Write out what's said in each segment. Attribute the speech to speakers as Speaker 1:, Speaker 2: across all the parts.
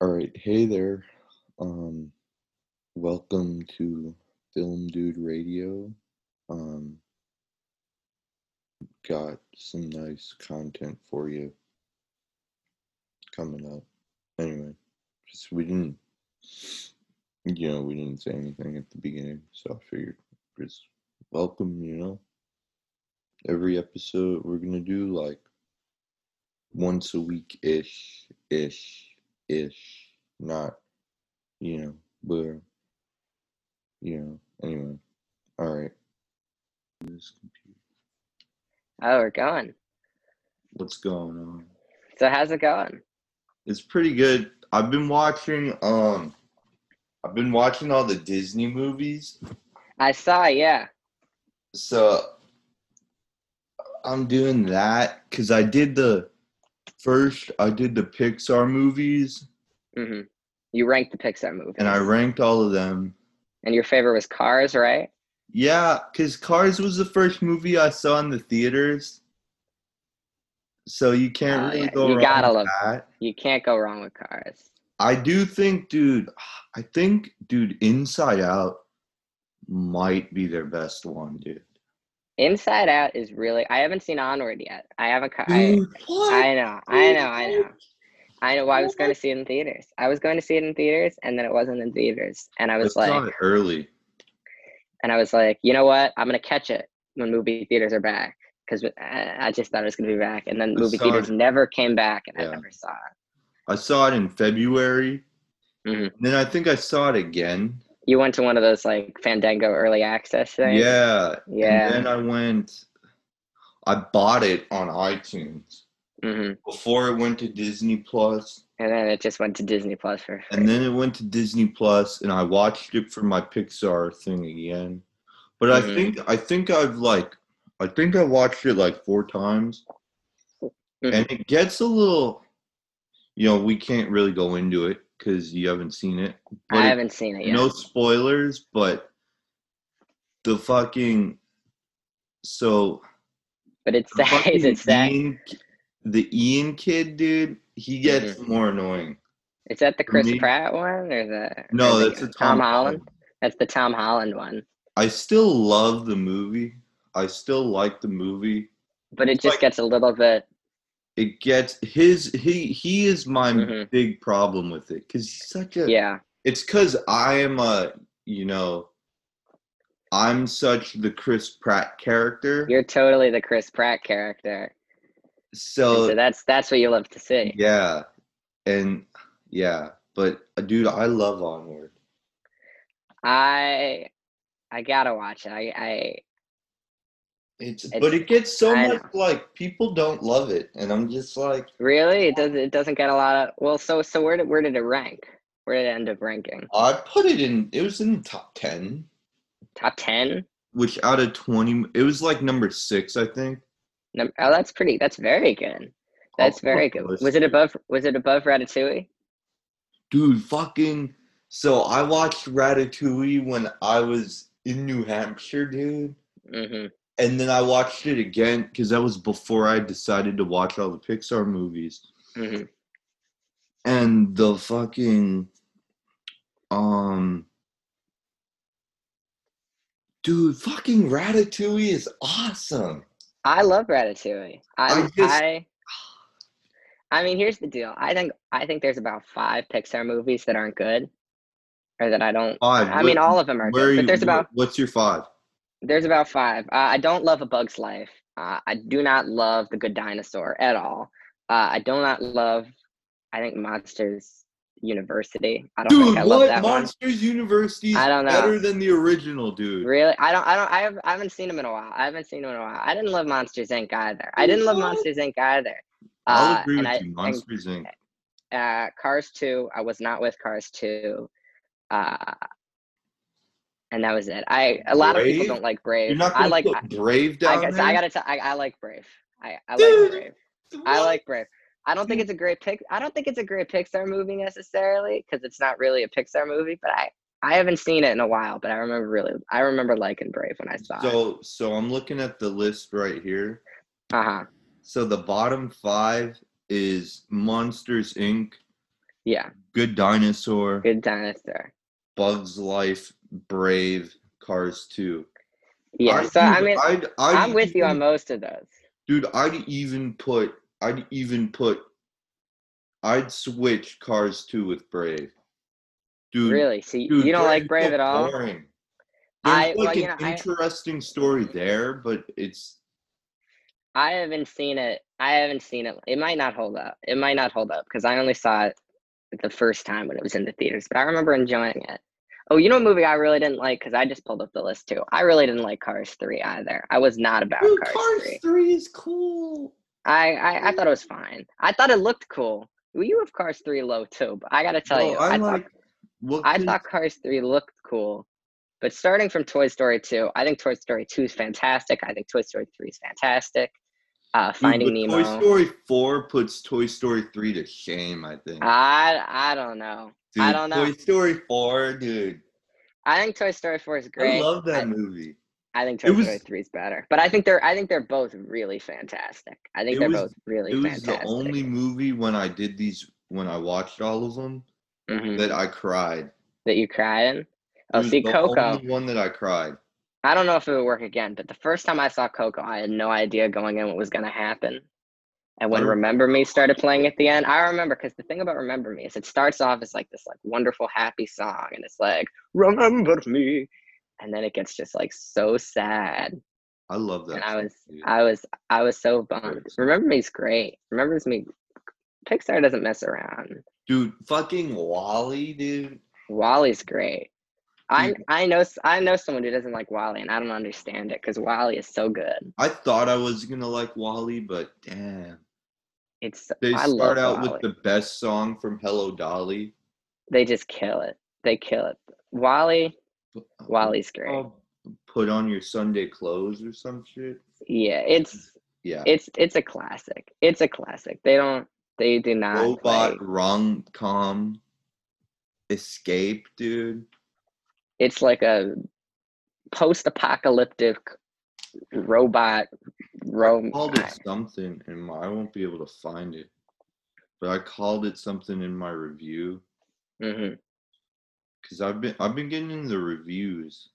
Speaker 1: All right, hey there. Um, welcome to Film Dude Radio. Um, got some nice content for you coming up. Anyway, just we didn't, you know, we didn't say anything at the beginning, so I figured just welcome. You know, every episode we're gonna do like once a week ish, ish, ish. Not, you know, we're, you know. Anyway, all right. This computer.
Speaker 2: Oh, we're going.
Speaker 1: What's going on?
Speaker 2: So how's it going?
Speaker 1: It's pretty good. I've been watching um I've been watching all the Disney movies.
Speaker 2: I saw, yeah.
Speaker 1: So I'm doing that cuz I did the first I did the Pixar movies
Speaker 2: hmm You ranked the Pixar movies,
Speaker 1: and I ranked all of them.
Speaker 2: And your favorite was Cars, right?
Speaker 1: Yeah, cuz Cars was the first movie I saw in the theaters. So you can't
Speaker 2: Oh,
Speaker 1: really
Speaker 2: yeah.
Speaker 1: go
Speaker 2: You
Speaker 1: wrong
Speaker 2: gotta
Speaker 1: with
Speaker 2: love-
Speaker 1: that.
Speaker 2: You can't go wrong with Cars.
Speaker 1: I do think, dude. I think, dude, Inside Out might be their best one, dude.
Speaker 2: Inside Out is really. I haven't seen Onward yet. I haven't. ca- I,
Speaker 1: Dude, what?
Speaker 2: I know. I know. I
Speaker 1: dude?
Speaker 2: know. I know. Well, I was
Speaker 1: Oh
Speaker 2: going
Speaker 1: my-
Speaker 2: to see it in theaters. I was going to see it in theaters, and then it wasn't in theaters. And I was
Speaker 1: I saw
Speaker 2: like,
Speaker 1: it early.
Speaker 2: and I was like, you know what? I'm going to catch it when movie theaters are back because I, I just thought it was going to be back. And then
Speaker 1: I
Speaker 2: movie
Speaker 1: saw
Speaker 2: theaters
Speaker 1: it.
Speaker 2: never came back, and
Speaker 1: Yeah.
Speaker 2: I never saw it.
Speaker 1: I saw it in February.
Speaker 2: Mhm.
Speaker 1: Then I think I saw it again.
Speaker 2: You went to one of those like Fandango early access things.
Speaker 1: Yeah.
Speaker 2: Yeah.
Speaker 1: And then I went. I bought it on iTunes
Speaker 2: hmm
Speaker 1: before it went to Disney Plus,
Speaker 2: And then it just went to Disney Plus for free.
Speaker 1: and then it went to Disney Plus, and I watched it for my Pixar thing again. But I
Speaker 2: Mhm.
Speaker 1: think I think I've like I think I watched it like four times,
Speaker 2: Mhm.
Speaker 1: and it gets a little. You know, we can't really go into it because you haven't seen it.
Speaker 2: I
Speaker 1: it-
Speaker 2: haven't seen it yet.
Speaker 1: No spoilers, but the fucking so
Speaker 2: but it's
Speaker 1: the
Speaker 2: sad.
Speaker 1: fucking
Speaker 2: It's sad.
Speaker 1: Ian, the Ian kid, dude, he gets
Speaker 2: Mm-hmm.
Speaker 1: more annoying.
Speaker 2: Is that the Chris
Speaker 1: me-
Speaker 2: Pratt one or the?
Speaker 1: No,
Speaker 2: or the-
Speaker 1: that's the
Speaker 2: Tom,
Speaker 1: Tom
Speaker 2: Holland.
Speaker 1: Holland.
Speaker 2: That's the Tom Holland one.
Speaker 1: I still love the movie. I still like the movie.
Speaker 2: But it just
Speaker 1: Like-
Speaker 2: gets a little bit.
Speaker 1: It gets his he he is my
Speaker 2: Mhm.
Speaker 1: big problem with it because he's such a
Speaker 2: Yeah.
Speaker 1: It's because I am a you know I'm such the Chris Pratt character.
Speaker 2: You're totally the Chris Pratt character. And
Speaker 1: so
Speaker 2: so that's that's what you love to see.
Speaker 1: Yeah, and yeah, but uh, dude, I love Onward.
Speaker 2: I I gotta watch it. I, I
Speaker 1: It's,
Speaker 2: It's-
Speaker 1: but it gets so
Speaker 2: I
Speaker 1: much like people don't love it, and I'm just like,
Speaker 2: really it does it doesn't get a lot of well so so where did where did it rank? Where did it end up ranking?
Speaker 1: I put it in. It was in the top ten,
Speaker 2: Top ten?
Speaker 1: which out of twenty, it was like number six, I think.
Speaker 2: Num- Oh, that's pretty. That's very good.
Speaker 1: I'll
Speaker 2: That's
Speaker 1: put
Speaker 2: very
Speaker 1: the
Speaker 2: good.
Speaker 1: list
Speaker 2: Was it
Speaker 1: here.
Speaker 2: above? Was it above Ratatouille?
Speaker 1: Dude, fucking. So I watched Ratatouille when I was in New Hampshire, dude.
Speaker 2: hmm
Speaker 1: and then I watched it again because that was before I decided to watch all the Pixar movies.
Speaker 2: Mhm.
Speaker 1: And the fucking um dude, fucking Ratatouille is awesome.
Speaker 2: I love Ratatouille. I,
Speaker 1: I
Speaker 2: I,
Speaker 1: just-
Speaker 2: I, mean, here's the deal. I think I think there's about five Pixar movies that aren't good, or that I don't.
Speaker 1: Five.
Speaker 2: I mean,
Speaker 1: what-
Speaker 2: all of them are
Speaker 1: where are
Speaker 2: good,
Speaker 1: you-
Speaker 2: but there's about
Speaker 1: what's your five?
Speaker 2: there's about five. Uh, I don't love A Bug's Life. Uh, I do not love The Good Dinosaur at all. Uh, I do not love. I think Monsters University. I don't
Speaker 1: Dude,
Speaker 2: think I love
Speaker 1: what
Speaker 2: that one.
Speaker 1: Monsters University is
Speaker 2: I don't know.
Speaker 1: better than the original, dude.
Speaker 2: Really? I don't. I don't. I, have, I haven't seen him in a while. I haven't seen him in a while. I didn't love Monsters Inc. either. I didn't love
Speaker 1: What?
Speaker 2: Monsters Inc. either.
Speaker 1: I'll
Speaker 2: Uh,
Speaker 1: agree with
Speaker 2: and I,
Speaker 1: you.
Speaker 2: and,
Speaker 1: Monsters Inc.
Speaker 2: uh, Cars Two. I was not with Cars Two. Uh, and that was it. I a lot of
Speaker 1: Brave?
Speaker 2: people don't like Brave.
Speaker 1: You're not gonna
Speaker 2: I like.
Speaker 1: put
Speaker 2: I,
Speaker 1: Brave
Speaker 2: I,
Speaker 1: down
Speaker 2: guess
Speaker 1: there?
Speaker 2: I gotta tell. I, I like Brave. I, I
Speaker 1: Dude,
Speaker 2: like Brave. I
Speaker 1: What?
Speaker 2: like Brave. I don't think it's a great pic. I don't think it's a great Pixar movie necessarily because it's not really a Pixar movie. But I I haven't seen it in a while. But I remember really I remember liking Brave when I saw it.
Speaker 1: So so I'm looking at the list right here.
Speaker 2: Uh huh.
Speaker 1: So the bottom five is Monsters Inc.,
Speaker 2: Yeah.
Speaker 1: Good Dinosaur,
Speaker 2: Good Dinosaur.
Speaker 1: Bugs Life, Brave, Cars 2.
Speaker 2: Yeah.
Speaker 1: I'd
Speaker 2: so I
Speaker 1: even-
Speaker 2: mean,
Speaker 1: I'd, I'd
Speaker 2: I'm with you
Speaker 1: even-
Speaker 2: on most of those.
Speaker 1: Dude, I'd even put, I'd even put, I'd switch Cars 2 with Brave. Dude,
Speaker 2: really? See,
Speaker 1: dude,
Speaker 2: you don't like
Speaker 1: Brave's
Speaker 2: Brave
Speaker 1: so
Speaker 2: at all?
Speaker 1: boring. There's
Speaker 2: I-
Speaker 1: like
Speaker 2: well,
Speaker 1: an
Speaker 2: you know, I-
Speaker 1: interesting story there, but it's
Speaker 2: I haven't seen it. I haven't seen it. It might not hold up. It might not hold up because I only saw it the first time when it was in the theaters, but I remember enjoying it. Oh, you know a movie I really didn't like because I just pulled up the list too. I really didn't like Cars Three either. I was not about
Speaker 1: Dude,
Speaker 2: Cars, Three.
Speaker 1: is cool.
Speaker 2: I, I I thought it was fine. I thought it looked cool. Well, you have Cars Three low too, but I gotta tell
Speaker 1: No,
Speaker 2: you,
Speaker 1: I,
Speaker 2: I,
Speaker 1: like.
Speaker 2: thought
Speaker 1: What
Speaker 2: I
Speaker 1: could-
Speaker 2: thought Cars Three looked cool. But starting from Toy Story Two, I think Toy Story Two is fantastic. I think Toy Story Three is fantastic. Uh,
Speaker 1: dude,
Speaker 2: Finding
Speaker 1: but
Speaker 2: Nemo.
Speaker 1: Toy Story Four puts Toy Story Three to shame. I think.
Speaker 2: I I don't know.
Speaker 1: dude,
Speaker 2: I don't know.
Speaker 1: Toy Story Four, dude.
Speaker 2: I think Toy Story Four is great.
Speaker 1: I love that
Speaker 2: I,
Speaker 1: movie.
Speaker 2: I think
Speaker 1: It
Speaker 2: Toy
Speaker 1: was-
Speaker 2: Story Three is better, but I think they're I think they're both really fantastic. I think
Speaker 1: It
Speaker 2: they're
Speaker 1: was-
Speaker 2: both really
Speaker 1: It was
Speaker 2: fantastic.
Speaker 1: the only movie when I did these, when I watched all of them,
Speaker 2: Mhm.
Speaker 1: that I cried.
Speaker 2: that you cried in.
Speaker 1: It
Speaker 2: Oh,
Speaker 1: was
Speaker 2: see,
Speaker 1: the
Speaker 2: Coco.
Speaker 1: only one that I cried.
Speaker 2: I don't know if it would work again, but the first time I saw Coco, I had no idea going in what was going to happen. And when
Speaker 1: Oh.
Speaker 2: Remember Me started playing at the end, I remember because the thing about Remember Me is it starts off as like this like wonderful happy song, and it's like Remember Me, and then it gets just like so sad.
Speaker 1: I love that.
Speaker 2: and I
Speaker 1: song,
Speaker 2: was
Speaker 1: dude.
Speaker 2: I was I was so
Speaker 1: Great
Speaker 2: bummed.
Speaker 1: song.
Speaker 2: Remember Me's great. Remembers me Pixar doesn't mess around.
Speaker 1: dude, fucking Wally, dude.
Speaker 2: Wally's great. I
Speaker 1: Dude.
Speaker 2: I know s- I know someone who doesn't like Wally and I don't understand it cuz Wally is so good.
Speaker 1: I thought I was gonna like Wally, but damn.
Speaker 2: It's
Speaker 1: They
Speaker 2: I love
Speaker 1: start out
Speaker 2: Wally.
Speaker 1: with the best song from Hello Dolly.
Speaker 2: They just kill it. They kill it. Wally Wally's great.
Speaker 1: Oh, put on your Sunday clothes or some shit.
Speaker 2: yeah, it's
Speaker 1: Yeah.
Speaker 2: it's it's a classic. It's a classic. They don't they do not
Speaker 1: Robot
Speaker 2: like-
Speaker 1: rom com. Escape, dude.
Speaker 2: it's like a post-apocalyptic robot rom
Speaker 1: Called it something, and my, I won't be able to find it. But I called it something in my review
Speaker 2: hmm
Speaker 1: because I've been I've been getting in the reviews.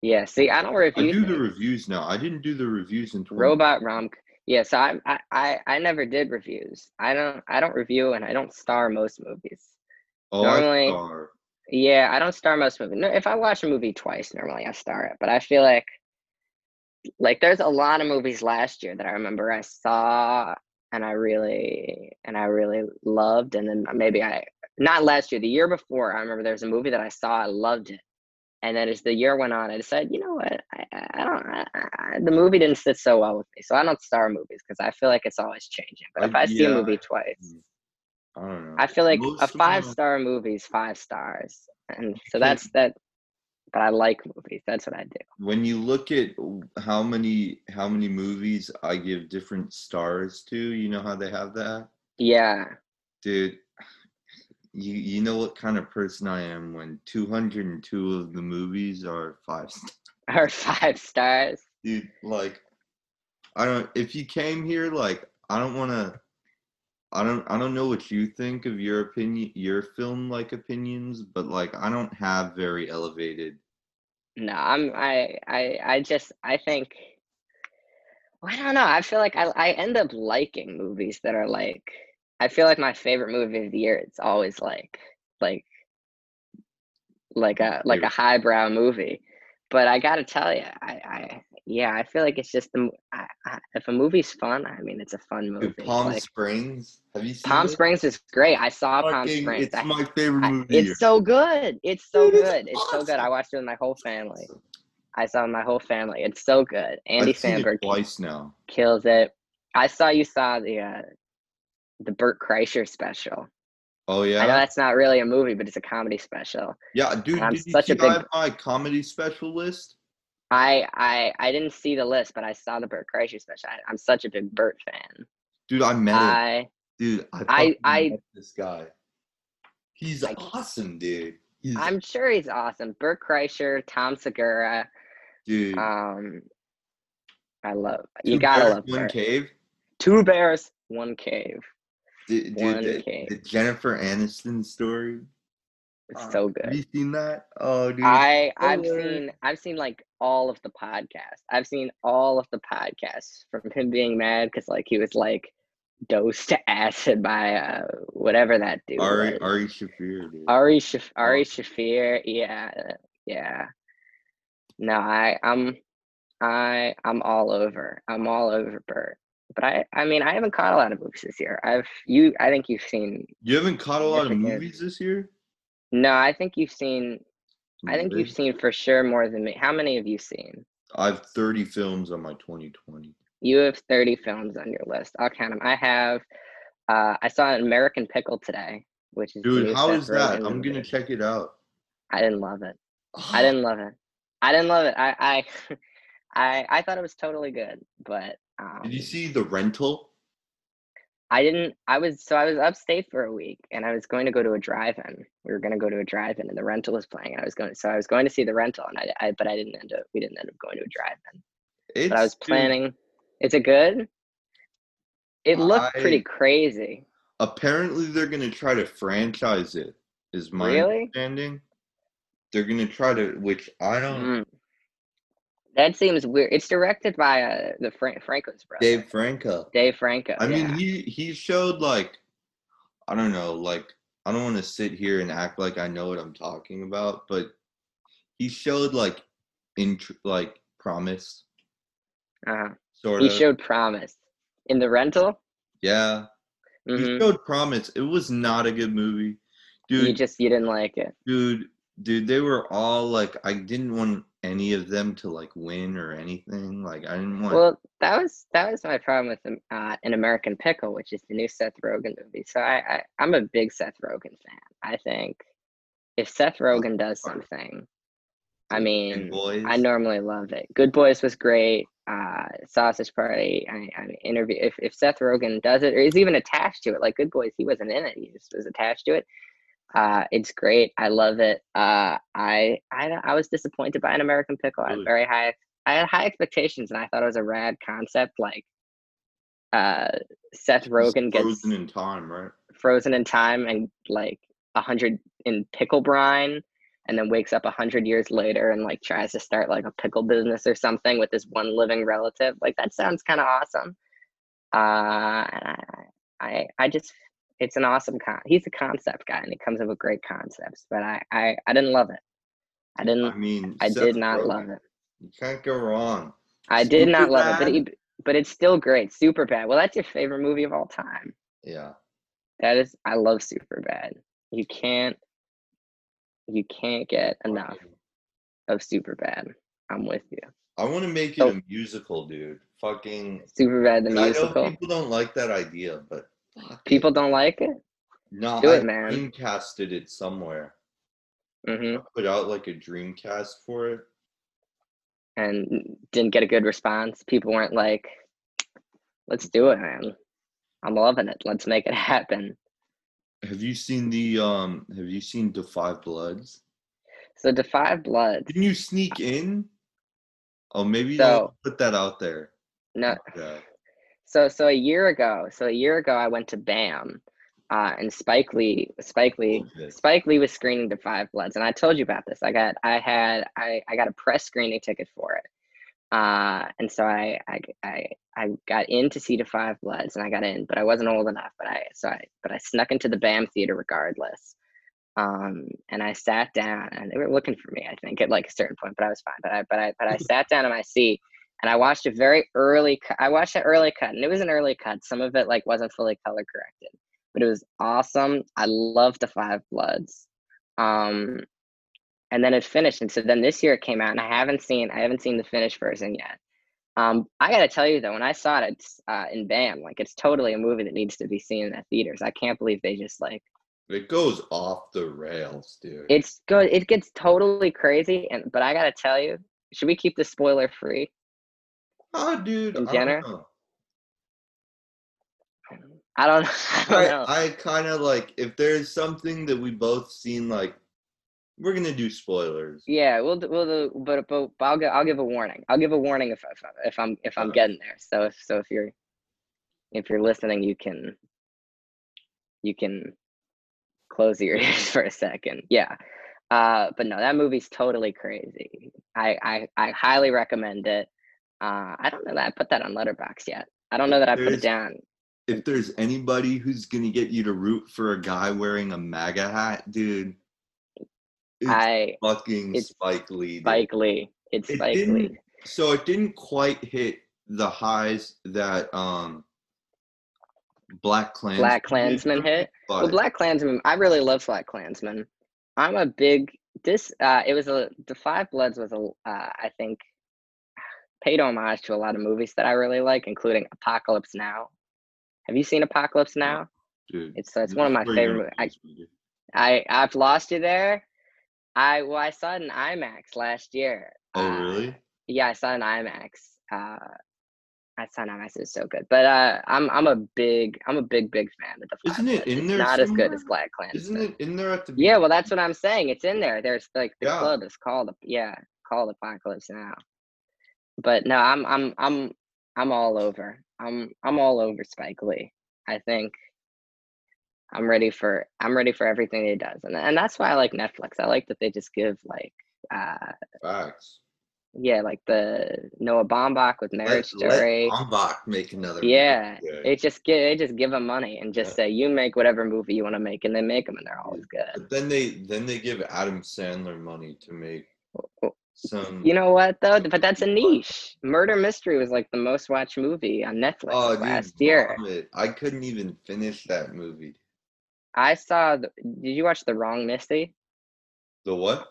Speaker 2: Yeah, see, I don't
Speaker 1: I
Speaker 2: review.
Speaker 1: do the
Speaker 2: things.
Speaker 1: reviews now. I didn't do the reviews in 20
Speaker 2: robot rom. Yeah, so I, I I I never did reviews. I don't I don't review and I don't star most movies.
Speaker 1: Oh, I
Speaker 2: normally-
Speaker 1: star.
Speaker 2: Yeah, I don't star most movies. No, if I watch a movie twice, normally I star it. But I feel like like there's a lot of movies last year that I remember I saw and I really and I really loved, and then maybe I not last year, the year before, I remember there was a movie that I saw, I loved it, and then as the year went on, I decided, you know what, I, I I don't, I, I, the movie didn't sit so well with me, so I don't star movies because I feel like it's always changing. But
Speaker 1: I-
Speaker 2: if I see a
Speaker 1: yeah,
Speaker 2: movie twice,
Speaker 1: I don't know.
Speaker 2: I feel like
Speaker 1: Most
Speaker 2: a
Speaker 1: of them
Speaker 2: five
Speaker 1: are-
Speaker 2: star movie is five stars, and so
Speaker 1: Okay.
Speaker 2: that's that. But I like movies. That's what I do.
Speaker 1: when you look at w- how many how many movies I give different stars to, you know how they have that,
Speaker 2: Yeah,
Speaker 1: dude. You you know what kind of person I am when two hundred and two of the movies are five star,
Speaker 2: or five stars.
Speaker 1: dude. Like, I don't. If you came here, like, I don't want to. I don't. I don't know what you think of your opinion, your film like opinions, but like, I don't have very elevated.
Speaker 2: No, I'm I I I just I think I don't know. I feel like I I end up liking movies that are like I feel like my favorite movie of the year it's always like like like a like a
Speaker 1: Favorite.
Speaker 2: highbrow movie. But I gotta tell you, I I yeah, I feel like it's just the mo- I, I, if a movie's fun, I mean it's a fun movie.
Speaker 1: Dude, Palm
Speaker 2: like
Speaker 1: Springs. Have you seen
Speaker 2: Palm
Speaker 1: it?
Speaker 2: Springs is great. I saw Palm
Speaker 1: Fucking-
Speaker 2: Springs.
Speaker 1: It's
Speaker 2: I-
Speaker 1: my favorite
Speaker 2: I-
Speaker 1: movie. of the year.
Speaker 2: it's so good. It's so
Speaker 1: Dude, it's
Speaker 2: good. It's so good. I
Speaker 1: awesome.
Speaker 2: watched it with my whole family. I saw my whole family. It's so good. Andy
Speaker 1: I've seen
Speaker 2: Samberg
Speaker 1: it twice now.
Speaker 2: kills it. I saw you saw the uh, the Burt Kreischer special.
Speaker 1: Oh yeah,
Speaker 2: I know that's not really a movie, but it's a comedy special.
Speaker 1: yeah, dude.
Speaker 2: I'm
Speaker 1: did you
Speaker 2: such a
Speaker 1: see
Speaker 2: big-
Speaker 1: I have my comedy special list?
Speaker 2: I I I didn't see the list, but I saw the Burt Kreischer special. I, I'm such a big Burt fan.
Speaker 1: Dude, I met him.
Speaker 2: I
Speaker 1: Dude, I
Speaker 2: I-
Speaker 1: fucking
Speaker 2: I-
Speaker 1: met this guy. He's
Speaker 2: I-
Speaker 1: awesome, dude. He's,
Speaker 2: I'm sure he's awesome. Burt Kreischer, Tom Segura.
Speaker 1: dude.
Speaker 2: Um, I love
Speaker 1: Two
Speaker 2: you. Gotta
Speaker 1: Bears,
Speaker 2: love
Speaker 1: one
Speaker 2: Burt.
Speaker 1: cave.
Speaker 2: Two bears, one cave.
Speaker 1: Dude,
Speaker 2: One
Speaker 1: dude the,
Speaker 2: cake.
Speaker 1: the Jennifer Aniston story.
Speaker 2: It's
Speaker 1: Oh,
Speaker 2: so
Speaker 1: Have
Speaker 2: good.
Speaker 1: you seen that? Oh, dude.
Speaker 2: I I've
Speaker 1: spoiler.
Speaker 2: seen I've seen like all of the podcasts. I've seen all of the podcasts from him being mad because like he was like dosed to acid by uh whatever that dude
Speaker 1: Ari
Speaker 2: was.
Speaker 1: Ari Shafir, dude.
Speaker 2: Ari Shaf-
Speaker 1: Oh.
Speaker 2: Ari Shafir. Yeah, uh, yeah. No, I I'm I I'm all over. I'm all over Bert. But I I mean I haven't caught a lot of movies this year. I've you I think you've seen
Speaker 1: you haven't caught a lot of
Speaker 2: Yes, I did.
Speaker 1: movies this year.
Speaker 2: no I think you've seen I think
Speaker 1: Really?
Speaker 2: you've seen for sure more than me. How many have you seen?
Speaker 1: I have 30 films on my 2020.
Speaker 2: You have 30 films on your list. I'll count them. I have, uh, I saw American Pickle today, which is the
Speaker 1: Dude,
Speaker 2: new
Speaker 1: how is
Speaker 2: Seth
Speaker 1: that?
Speaker 2: Rogen
Speaker 1: I'm gonna
Speaker 2: movie.
Speaker 1: check it out.
Speaker 2: I didn't love it. I didn't love it. I didn't love it. I, I, I, I thought it was totally good, but um,
Speaker 1: Did you see the rental?
Speaker 2: I didn't. I was so I was upstate for a week, and I was going to go to a drive-in. We were going to go to a drive-in, and the rental was playing, and I was going. So I was going to see the rental, and I, I but I didn't end up. We didn't end up going to a drive-in.
Speaker 1: It's,
Speaker 2: but I was
Speaker 1: dude,
Speaker 2: planning. Is it good? It looked
Speaker 1: I-
Speaker 2: pretty crazy.
Speaker 1: apparently, they're gonna try to franchise it. Is my
Speaker 2: Really?
Speaker 1: understanding? They're gonna try to, which I don't.
Speaker 2: Mm. That seems weird. It's directed by uh, the Fra- Franco's brother,
Speaker 1: Dave Franco.
Speaker 2: Dave Franco.
Speaker 1: I mean,
Speaker 2: yeah.
Speaker 1: he he showed like, I don't know, like I don't want to sit here and act like I know what I'm talking about, but he showed like, int- like promise
Speaker 2: Uh-huh.
Speaker 1: sort
Speaker 2: he
Speaker 1: of.
Speaker 2: showed promise in the rental.
Speaker 1: yeah, he
Speaker 2: Mhm.
Speaker 1: showed promise. It was not a good movie, dude.
Speaker 2: You just you didn't like it.
Speaker 1: dude, dude. They were all like, I didn't want any of them to like win or anything. Like I didn't want.
Speaker 2: Well, that was that was my problem with um, uh, an American Pickle, which is the new Seth Rogen movie. So I, I I'm a big Seth Rogen fan. I think if Seth Rogen does
Speaker 1: Sorry.
Speaker 2: something, I mean,
Speaker 1: boys.
Speaker 2: I normally love it. Good Boys was great. Uh, Sausage Party. I, I mean, interview. If, if Seth Rogen does it or is even attached to it, like Good Boys, he wasn't in it. He just was attached to it. Uh, it's great. I love it. Uh, I, I don't- I was disappointed by an American Pickle. I had
Speaker 1: Really?
Speaker 2: very high. I had high expectations, and I thought it was a rad concept. Like, uh, Seth
Speaker 1: It's
Speaker 2: Rogen gets
Speaker 1: frozen in time, right?
Speaker 2: frozen in time and like a hundred in pickle brine and then wakes up a hundred years later and like tries to start like a pickle business or something with his one living relative like that sounds kind of awesome uh and I, I i just it's an awesome con he's a concept guy and he comes up with great concepts but i i, I didn't love it i
Speaker 1: I
Speaker 2: didn't
Speaker 1: mean,
Speaker 2: Mm, i
Speaker 1: Seth
Speaker 2: did not
Speaker 1: Rogen,
Speaker 2: love it
Speaker 1: You can't go wrong.
Speaker 2: i did not love it but
Speaker 1: Superbad?
Speaker 2: he, but it's still great super bad well that's your favorite movie of all time
Speaker 1: Yeah.
Speaker 2: That is, I love super bad. You can't, you can't get enough of super bad. I'm with you.
Speaker 1: I want to make it
Speaker 2: So-
Speaker 1: a musical, dude. Fucking.
Speaker 2: Super bad Oh. the
Speaker 1: I know
Speaker 2: musical.
Speaker 1: people don't like that idea, but fuck it.
Speaker 2: People don't like it.
Speaker 1: no,
Speaker 2: do
Speaker 1: I
Speaker 2: it, man.
Speaker 1: dreamcasted it somewhere.
Speaker 2: hmm
Speaker 1: Put out like a dreamcast for it.
Speaker 2: And didn't get a good response. People weren't like, "Let's do it, man. I'm loving it. Let's make it happen."
Speaker 1: Have you seen the um? Have you seen Defy Bloods?
Speaker 2: So Defy Blood.
Speaker 1: Didn't you sneak in? Oh, maybe
Speaker 2: So- Uh,
Speaker 1: don't put that out there.
Speaker 2: No,
Speaker 1: Yeah.
Speaker 2: So so a year ago, so a year ago I went to BAM, uh, and Spike Lee, Spike Lee,
Speaker 1: Okay.
Speaker 2: Spike Lee was screening to Five Bloods, and I told you about this. I got I had I, I got a press screening ticket for it, uh, and so I I I, I got in to see to Five Bloods, and I got in, but I wasn't old enough. But I so I but I snuck into the BAM theater regardless. Um, and I sat down, and they were looking for me. I think at like a certain point, but I was fine. But I but I but I sat down in my seat, and I watched a very early. cu- I watched an early cut, and it was an early cut. Some of it like wasn't fully color corrected, but it was awesome. I loved the Five Bloods, um, and then it finished. And so then this year it came out, and I haven't seen. I haven't seen the finished version yet. Um, I gotta tell you though, when I saw it it's, uh, in BAM, like it's totally a movie that needs to be seen at theaters. I can't believe they just like
Speaker 1: It goes off the rails, dude.
Speaker 2: it's good. It gets totally crazy, and but I gotta tell you, should we keep this spoiler free?
Speaker 1: oh, dude.
Speaker 2: In
Speaker 1: I
Speaker 2: Jenner?
Speaker 1: don't know.
Speaker 2: I don't. I don't know.
Speaker 1: I, I kind of like if there's something that we both seen, like we're gonna do spoilers.
Speaker 2: Yeah, we'll do, we'll do, but but, but I'll give I'll give a warning. I'll give a warning if if, if
Speaker 1: Uh-huh.
Speaker 2: I'm if I'm
Speaker 1: Okay.
Speaker 2: getting there. So if so if you're if you're listening, you can you can close your ears for a second. Yeah. Uh, but no, that movie's totally crazy. I, I, I highly recommend it. Uh, I don't know that I put that on Letterbox yet. I don't know that I put
Speaker 1: There's-
Speaker 2: it down.
Speaker 1: If there's anybody who's gonna get you to root for a guy wearing a MAGA hat, dude, it's
Speaker 2: I
Speaker 1: fucking
Speaker 2: it's
Speaker 1: Spike Lee. dude.
Speaker 2: Spike Lee. It's
Speaker 1: It
Speaker 2: Spike
Speaker 1: didn't-
Speaker 2: Lee.
Speaker 1: So it didn't quite hit the highs that um Black Klansman
Speaker 2: Black
Speaker 1: did,
Speaker 2: Klansman hit.
Speaker 1: but
Speaker 2: Well, Black Klansman. I really love Black Klansman. I'm a big this. Uh, it was a the Five Bloods was a. Uh, I think paid homage to a lot of movies that I really like, including Apocalypse Now. Have you seen Apocalypse
Speaker 1: No.
Speaker 2: Now?
Speaker 1: dude,
Speaker 2: It's uh, it's one of my
Speaker 1: that's where you're
Speaker 2: favorite. mo-
Speaker 1: gonna
Speaker 2: I
Speaker 1: lose me, dude.
Speaker 2: I I've lost you there. I well I saw it in IMAX last year.
Speaker 1: Oh
Speaker 2: Uh,
Speaker 1: really?
Speaker 2: yeah, I saw it in IMAX. Uh, I saw it in IMAX. It was so good. But uh, I'm I'm a big I'm a big big fan of the. Five
Speaker 1: Isn't it
Speaker 2: Bloods.
Speaker 1: in
Speaker 2: It's
Speaker 1: there
Speaker 2: Not as good as
Speaker 1: somewhere?
Speaker 2: Black
Speaker 1: Isn't
Speaker 2: Klansman.
Speaker 1: it in there at the
Speaker 2: Ah, Yeah, well, that's what I'm saying. It's in there. There's like the
Speaker 1: Yeah.
Speaker 2: club is called yeah called Apocalypse Now. But no, I'm I'm I'm I'm all over. I'm I'm all over Spike Lee. I think I'm ready for I'm ready for everything he does, and and that's why I like Netflix. I like that they just give like uh
Speaker 1: facts?
Speaker 2: yeah like the Noah Baumbach with Marriage
Speaker 1: Let, let
Speaker 2: Story.
Speaker 1: Baumbach make another movie,
Speaker 2: Yeah,
Speaker 1: dude.
Speaker 2: it just give it just give them money and just say you make whatever movie you want to make, and they make them, and they're always good.
Speaker 1: But then they then they give Adam Sandler money to make
Speaker 2: w-
Speaker 1: some.
Speaker 2: You know what though?
Speaker 1: some
Speaker 2: But that's a
Speaker 1: people watch.
Speaker 2: niche. Murder Mystery was like the most watched movie on Netflix
Speaker 1: Oh, dude,
Speaker 2: last year.
Speaker 1: vomit. I couldn't even finish that movie.
Speaker 2: I saw. The, did you watch The Wrong Missy?
Speaker 1: The what?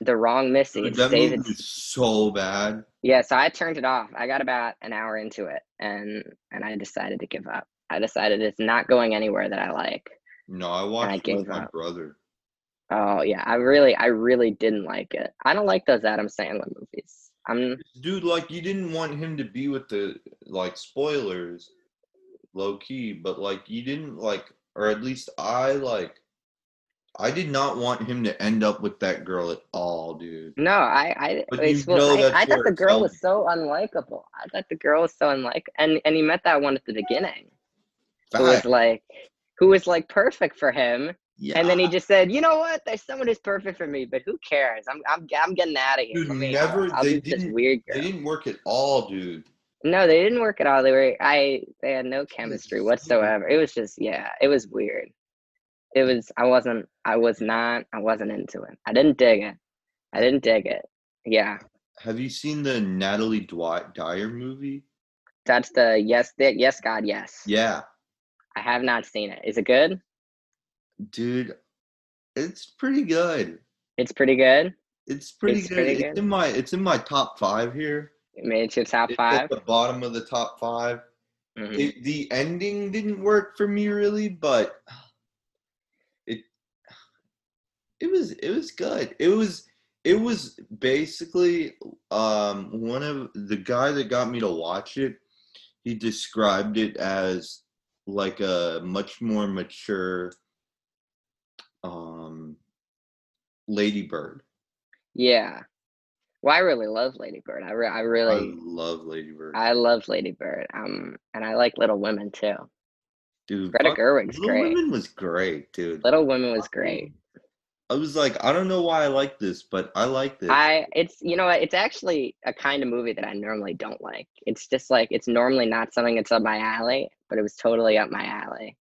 Speaker 2: The Wrong Missy.
Speaker 1: Dude,
Speaker 2: It's
Speaker 1: that movie
Speaker 2: David.
Speaker 1: was so bad.
Speaker 2: Yeah, so I turned it off. I got about an hour into it, and and I decided to give up. I decided it's not going anywhere that I like.
Speaker 1: No, I watched it with
Speaker 2: gave
Speaker 1: my
Speaker 2: up.
Speaker 1: brother.
Speaker 2: Oh yeah, I really, I really didn't like it. I don't like those Adam Sandler movies. I'm
Speaker 1: Dude, like you didn't want him to be with the like spoilers, low key, but like you didn't like, or at least I like, I did not want him to end up with that girl at all, dude.
Speaker 2: No, I, I,
Speaker 1: But
Speaker 2: it's-
Speaker 1: you know
Speaker 2: well,
Speaker 1: that's
Speaker 2: I, I thought
Speaker 1: where
Speaker 2: the
Speaker 1: it's
Speaker 2: girl was so unlikable. I thought the girl was so unlikable, and and he met that one at the beginning, who was
Speaker 1: Fact.
Speaker 2: like, who was like perfect for him,
Speaker 1: Yeah.
Speaker 2: and then he just said, you know what? There's someone who's perfect for me, but who cares? I'm, I'm, I'm getting out of here.
Speaker 1: Dude,
Speaker 2: Let me-
Speaker 1: never-
Speaker 2: I'll
Speaker 1: they
Speaker 2: be this
Speaker 1: didn't-
Speaker 2: weird
Speaker 1: they
Speaker 2: girl.
Speaker 1: didn't work at all, dude.
Speaker 2: No, they didn't work at all. They were, I, they had no chemistry whatsoever. It was just, yeah, it was weird. It was, I wasn't, I was not, I wasn't into it. I didn't dig it. I didn't dig it. Yeah.
Speaker 1: Have you seen the Natalie Dwight Dyer movie?
Speaker 2: That's the yes, the, yes, God, yes.
Speaker 1: Yeah,
Speaker 2: I have not seen it. Is it good?
Speaker 1: dude, it's pretty good.
Speaker 2: It's pretty good.
Speaker 1: It's pretty
Speaker 2: It's
Speaker 1: good.
Speaker 2: pretty
Speaker 1: it's
Speaker 2: good.
Speaker 1: in my it's in my top five here.
Speaker 2: It made it to the top
Speaker 1: It's
Speaker 2: five.
Speaker 1: at the bottom of the top 5
Speaker 2: Mhm.
Speaker 1: It, the ending didn't work for me really, but it it was it was good. It was it was basically um one of the guy that got me to watch it. He described it as like a much more mature um Ladybird.
Speaker 2: Yeah. Well, I really love Lady Bird. I, re- I really,
Speaker 1: I love Ladybird.
Speaker 2: I love Lady Bird. Um, and I like Little Women too.
Speaker 1: Dude,
Speaker 2: Greta
Speaker 1: fuck-
Speaker 2: Gerwig's
Speaker 1: Little
Speaker 2: great.
Speaker 1: Women was great, dude.
Speaker 2: Little Women was great.
Speaker 1: I was like, I don't know why I like this, but I like this.
Speaker 2: I, it's you know, what, it's actually a kind of movie that I normally don't like. It's just like it's normally not something that's up my alley, but it was totally up my alley.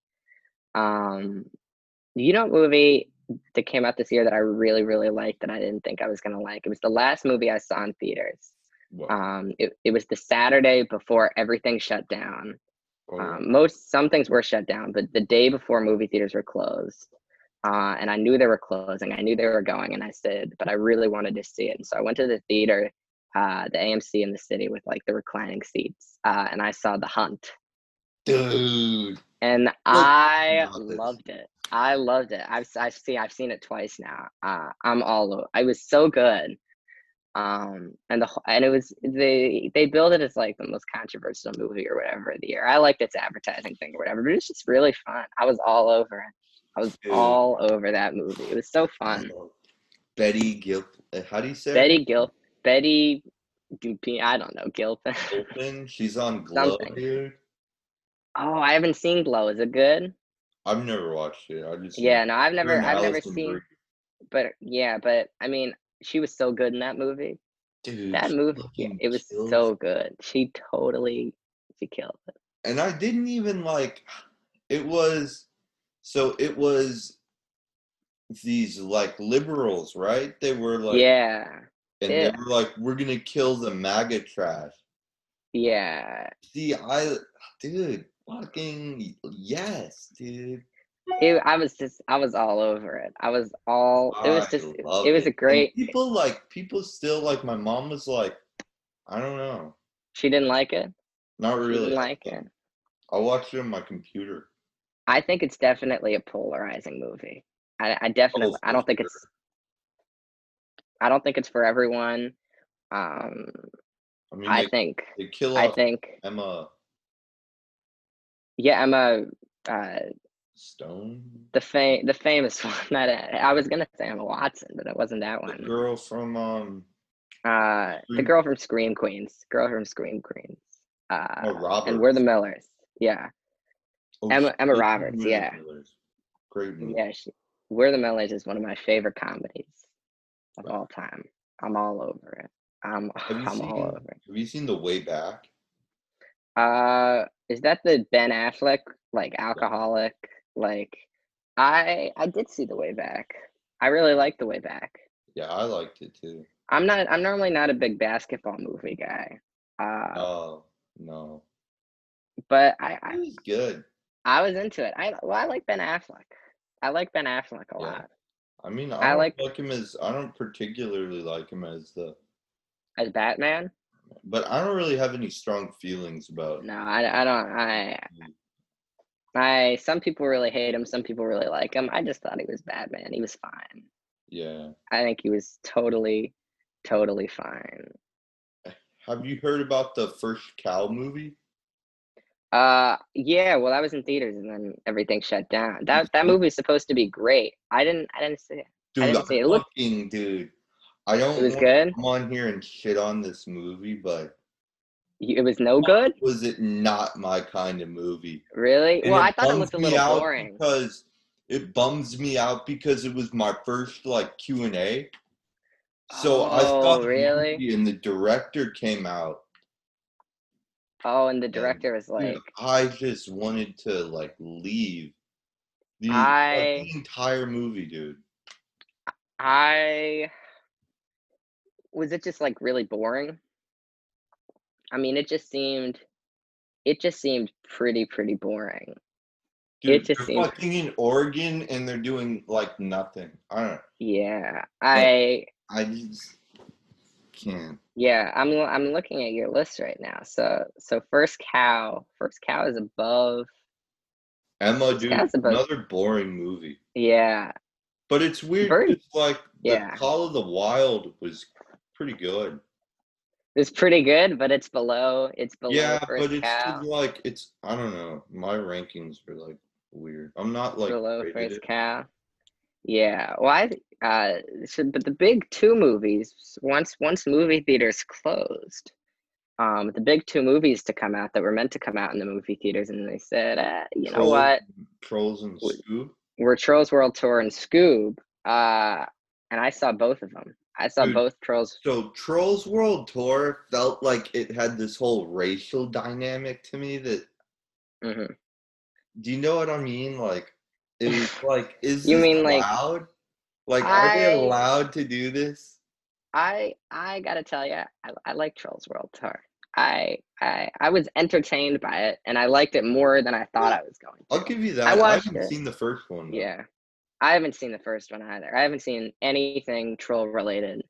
Speaker 2: Um, You know, what movie that came out this year that I really, really liked that I didn't think I was gonna like. It was the last movie I saw in theaters.
Speaker 1: Whoa,
Speaker 2: Um, it, it was the Saturday before everything shut down.
Speaker 1: whoa.
Speaker 2: Um, most some things were shut down, but the day before movie theaters were closed, uh, and I knew they were closing. I knew they were going, and I said, but I really wanted to see it. And so I went to the theater, uh, the AMC in the city with like the reclining seats, uh, and I saw The Hunt
Speaker 1: dude.
Speaker 2: and I
Speaker 1: about this.
Speaker 2: loved it. I loved it. I've I see I've seen it twice now. Uh, I'm all over. I was so good. Um, and the wh- and it was they they build it as like the most controversial movie or whatever of the year. I liked its advertising thing or whatever, but it's just really fun. I was all over it. I was
Speaker 1: Dude.
Speaker 2: all over that movie. It was so fun.
Speaker 1: Betty Gilp. uh, How do you say?
Speaker 2: Betty Gil, Betty Dupin. I don't know Gilpin.
Speaker 1: Gilpin. She's on Glow,
Speaker 2: Something.
Speaker 1: dude.
Speaker 2: oh, I haven't seen Glow. Is it good?
Speaker 1: I've never watched it. I just
Speaker 2: Yeah, no, I've
Speaker 1: her
Speaker 2: never
Speaker 1: and
Speaker 2: I've never
Speaker 1: Alison
Speaker 2: seen
Speaker 1: Brie.
Speaker 2: but yeah, but I mean, she was so good in that movie.
Speaker 1: Dude,
Speaker 2: That
Speaker 1: she
Speaker 2: movie yeah,
Speaker 1: fucking
Speaker 2: it was
Speaker 1: kills
Speaker 2: so good. She totally she killed it.
Speaker 1: and I didn't even like it was so it was these like liberals, right? They were like
Speaker 2: yeah.
Speaker 1: and they
Speaker 2: yeah.
Speaker 1: were like, We're gonna kill the MAGA trash.
Speaker 2: Yeah.
Speaker 1: See, I dude, fucking yes, dude.
Speaker 2: It, I was just I was all over it. I was all it was
Speaker 1: I
Speaker 2: just
Speaker 1: love
Speaker 2: it was a
Speaker 1: And
Speaker 2: great
Speaker 1: people like people still like my mom was like, I don't know.
Speaker 2: she didn't like it.
Speaker 1: Not
Speaker 2: She
Speaker 1: really.
Speaker 2: didn't like it.
Speaker 1: I watched it on my computer.
Speaker 2: I think it's definitely a polarizing movie. I, I definitely I
Speaker 1: Oh, for
Speaker 2: don't think
Speaker 1: sure.
Speaker 2: it's I don't think it's for everyone. Um
Speaker 1: I mean
Speaker 2: I
Speaker 1: they,
Speaker 2: think
Speaker 1: they kill
Speaker 2: I
Speaker 1: off
Speaker 2: think
Speaker 1: Emma
Speaker 2: yeah, I'm a uh
Speaker 1: Stone.
Speaker 2: the fam- the famous one that I, I was gonna say Emma Watson, but it wasn't that
Speaker 1: The
Speaker 2: one.
Speaker 1: girl from um
Speaker 2: Uh, the
Speaker 1: Scream-
Speaker 2: girl from Scream Queens, girl from Scream Queens, uh,
Speaker 1: oh, Robert.
Speaker 2: and we're the Millers. Yeah,
Speaker 1: Oh,
Speaker 2: Emma-
Speaker 1: shit,
Speaker 2: Emma
Speaker 1: we're the
Speaker 2: Roberts,
Speaker 1: Millers
Speaker 2: yeah.
Speaker 1: Brothers. Great movie.
Speaker 2: yeah, she, we're the Millers is one of my favorite comedies of all time. I'm all over it. I'm
Speaker 1: Have you
Speaker 2: I'm
Speaker 1: seen
Speaker 2: all over it.
Speaker 1: Have you seen The Way Back?
Speaker 2: Uh, is that the Ben Affleck like alcoholic like? I I did see the way back. I really like the way back.
Speaker 1: Yeah, I liked it too.
Speaker 2: I'm not. I'm normally not a big basketball movie guy. Uh,
Speaker 1: Oh no,
Speaker 2: but I, I
Speaker 1: it was good.
Speaker 2: I was into it. I well, I like Ben Affleck. I like Ben Affleck a
Speaker 1: Yeah.
Speaker 2: lot
Speaker 1: I mean, I,
Speaker 2: I
Speaker 1: don't like,
Speaker 2: like-
Speaker 1: him as I don't particularly like him as the,
Speaker 2: as Batman.
Speaker 1: but I don't really have any strong feelings about.
Speaker 2: No, I, I don't. I
Speaker 1: Mm.
Speaker 2: I some people really hate him. Some people really like him. I just thought he was Batman. He was fine.
Speaker 1: Yeah,
Speaker 2: I think he was totally, totally fine.
Speaker 1: have you heard about the first cow movie?
Speaker 2: Uh, yeah. Well, I was in theaters and then everything shut down. That that movie was supposed to be great. I didn't. I didn't see it.
Speaker 1: Dude,
Speaker 2: didn't see it. It looked-
Speaker 1: fucking dude, I don't
Speaker 2: It was
Speaker 1: wanna
Speaker 2: good.
Speaker 1: come on here and shit on this movie, but
Speaker 2: It was no good.
Speaker 1: was it not my kind of movie?
Speaker 2: Really?
Speaker 1: And
Speaker 2: well, I thought it
Speaker 1: bums
Speaker 2: looked a
Speaker 1: me
Speaker 2: little
Speaker 1: out
Speaker 2: boring.
Speaker 1: because it bums me out because it was my first like Q and A. So I
Speaker 2: Oh,
Speaker 1: saw the
Speaker 2: really?
Speaker 1: movie and the director came out.
Speaker 2: Oh, and the
Speaker 1: Yeah.
Speaker 2: director was
Speaker 1: Dude,
Speaker 2: like,
Speaker 1: I just wanted to like leave the, like,
Speaker 2: I-
Speaker 1: the entire movie, dude.
Speaker 2: I was it just like really boring? I mean, it just seemed it just seemed pretty pretty boring.
Speaker 1: Dude,
Speaker 2: It just
Speaker 1: they're
Speaker 2: seems-
Speaker 1: fucking in Oregon and they're doing like nothing. I don't.
Speaker 2: Yeah. I
Speaker 1: I just can't.
Speaker 2: yeah, I'm l- I'm looking at your list right now. So so first cow, first cow is above.
Speaker 1: Emma, dude,
Speaker 2: That's about-
Speaker 1: another boring movie.
Speaker 2: Yeah.
Speaker 1: But it's weird.
Speaker 2: Bird-
Speaker 1: It's like the
Speaker 2: yeah.
Speaker 1: Call of the Wild was pretty good.
Speaker 2: It's pretty good, but it's below it's below
Speaker 1: yeah,
Speaker 2: first
Speaker 1: but it's
Speaker 2: cow.
Speaker 1: just like it's. I don't know. My rankings are like weird. I'm not like
Speaker 2: below
Speaker 1: great at
Speaker 2: first
Speaker 1: it.
Speaker 2: cow. Yeah. Well, I th- uh, so, but the big two movies once once movie theaters closed, um, the big two movies to come out that were meant to come out in the movie theaters, and they said, uh, you know
Speaker 1: Trolls-
Speaker 2: what,
Speaker 1: Trolls and
Speaker 2: Wait.
Speaker 1: Scoob.
Speaker 2: we're Trolls World Tour and Scoob, uh, and I saw both of them. I saw
Speaker 1: Dude.
Speaker 2: both Trolls.
Speaker 1: So Trolls World Tour felt like it had this whole racial dynamic to me that
Speaker 2: hmm
Speaker 1: do you know what I mean? Like it was like is
Speaker 2: You
Speaker 1: this
Speaker 2: mean, like,
Speaker 1: allowed? Like are
Speaker 2: I-
Speaker 1: they allowed to do this?
Speaker 2: I I gotta tell you, I, I like Trolls World Tour. I, I I was entertained by it, and I liked it more than I thought I was going. to.
Speaker 1: I'll give you that.
Speaker 2: I
Speaker 1: I,
Speaker 2: watched
Speaker 1: haven't
Speaker 2: it.
Speaker 1: seen the first one. though.
Speaker 2: Yeah. I haven't seen the first one either. I haven't seen anything troll related.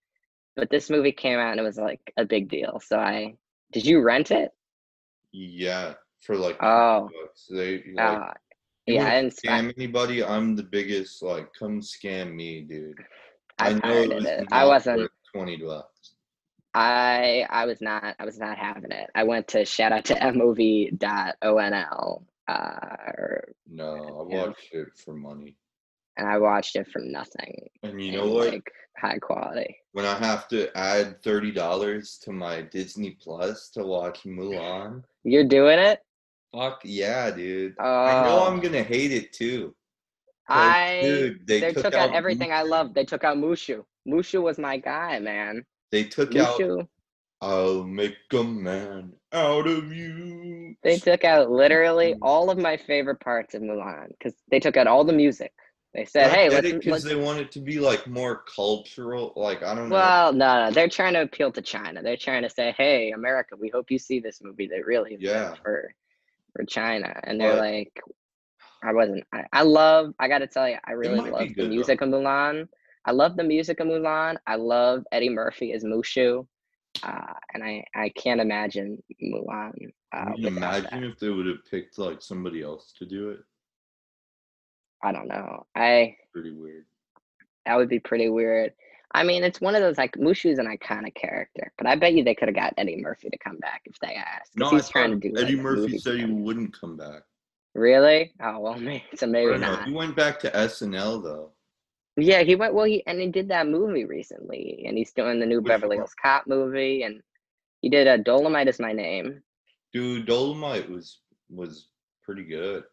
Speaker 2: But this movie came out and it was like a big deal. So I did you rent it?
Speaker 1: Yeah. For like
Speaker 2: Oh.
Speaker 1: bucks. They like,
Speaker 2: Uh,
Speaker 1: you
Speaker 2: yeah,
Speaker 1: wanna
Speaker 2: I didn't I,
Speaker 1: scam anybody, I'm the biggest like come scam me, dude.
Speaker 2: I
Speaker 1: know
Speaker 2: pirated it.
Speaker 1: not
Speaker 2: I wasn't
Speaker 1: worth twenty bucks.
Speaker 2: I I was not I was not having it. I went to shout out to mov.onl uh
Speaker 1: No, I
Speaker 2: Yeah.
Speaker 1: watched it for money.
Speaker 2: and I watched it from nothing.
Speaker 1: And you know
Speaker 2: and,
Speaker 1: what?
Speaker 2: Like high quality.
Speaker 1: when I have to add thirty dollars to my Disney Plus to watch Mulan,
Speaker 2: You're doing it?
Speaker 1: Fuck yeah, dude.
Speaker 2: Oh,
Speaker 1: I know I'm gonna hate it too. 'cause,
Speaker 2: I-
Speaker 1: dude, they,
Speaker 2: they took, out, everything I
Speaker 1: Mushu.
Speaker 2: loved. They took out Mushu. Mushu was my guy, man.
Speaker 1: They took out.
Speaker 2: Mushu.
Speaker 1: I'll make a man out of you.
Speaker 2: They took out literally
Speaker 1: Mm.
Speaker 2: all of my favorite parts of Mulan because they took out all the music. They said,
Speaker 1: I
Speaker 2: "Hey,
Speaker 1: get
Speaker 2: let's."
Speaker 1: it 'cause
Speaker 2: let's
Speaker 1: they want it to be like more cultural. Like I don't know.
Speaker 2: well, no, no, they're trying to appeal to China. They're trying to say, "Hey, America, we hope you see this movie that really is meant
Speaker 1: Yeah.
Speaker 2: for for China." And they're
Speaker 1: But-
Speaker 2: like, "I wasn't. I, I love. I got to tell you, I really
Speaker 1: might be
Speaker 2: love
Speaker 1: good,
Speaker 2: the
Speaker 1: though.
Speaker 2: music of Mulan. I love the music of Mulan. I love Eddie Murphy as Mushu, uh, and I I can't imagine Mulan. Uh,
Speaker 1: Can you
Speaker 2: without that.
Speaker 1: imagine if they would have picked like somebody else to do it?
Speaker 2: I don't know. I
Speaker 1: Pretty weird.
Speaker 2: That would be pretty weird. I mean, it's one of those like Mushu's an iconic character, but I bet you they could have got Eddie Murphy to come back if they asked.
Speaker 1: No,
Speaker 2: 'cause
Speaker 1: I
Speaker 2: he's trying
Speaker 1: thought
Speaker 2: to do.
Speaker 1: Eddie
Speaker 2: like, a
Speaker 1: Murphy
Speaker 2: movie
Speaker 1: said he
Speaker 2: together.
Speaker 1: wouldn't come back.
Speaker 2: Really? Oh well, maybe, so
Speaker 1: I
Speaker 2: maybe
Speaker 1: don't know.
Speaker 2: not.
Speaker 1: He went back to SNL though.
Speaker 2: Yeah, he went. Well, he and he did that movie recently, and he's doing the new
Speaker 1: Which
Speaker 2: Beverly
Speaker 1: one?
Speaker 2: Hills Cop movie, and he did a Dolomite is my name.
Speaker 1: Dude, Dolomite was was pretty good.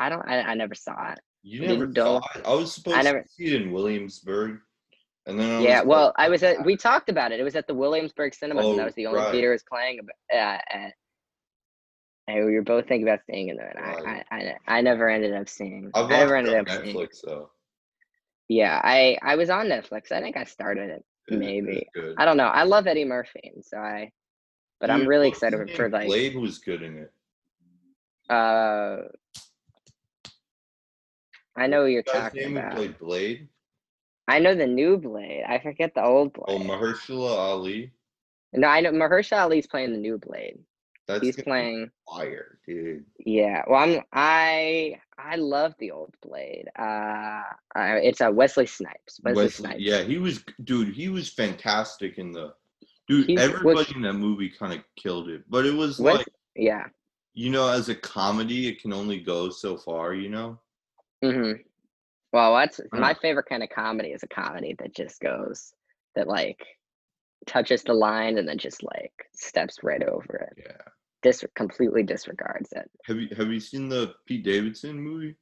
Speaker 2: I don't. I, I never saw it.
Speaker 1: You
Speaker 2: Dude,
Speaker 1: never
Speaker 2: Dol-
Speaker 1: saw it. I was supposed
Speaker 2: never-
Speaker 1: to see it in Williamsburg, and then I
Speaker 2: yeah.
Speaker 1: was
Speaker 2: Well,
Speaker 1: like,
Speaker 2: I was at. We talked about it. It was at the Williamsburg Cinemas, and
Speaker 1: Oh,
Speaker 2: that was the only
Speaker 1: right.
Speaker 2: theater it was playing. ab- Uh, at, and we were both thinking about seeing it, and I,
Speaker 1: Right.
Speaker 2: I, I, I never ended up seeing.
Speaker 1: I
Speaker 2: I,
Speaker 1: watched
Speaker 2: never
Speaker 1: it
Speaker 2: ended
Speaker 1: on
Speaker 2: up seeing. it.
Speaker 1: Netflix though.
Speaker 2: Yeah, I I was on Netflix. I think I started it.
Speaker 1: It- it was
Speaker 2: Maybe.
Speaker 1: good.
Speaker 2: I don't know. I love Eddie Murphy, and so I. But I'm
Speaker 1: Dude,
Speaker 2: really
Speaker 1: what's his
Speaker 2: excited for
Speaker 1: name?
Speaker 2: like
Speaker 1: Blade was good in it.
Speaker 2: uh. I know who you're
Speaker 1: The guy's
Speaker 2: talking
Speaker 1: name who
Speaker 2: about.
Speaker 1: played Blade.
Speaker 2: I know the new Blade. I forget the old
Speaker 1: Oh,
Speaker 2: Blade.
Speaker 1: Mahershala Ali.
Speaker 2: no, I know Mahershala Ali's playing the new Blade.
Speaker 1: That's
Speaker 2: He's
Speaker 1: gonna be
Speaker 2: playing.
Speaker 1: fire, dude.
Speaker 2: Yeah. Well, I'm. I I love the old Blade. Uh, I, it's a uh, Wesley Snipes. Wesley,
Speaker 1: Wesley-
Speaker 2: Snipes.
Speaker 1: yeah, he was dude. He was fantastic in the dude.
Speaker 2: He's- was-
Speaker 1: everybody in that movie kind of killed it, but it was
Speaker 2: Wes-
Speaker 1: like
Speaker 2: Yeah.
Speaker 1: you know, as a comedy, it can only go so far. You know,
Speaker 2: hmm Well, that's
Speaker 1: I
Speaker 2: my favorite kind of comedy is a comedy that just goes that like touches the line and then just like steps right over it.
Speaker 1: yeah.
Speaker 2: Dis- completely disregards it.
Speaker 1: Have you have you seen the Pete Davidson movie?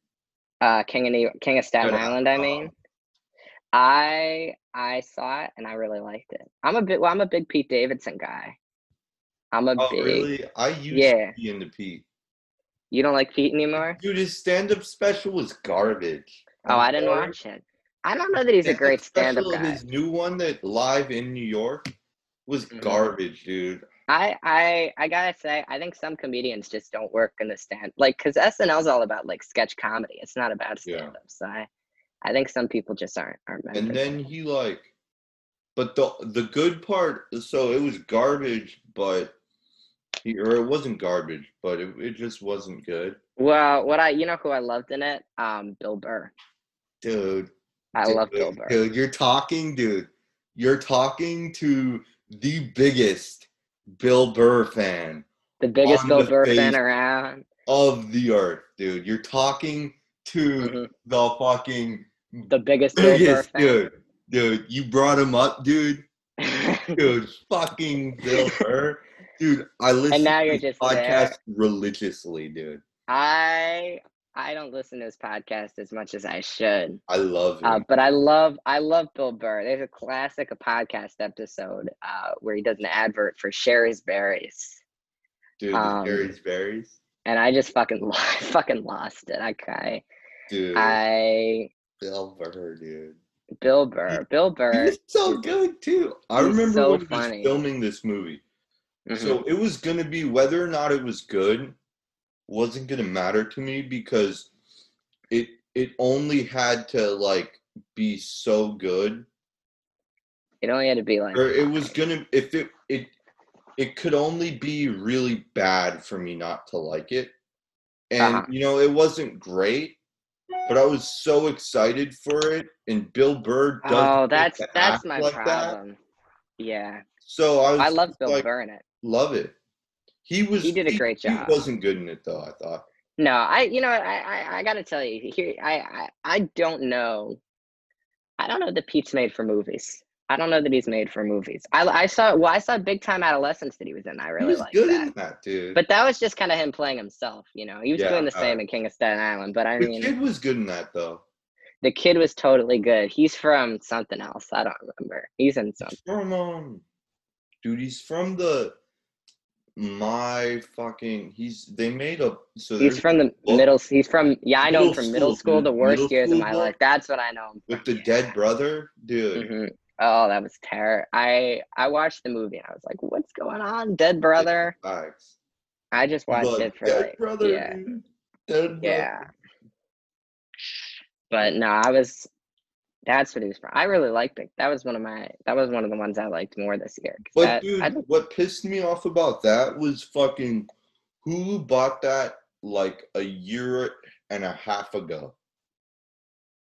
Speaker 2: Uh, King of New- King of Staten
Speaker 1: Good, uh,
Speaker 2: Island. I mean, I I saw it and I really liked it. I'm a bit. Well, I'm a big Pete Davidson guy. I'm a
Speaker 1: Oh,
Speaker 2: big.
Speaker 1: really? I used
Speaker 2: Yeah.
Speaker 1: to be into Pete.
Speaker 2: You don't like Pete anymore?
Speaker 1: Dude, his stand-up special was garbage.
Speaker 2: Oh,
Speaker 1: I'm
Speaker 2: I didn't
Speaker 1: sorry.
Speaker 2: watch it. I don't know that he's a
Speaker 1: Stand-up
Speaker 2: great stand-up
Speaker 1: special,
Speaker 2: guy.
Speaker 1: His new one that live in New York was
Speaker 2: Mhm.
Speaker 1: garbage, dude.
Speaker 2: I I I gotta say, I think some comedians just don't work in the stand like because SNL's all about like sketch comedy. It's not about
Speaker 1: Yeah.
Speaker 2: stand up. So I, I think some people just aren't aren't meant for
Speaker 1: and
Speaker 2: that.
Speaker 1: then he like but the the good part so it was garbage but he or it wasn't garbage but it, it just wasn't good
Speaker 2: Well, what I you know who I loved in it? Um, Bill Burr.
Speaker 1: dude
Speaker 2: I
Speaker 1: dude,
Speaker 2: love Bill Burr.
Speaker 1: dude you're talking dude you're talking to the biggest bill burr fan
Speaker 2: The biggest
Speaker 1: on
Speaker 2: Bill
Speaker 1: the
Speaker 2: Burr fan
Speaker 1: face.
Speaker 2: around.
Speaker 1: of the earth dude you're talking to
Speaker 2: Mhm.
Speaker 1: the fucking
Speaker 2: The biggest Bill Burr
Speaker 1: biggest
Speaker 2: fan.
Speaker 1: dude dude you brought him up dude dude, fucking Bill Burr. Dude, I listen
Speaker 2: now
Speaker 1: to
Speaker 2: you're
Speaker 1: his
Speaker 2: just
Speaker 1: podcast
Speaker 2: there.
Speaker 1: religiously, dude.
Speaker 2: I I don't listen to his podcast as much as I should.
Speaker 1: I love him.
Speaker 2: Uh, but I love I love Bill Burr. There's a classic a podcast episode uh, where he does an advert for Sherry's Berries,
Speaker 1: dude, the
Speaker 2: um,
Speaker 1: Jerry's Berries.
Speaker 2: and I just fucking lo- I fucking lost it. I I,
Speaker 1: Dude,
Speaker 2: I
Speaker 1: Bill Burr, dude.
Speaker 2: Bill Burr, Bill
Speaker 1: He
Speaker 2: Burr.
Speaker 1: was so good too. I
Speaker 2: He's
Speaker 1: remember
Speaker 2: so
Speaker 1: when he was
Speaker 2: funny.
Speaker 1: filming this movie.
Speaker 2: mhm.
Speaker 1: So it was gonna be whether or not it was good wasn't gonna matter to me because it it only had to like be so good
Speaker 2: it only had to be like
Speaker 1: or it was gonna if it it it could only be really bad for me not to like it and
Speaker 2: Uh-huh.
Speaker 1: you know it wasn't great but i was so excited for it and bill burr does
Speaker 2: oh
Speaker 1: it
Speaker 2: that's
Speaker 1: to
Speaker 2: that's
Speaker 1: act
Speaker 2: my
Speaker 1: like that.
Speaker 2: problem. Yeah,
Speaker 1: so i, was
Speaker 2: I love
Speaker 1: just
Speaker 2: Bill
Speaker 1: like,
Speaker 2: Burr in it.
Speaker 1: love it he was
Speaker 2: He did a great job.
Speaker 1: he wasn't good in it though i thought
Speaker 2: No, I you know what, I I, I gotta tell you here I, I I don't know. I don't know that Pete's made for movies. I don't know that he's made for movies. I, I saw well, I saw Big Time Adolescence that he was in. I
Speaker 1: He
Speaker 2: really
Speaker 1: was
Speaker 2: liked
Speaker 1: good
Speaker 2: that.
Speaker 1: in that, dude.
Speaker 2: But that was just kind of him playing himself, you know. He was
Speaker 1: Yeah,
Speaker 2: doing the same
Speaker 1: uh,
Speaker 2: in King of Staten Island, but I
Speaker 1: the
Speaker 2: mean,
Speaker 1: kid was good in that though.
Speaker 2: the kid was totally good. He's from something else. I don't remember. He's in something.
Speaker 1: He's from um, dude, he's from the my fucking. He's they made a so
Speaker 2: He's
Speaker 1: there's
Speaker 2: from the
Speaker 1: Well,
Speaker 2: middle. He's from yeah. I know him
Speaker 1: middle
Speaker 2: from middle
Speaker 1: school,
Speaker 2: school.
Speaker 1: dude.
Speaker 2: The worst
Speaker 1: Middle
Speaker 2: years of
Speaker 1: school,
Speaker 2: my
Speaker 1: bro.
Speaker 2: life. That's what I know him
Speaker 1: with
Speaker 2: from,
Speaker 1: the
Speaker 2: yeah.
Speaker 1: dead brother, dude.
Speaker 2: Mhm. Oh, that was terror. I I watched the movie and I was like, "What's going on, Dead Brother?"
Speaker 1: Facts.
Speaker 2: I just watched
Speaker 1: Look,
Speaker 2: it for
Speaker 1: dead
Speaker 2: like
Speaker 1: brother,
Speaker 2: yeah,
Speaker 1: dude. Dead
Speaker 2: yeah. But no, I was. That's what he was from. I really liked it. That was one of my. That was one of the ones I liked more this year. 'cause
Speaker 1: But
Speaker 2: that-
Speaker 1: dude,
Speaker 2: I think-
Speaker 1: what pissed me off about that was fucking Hulu bought that like a year and a half ago.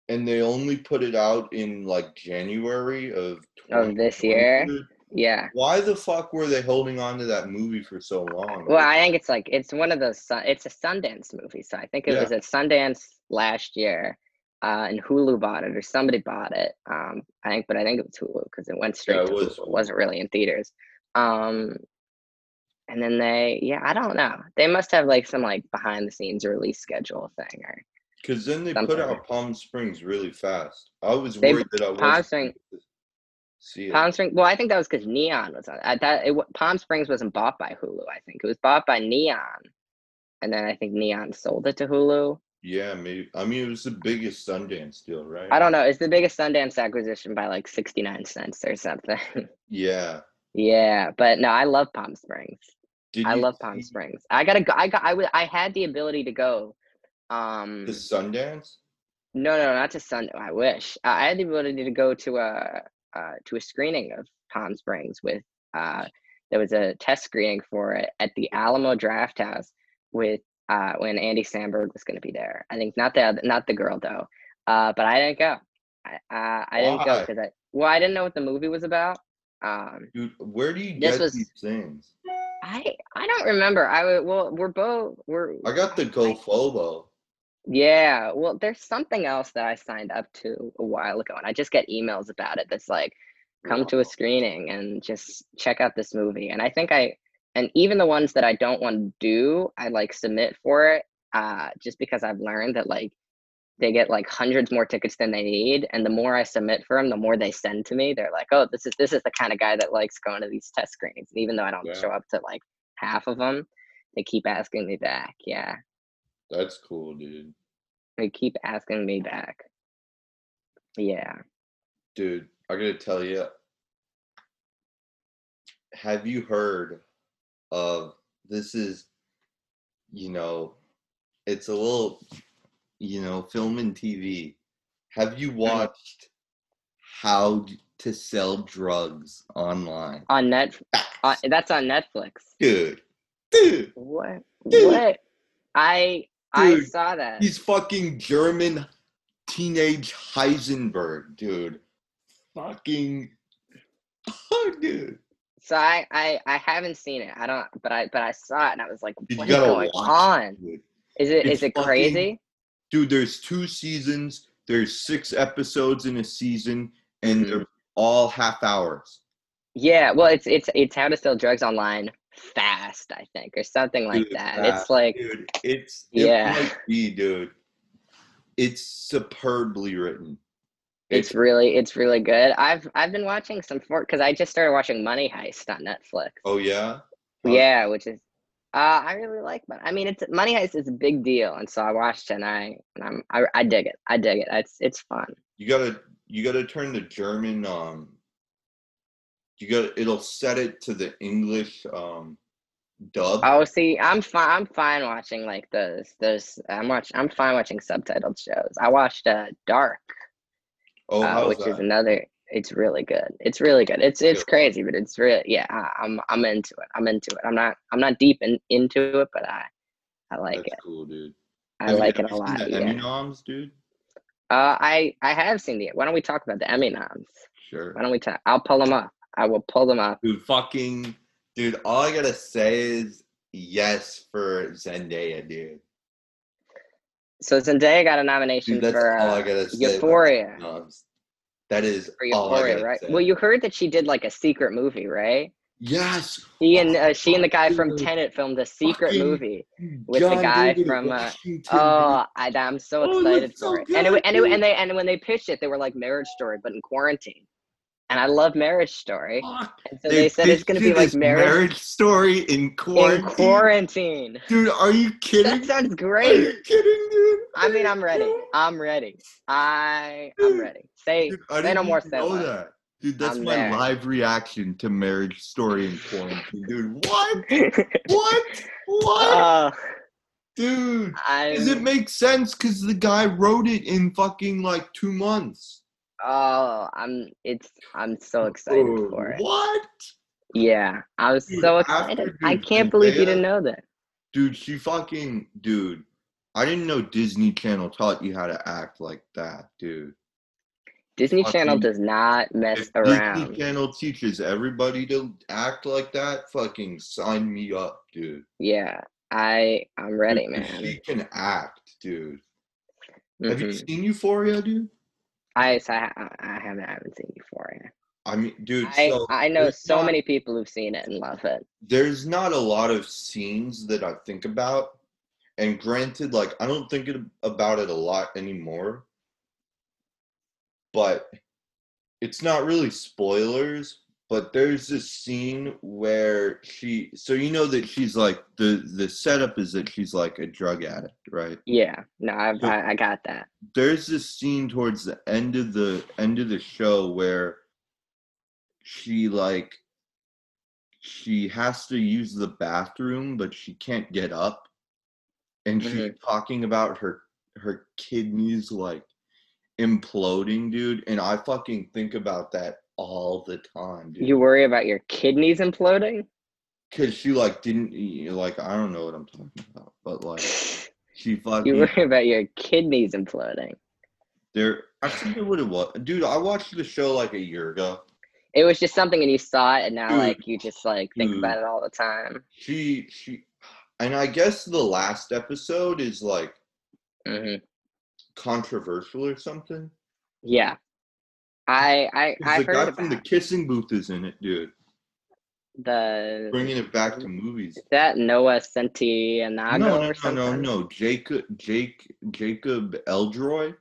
Speaker 1: And they only put it out in like January of
Speaker 2: Of this
Speaker 1: 2022.
Speaker 2: year? yeah.
Speaker 1: Why the fuck were they holding on to that movie for so long?
Speaker 2: Well, I think it's like it's one of those. Sun- It's a Sundance movie, so I think it
Speaker 1: Yeah.
Speaker 2: was at Sundance last year, uh, and Hulu bought it or somebody bought it. Um, I think, but I think it was Hulu because it went straight
Speaker 1: it
Speaker 2: to
Speaker 1: was
Speaker 2: Hulu. It
Speaker 1: Hulu.
Speaker 2: wasn't really in theaters. Um, and then they, yeah, I don't know. They must have like some like behind the scenes release schedule thing or
Speaker 1: Because then they put
Speaker 2: Something.
Speaker 1: out Palm Springs really fast. I was
Speaker 2: They-
Speaker 1: worried that I wasn't
Speaker 2: Palm Springs.
Speaker 1: gonna see it.
Speaker 2: Palm Springs. Well, I think that was because Neon was on. I thought it, wa- Palm Springs wasn't bought by Hulu. I think it was bought by Neon, and then I think Neon sold it to Hulu.
Speaker 1: yeah, maybe. I mean, it was the biggest Sundance deal, right?
Speaker 2: I don't know. It's the biggest Sundance acquisition by like 69 cents or something.
Speaker 1: Yeah.
Speaker 2: yeah, but no, I love Palm Springs.
Speaker 1: Did
Speaker 2: I
Speaker 1: you
Speaker 2: love Palm
Speaker 1: see
Speaker 2: Springs. I gotta go. I got. I w- I had the ability to go. Um,
Speaker 1: The Sundance?
Speaker 2: no, no, not to Sun. I wish uh, I had the ability to go to a uh, to a screening of Palm Springs with. Uh, there was a test screening for it at the Alamo Draft House with uh, when Andy Samberg was going to be there. I think not the oth- not the girl though, uh, but I didn't go. I uh, I didn't go
Speaker 1: Why?
Speaker 2: because I well I didn't know what the movie was about. Um,
Speaker 1: Dude, where do you
Speaker 2: This
Speaker 1: get
Speaker 2: was-
Speaker 1: these things?
Speaker 2: I I don't remember. I w- well we're both we're
Speaker 1: I got the GoFobo.
Speaker 2: Yeah, well, there's something else that I signed up to a while ago, and I just get emails about it that's like, come to a screening and just check out this movie. And I think I, and even the ones that I don't want to do, I like submit for it uh, just because I've learned that like they get like hundreds more tickets than they need. And the more I submit for them, the more they send to me. They're like, oh, this is this is the kind of guy that likes going to these test screenings. And even though I don't
Speaker 1: Yeah.
Speaker 2: show up to like half of them, they keep asking me back. Yeah,
Speaker 1: That's cool, dude.
Speaker 2: they keep asking me back. Yeah.
Speaker 1: Dude, I gotta tell you. Have you heard of this? Is you know, it's a little you know, film and TV. Have
Speaker 2: Mm-hmm.
Speaker 1: you watched How D- to Sell Drugs Online?
Speaker 2: On net, uh, that's on Netflix.
Speaker 1: Dude, dude,
Speaker 2: What?
Speaker 1: Dude.
Speaker 2: What? I I
Speaker 1: Dude,
Speaker 2: saw that.
Speaker 1: He's fucking German teenage Heisenberg, dude. Fucking oh, dude.
Speaker 2: So I, I I haven't seen it. I don't, but I but I saw it and I was like,
Speaker 1: Dude,
Speaker 2: what
Speaker 1: you
Speaker 2: is
Speaker 1: gotta
Speaker 2: going
Speaker 1: watch
Speaker 2: on?
Speaker 1: dude.
Speaker 2: Is it
Speaker 1: It's
Speaker 2: is it
Speaker 1: fucking-
Speaker 2: crazy?
Speaker 1: Dude, there's two seasons. There's six episodes in a season, and
Speaker 2: Mhm.
Speaker 1: they're all half hours.
Speaker 2: Yeah. Well, it's it's it's how to sell drugs online fast, I think, or something like
Speaker 1: Dude,
Speaker 2: that.
Speaker 1: fast,
Speaker 2: It's like
Speaker 1: Dude, it's
Speaker 2: Yeah.
Speaker 1: it might be, dude. It's superbly written.
Speaker 2: it's really it's really good. I've I've been watching some for because I just started watching Money Heist on Netflix.
Speaker 1: Oh yeah? Huh?
Speaker 2: Yeah, which is uh I really like Money. I mean, it's Money Heist is a big deal, and so I watched it and I and I'm, I I dig it. I dig it. It's it's fun.
Speaker 1: You gotta you gotta turn the German um you gotta it'll set it to the English um dub.
Speaker 2: Oh, see, I'm fine. I'm fine watching like those those. I'm watch. I'm fine watching subtitled shows. I watched uh Dark,
Speaker 1: Oh,
Speaker 2: uh,
Speaker 1: how's
Speaker 2: which is
Speaker 1: that?
Speaker 2: another. It's really good. It's really good. It's it's
Speaker 1: Good.
Speaker 2: crazy, but it's really yeah. I, I'm I'm into it. I'm into it. I'm not I'm not deep in, into it, but I I like
Speaker 1: That's
Speaker 2: it.
Speaker 1: cool, dude.
Speaker 2: I
Speaker 1: Have you-
Speaker 2: like
Speaker 1: have
Speaker 2: it a
Speaker 1: you seen
Speaker 2: lot.
Speaker 1: The Emmy
Speaker 2: Yeah.
Speaker 1: noms, dude.
Speaker 2: Uh, I I have seen the. Why don't we talk about the Emmy noms?
Speaker 1: Sure.
Speaker 2: Why don't we talk? I'll pull them up. I will pull them up.
Speaker 1: Dude, fucking, dude. All I gotta say is yes for Zendaya, dude.
Speaker 2: So Zendaya got a nomination
Speaker 1: Dude, that's
Speaker 2: for
Speaker 1: all I
Speaker 2: uh,
Speaker 1: gotta say. about
Speaker 2: Euphoria.
Speaker 1: Emmy noms. That is
Speaker 2: for
Speaker 1: all Oh, I
Speaker 2: Euphoria,
Speaker 1: gotta
Speaker 2: right?
Speaker 1: say.
Speaker 2: Well, you heard that she did like a secret movie, right?
Speaker 1: yes, Oh
Speaker 2: She and uh, she and the guy from
Speaker 1: Dude.
Speaker 2: Tenet filmed a secret
Speaker 1: Fucking
Speaker 2: movie. with the guy from, uh,
Speaker 1: Washington,
Speaker 2: Oh, I, I'm so
Speaker 1: Oh, it
Speaker 2: excited
Speaker 1: looks
Speaker 2: for
Speaker 1: so
Speaker 2: it. And it,
Speaker 1: good,
Speaker 2: and it,
Speaker 1: dude.
Speaker 2: and they and when they pitched it, they were like Marriage Story, but in quarantine. And I love Marriage Story,
Speaker 1: dude. Fuck.
Speaker 2: and so they, said it's gonna
Speaker 1: Oh, pitched you
Speaker 2: be like
Speaker 1: this
Speaker 2: Marriage,
Speaker 1: story in quarantine.
Speaker 2: in quarantine.
Speaker 1: Dude, are you
Speaker 2: That
Speaker 1: kidding?
Speaker 2: sounds
Speaker 1: Are you
Speaker 2: great.
Speaker 1: kidding, dude?
Speaker 2: I mean, I'm ready.
Speaker 1: Dude,
Speaker 2: I'm ready. I I'm
Speaker 1: Dude.
Speaker 2: ready. Say
Speaker 1: I
Speaker 2: say
Speaker 1: didn't
Speaker 2: no more.
Speaker 1: even
Speaker 2: Say
Speaker 1: know
Speaker 2: less.
Speaker 1: that. Dude, that's
Speaker 2: I'm
Speaker 1: my
Speaker 2: there.
Speaker 1: live reaction to Marriage Story in quarantine. Dude, what? What? What?
Speaker 2: uh,
Speaker 1: dude, does it
Speaker 2: I'm.
Speaker 1: make sense? Because the guy wrote it in fucking like two months.
Speaker 2: Oh, I'm. It's. I'm so excited
Speaker 1: Oh,
Speaker 2: for it.
Speaker 1: What?
Speaker 2: Yeah, I was
Speaker 1: Dude,
Speaker 2: so
Speaker 1: after
Speaker 2: excited. I
Speaker 1: dude,
Speaker 2: can't believe you
Speaker 1: Zendaya-
Speaker 2: didn't know that.
Speaker 1: Dude, she fucking dude. I didn't know Disney Channel taught you how to act like that, dude.
Speaker 2: Disney Channel
Speaker 1: Fucking-
Speaker 2: does not mess
Speaker 1: If Disney
Speaker 2: around.
Speaker 1: Channel teaches everybody to act like that, fucking sign me up, dude.
Speaker 2: Yeah, I I'm ready,
Speaker 1: Dude,
Speaker 2: man.
Speaker 1: She can act, dude. Have you
Speaker 2: Mhm.
Speaker 1: seen Euphoria, dude?
Speaker 2: I so I, I I haven't I haven't seen Euphoria.
Speaker 1: I mean, dude.
Speaker 2: I
Speaker 1: so
Speaker 2: I know
Speaker 1: it's
Speaker 2: so
Speaker 1: not-
Speaker 2: many people who've seen it and love it.
Speaker 1: there's not a lot of scenes that I think about. And granted, like I don't think it, about it a lot anymore. But it's not really spoilers, but there's this scene where she so you know that she's like the the setup is that she's like a drug addict, right?
Speaker 2: Yeah, no, I've,
Speaker 1: So-
Speaker 2: I I got that.
Speaker 1: there's this scene towards the end of the end of the show where she like she has to use the bathroom but she can't get up and she's talking about her her kidneys like imploding dude and i fucking think about that all the time dude
Speaker 2: You worry about your kidneys imploding?
Speaker 1: because she like didn't you know, like i don't know what i'm talking about but like she
Speaker 2: You
Speaker 1: fucking
Speaker 2: worry about your kidneys imploding.
Speaker 1: there i forget what it was dude i watched the show like a year ago
Speaker 2: It was just something, and you saw it, and now
Speaker 1: Dude.
Speaker 2: like you just like think
Speaker 1: Dude.
Speaker 2: about it all the time.
Speaker 1: she she and i guess the last episode is like
Speaker 2: Mhm.
Speaker 1: controversial or something
Speaker 2: Yeah, I I
Speaker 1: 'Cause
Speaker 2: I
Speaker 1: the guy
Speaker 2: heard
Speaker 1: from
Speaker 2: about
Speaker 1: the kissing booth is in it dude
Speaker 2: the
Speaker 1: bringing it back to movies
Speaker 2: Is that Noah Centineo
Speaker 1: no no
Speaker 2: or
Speaker 1: no
Speaker 2: something?
Speaker 1: no no jacob jake jacob eldroy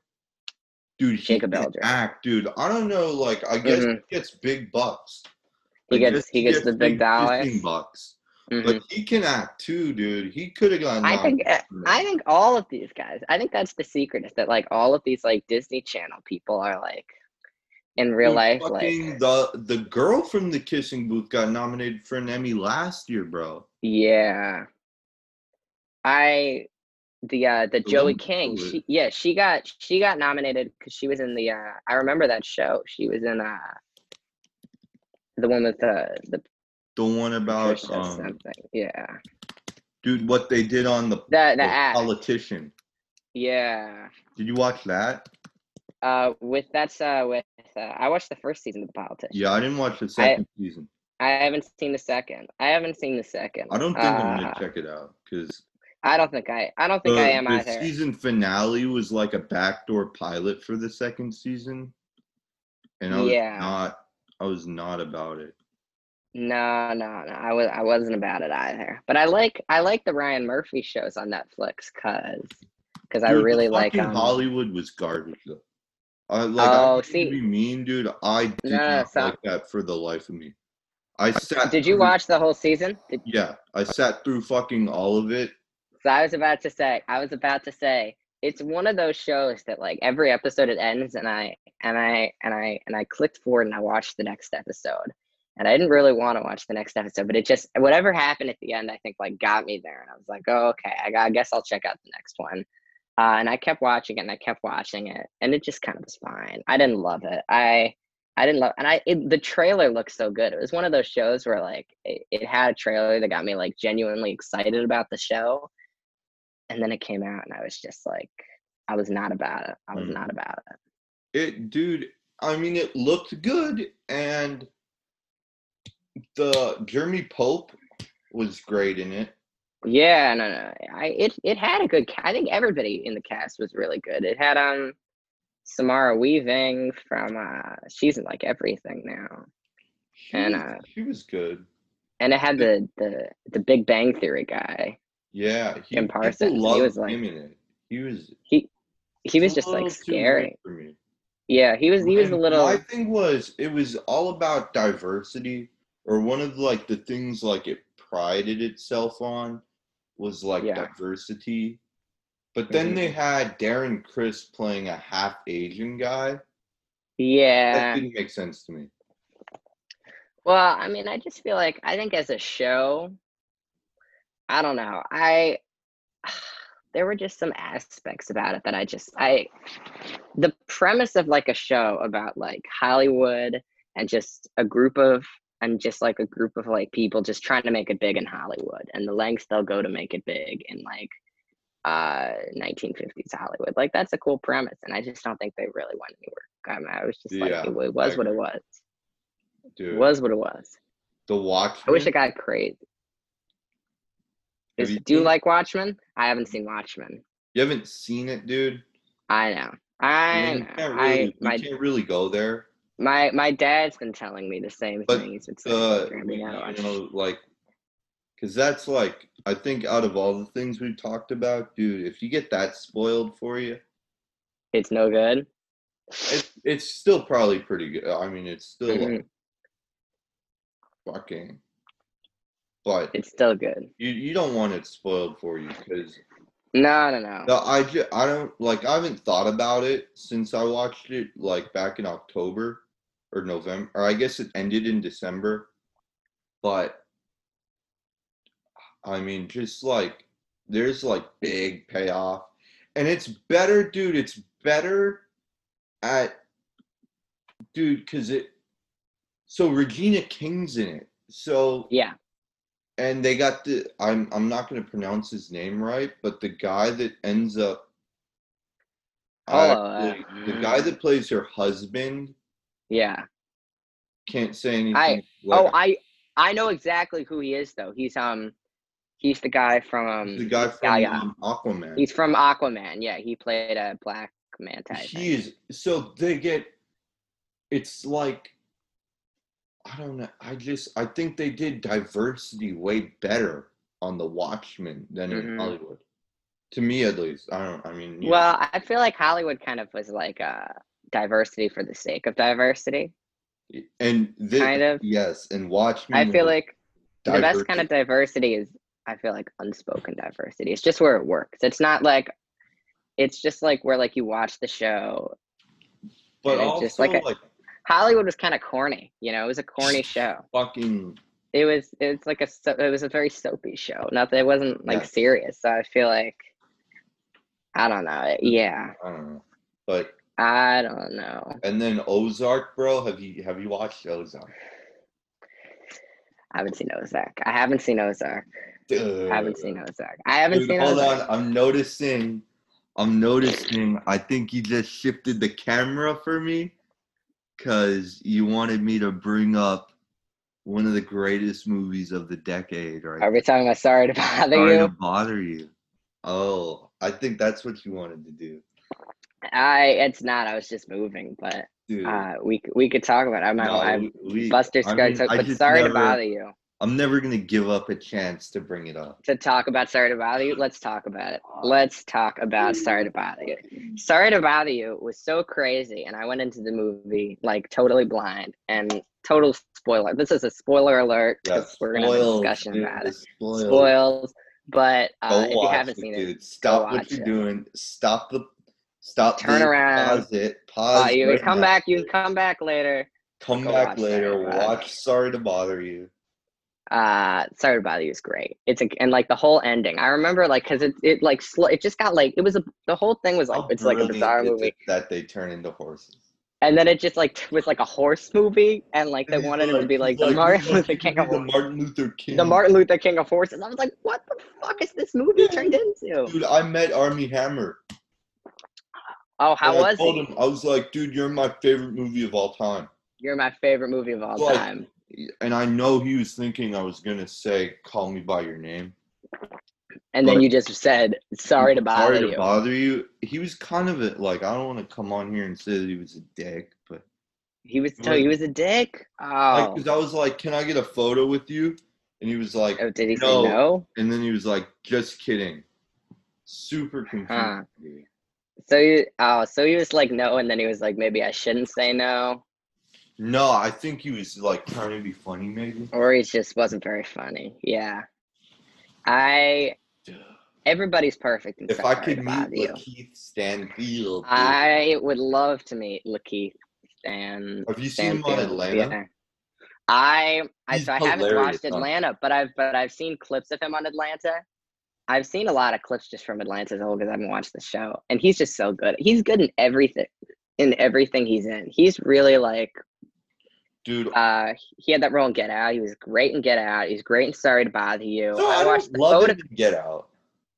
Speaker 1: dude he
Speaker 2: Jacob
Speaker 1: can
Speaker 2: Eldroy.
Speaker 1: act dude i don't know like i guess
Speaker 2: Mhm.
Speaker 1: he gets big bucks
Speaker 2: He
Speaker 1: I
Speaker 2: gets-
Speaker 1: guess
Speaker 2: he gets the big dollars.
Speaker 1: kissing bucks
Speaker 2: Mhm.
Speaker 1: but he can act too dude he could have gotten
Speaker 2: I think eh,
Speaker 1: nominated for
Speaker 2: I
Speaker 1: it.
Speaker 2: think all of these guys. I think that's the secret is that like all of these like Disney Channel people are like in real
Speaker 1: Dude,
Speaker 2: life
Speaker 1: fucking
Speaker 2: like
Speaker 1: the the girl from the kissing booth got nominated for an Emmy last year, bro.
Speaker 2: yeah. I the uh the Joey
Speaker 1: Belinda
Speaker 2: King
Speaker 1: Stewart.
Speaker 2: she yeah she got she got nominated because she was in the uh I remember that show she was in uh the one with the the
Speaker 1: The one about
Speaker 2: Patricia
Speaker 1: um,
Speaker 2: something yeah
Speaker 1: dude, what they did on the,
Speaker 2: that
Speaker 1: the
Speaker 2: the act
Speaker 1: politician.
Speaker 2: yeah
Speaker 1: Did you watch that?
Speaker 2: Uh, with that's uh with uh, I watched the first season of The Politician.
Speaker 1: Yeah, I didn't watch the second season.
Speaker 2: I haven't seen the second. I haven't seen the second.
Speaker 1: I don't think I'm gonna
Speaker 2: Uh,
Speaker 1: check it out because
Speaker 2: I don't think I. I don't
Speaker 1: the,
Speaker 2: think I am
Speaker 1: the
Speaker 2: either.
Speaker 1: season finale was like a backdoor pilot for the second season, and I was
Speaker 2: Yeah.
Speaker 1: not I was not about it.
Speaker 2: No, no, no. I was. I wasn't about it either. But I like. I like the Ryan Murphy shows on Netflix because because I
Speaker 1: Dude, the
Speaker 2: really like.
Speaker 1: fucking
Speaker 2: Um,
Speaker 1: Hollywood was garbage though. I like I
Speaker 2: Oh,
Speaker 1: don't mean to be
Speaker 2: see-
Speaker 1: mean, dude. I did
Speaker 2: No,
Speaker 1: not
Speaker 2: so-
Speaker 1: like that for the life of me. I sat.
Speaker 2: did you
Speaker 1: through-
Speaker 2: watch the whole season? Did,
Speaker 1: Yeah, I sat through fucking all of it.
Speaker 2: so I was about to say. I was about to say. It's one of those shows that like every episode it ends and I and I and I and I clicked forward and I watched the next episode. and I didn't really want to watch the next episode, but it just whatever happened at the end, I think like got me there, and I was like, oh okay, I, got- I guess I'll check out the next one. Uh, and I kept watching it, and I kept watching it, and it just kind of was fine. I didn't love it. I I didn't love, and I it, the trailer looked so good. It was one of those shows where like it, it had a trailer that got me like genuinely excited about the show, and then it came out, and I was just like, I was not about it. I was
Speaker 1: Mm.
Speaker 2: not about it.
Speaker 1: It, dude. I mean, it looked good, and the Jeremy Pope was great in it.
Speaker 2: Yeah, no, no. I it it had a good. ca- I think everybody in the cast was really good. It had um, Samara Weaving from uh she's in like everything now.
Speaker 1: She
Speaker 2: And,
Speaker 1: was-
Speaker 2: uh,
Speaker 1: she was good.
Speaker 2: And it had the the the Big Bang Theory guy.
Speaker 1: Yeah, he,
Speaker 2: in
Speaker 1: people
Speaker 2: Parsons, he
Speaker 1: loved
Speaker 2: was, like-
Speaker 1: him in it. He was.
Speaker 2: He was
Speaker 1: a
Speaker 2: just like
Speaker 1: little too
Speaker 2: scary.
Speaker 1: weird for me.
Speaker 2: Yeah, he was he was a
Speaker 1: And
Speaker 2: little
Speaker 1: My thing was, it was all about diversity, or one of like the things like it prided itself on was like
Speaker 2: Yeah.
Speaker 1: diversity. But then
Speaker 2: Mhm.
Speaker 1: they had Darren Chris playing a half Asian guy. That
Speaker 2: yeah.
Speaker 1: didn't make sense to me.
Speaker 2: Well, I mean, I just feel like I think as a show, I don't know. I there were just some aspects about it that I just I the premise of like a show about like Hollywood and just a group of and just like a group of like people just trying to make it big in Hollywood and the lengths they'll go to make it big in like uh 1950s Hollywood. Like that's a cool premise and I just don't think they really went anywhere. Um, I was just
Speaker 1: Yeah,
Speaker 2: like it, wa-
Speaker 1: I
Speaker 2: was what it
Speaker 1: agree.
Speaker 2: was.
Speaker 1: Dude,
Speaker 2: Was what it was.
Speaker 1: the Watchmen.
Speaker 2: I wish it got crazy.
Speaker 1: Have
Speaker 2: Is-
Speaker 1: you
Speaker 2: do you
Speaker 1: seen it?
Speaker 2: like Watchmen? I haven't seen Watchmen.
Speaker 1: You haven't seen it, dude.
Speaker 2: I know. I
Speaker 1: mean,
Speaker 2: know.
Speaker 1: you can't really,
Speaker 2: I
Speaker 1: you
Speaker 2: my
Speaker 1: can't really go there.
Speaker 2: my my dad's been telling me the same
Speaker 1: But,
Speaker 2: thing. He's been saying,
Speaker 1: Uh,
Speaker 2: "Graham,
Speaker 1: we-
Speaker 2: you
Speaker 1: you
Speaker 2: gotta watch."
Speaker 1: know, like, because that's like, I think out of all the things we've talked about, dude, if you get that spoiled for you,
Speaker 2: It's no good.
Speaker 1: it, it's still probably pretty good. I mean, it's still like, fucking, but
Speaker 2: It's still good.
Speaker 1: you, you don't want it spoiled for you because
Speaker 2: No, no, no.
Speaker 1: No, I ju- I don't like I haven't thought about it since I watched it like back in October or November or I guess it ended in December. But I mean just like there's like big payoff and it's better dude, it's better at dude cuz it so Regina King's in it. So
Speaker 2: Yeah,
Speaker 1: and they got the I'm I'm not gonna pronounce his name right, but the guy that ends up
Speaker 2: Oh, uh,
Speaker 1: actually, the guy that plays her husband
Speaker 2: yeah.
Speaker 1: can't say anything.
Speaker 2: I-
Speaker 1: like,
Speaker 2: oh, I I know exactly who he is though. He's um he's the guy from um
Speaker 1: the guy from
Speaker 2: Gaia.
Speaker 1: um, Aquaman.
Speaker 2: he's from Aquaman. Yeah, he played a black man type.
Speaker 1: he is so they get it's like I don't know. I just I think they did diversity way better on the Watchmen than in
Speaker 2: Mhm.
Speaker 1: Hollywood. To me, at least, I don't. I mean, you know,
Speaker 2: Well, I feel like Hollywood kind of was like uh, diversity for the sake of diversity.
Speaker 1: and thi-
Speaker 2: kind of.
Speaker 1: yes, and Watchmen.
Speaker 2: I feel
Speaker 1: was-
Speaker 2: like the best kind of diversity is, I feel like, unspoken diversity. It's just where it works. It's not like, it's just like where like you watch the show.
Speaker 1: but
Speaker 2: and it's
Speaker 1: also
Speaker 2: just like a-
Speaker 1: like
Speaker 2: Hollywood was kind of corny, you know. It was a corny show.
Speaker 1: fucking
Speaker 2: It was it's like a so- it was a very soapy show. Not that it wasn't like
Speaker 1: Yeah.
Speaker 2: serious. So I feel like I don't know. Yeah,
Speaker 1: I don't know. But
Speaker 2: I don't know.
Speaker 1: and then Ozark, bro. Have you have you watched Ozark?
Speaker 2: I haven't seen Ozark. I haven't seen Ozark.
Speaker 1: Dude.
Speaker 2: I haven't seen Ozark. I haven't
Speaker 1: Uh, Dude,
Speaker 2: seen
Speaker 1: hold
Speaker 2: Ozark.
Speaker 1: on. I'm noticing. I'm noticing. I think you just shifted the camera for me, cause you wanted me to bring up one of the greatest movies of the decade, right?
Speaker 2: Are we talking about Sorry to Bother
Speaker 1: Sorry to
Speaker 2: You?
Speaker 1: bother you. Oh, I think that's what you wanted to do,
Speaker 2: I it's not. I was just moving, but
Speaker 1: dude.
Speaker 2: uh, we c- we could talk about. It. I'm not.
Speaker 1: No,
Speaker 2: I'm
Speaker 1: we-
Speaker 2: Buster
Speaker 1: I
Speaker 2: Scruggs.
Speaker 1: mean, I
Speaker 2: but
Speaker 1: just
Speaker 2: Sorry
Speaker 1: never-
Speaker 2: to Bother You.
Speaker 1: I'm never gonna give up a chance to bring it up.
Speaker 2: To talk about Sorry to Bother You, let's talk about it. Let's talk about Sorry to Bother You. Sorry to Bother You was so crazy, and I went into the movie like totally blind and total spoiler. This is a spoiler alert because we're gonna have a discussion about it.
Speaker 1: Spoiled.
Speaker 2: Spoils, but uh,
Speaker 1: Go
Speaker 2: if you
Speaker 1: watch
Speaker 2: haven't
Speaker 1: it,
Speaker 2: seen it,
Speaker 1: dude. Stop
Speaker 2: go
Speaker 1: what
Speaker 2: watch
Speaker 1: you're
Speaker 2: it.
Speaker 1: doing. Stop the. Stop.
Speaker 2: Turn
Speaker 1: the-
Speaker 2: around.
Speaker 1: Pause it. Pause.
Speaker 2: Uh, you can
Speaker 1: right
Speaker 2: come
Speaker 1: now.
Speaker 2: back. You can come back later.
Speaker 1: Come
Speaker 2: Go
Speaker 1: back
Speaker 2: watch
Speaker 1: later.
Speaker 2: that, right?
Speaker 1: Watch. Sorry to bother you.
Speaker 2: Uh, sorry to bother you is great. It's a, and like the whole ending. I remember like because it it like sl- it just got like it was a the whole thing was like
Speaker 1: How
Speaker 2: it's like a
Speaker 1: brilliant
Speaker 2: bizarre
Speaker 1: is it
Speaker 2: movie,
Speaker 1: that they turn into horses.
Speaker 2: and then it just like t- was like a horse movie, and like they
Speaker 1: And he's
Speaker 2: wanted it to be like
Speaker 1: he's
Speaker 2: the
Speaker 1: he's
Speaker 2: Martin
Speaker 1: like,
Speaker 2: Luther
Speaker 1: you
Speaker 2: King
Speaker 1: can
Speaker 2: of
Speaker 1: be the Martin Luther King.
Speaker 2: the Martin Luther King of horses. I was like, what the fuck is this movie
Speaker 1: Yeah.
Speaker 2: turned into?
Speaker 1: Dude, I met Army Hammer.
Speaker 2: Oh, how
Speaker 1: and I
Speaker 2: was
Speaker 1: told
Speaker 2: it?
Speaker 1: him I was like, dude, you're my favorite movie of all time.
Speaker 2: You're my favorite movie of all
Speaker 1: Like,
Speaker 2: time.
Speaker 1: and I know he was thinking I was gonna say "Call Me by Your Name,"
Speaker 2: and then
Speaker 1: But-
Speaker 2: you just said sorry to bother
Speaker 1: Sorry to
Speaker 2: you.
Speaker 1: bother you. He was kind of a, like I don't want to come on here and say that he was a dick, but
Speaker 2: He was
Speaker 1: It
Speaker 2: so he was a dick. Oh,
Speaker 1: like 'cause I was like, "Can I get a photo with you?" And he was like,
Speaker 2: Oh, did he
Speaker 1: No.
Speaker 2: say no?
Speaker 1: and then he was like, "Just kidding." Super confused.
Speaker 2: Huh. So he oh, so he was like no, and then he was like maybe I shouldn't say no,
Speaker 1: No, I think he was like trying to be funny, maybe.
Speaker 2: or he just wasn't very funny. Yeah, I everybody's perfect. And
Speaker 1: If I
Speaker 2: sorry
Speaker 1: could
Speaker 2: to
Speaker 1: meet
Speaker 2: bother you.
Speaker 1: Lakeith Stanfield, dude.
Speaker 2: I would love to meet Lakeith Stan.
Speaker 1: have you seen him on
Speaker 2: Stanfield.
Speaker 1: Atlanta?
Speaker 2: Yeah. I I,
Speaker 1: He's
Speaker 2: so I haven't
Speaker 1: hilarious
Speaker 2: watched
Speaker 1: on-
Speaker 2: Atlanta, but I've but I've seen clips of him on Atlanta. I've seen a lot of clips just from Atlanta as a whole because I haven't watched the show, and he's just so good. He's good in everything, in everything he's in. He's really like
Speaker 1: Dude,
Speaker 2: uh he had that role in Get Out. He was great in Get Out. He's great in Sorry to Bother You.
Speaker 1: no, I, don't
Speaker 2: watched the
Speaker 1: love
Speaker 2: photo-
Speaker 1: him in Get Out.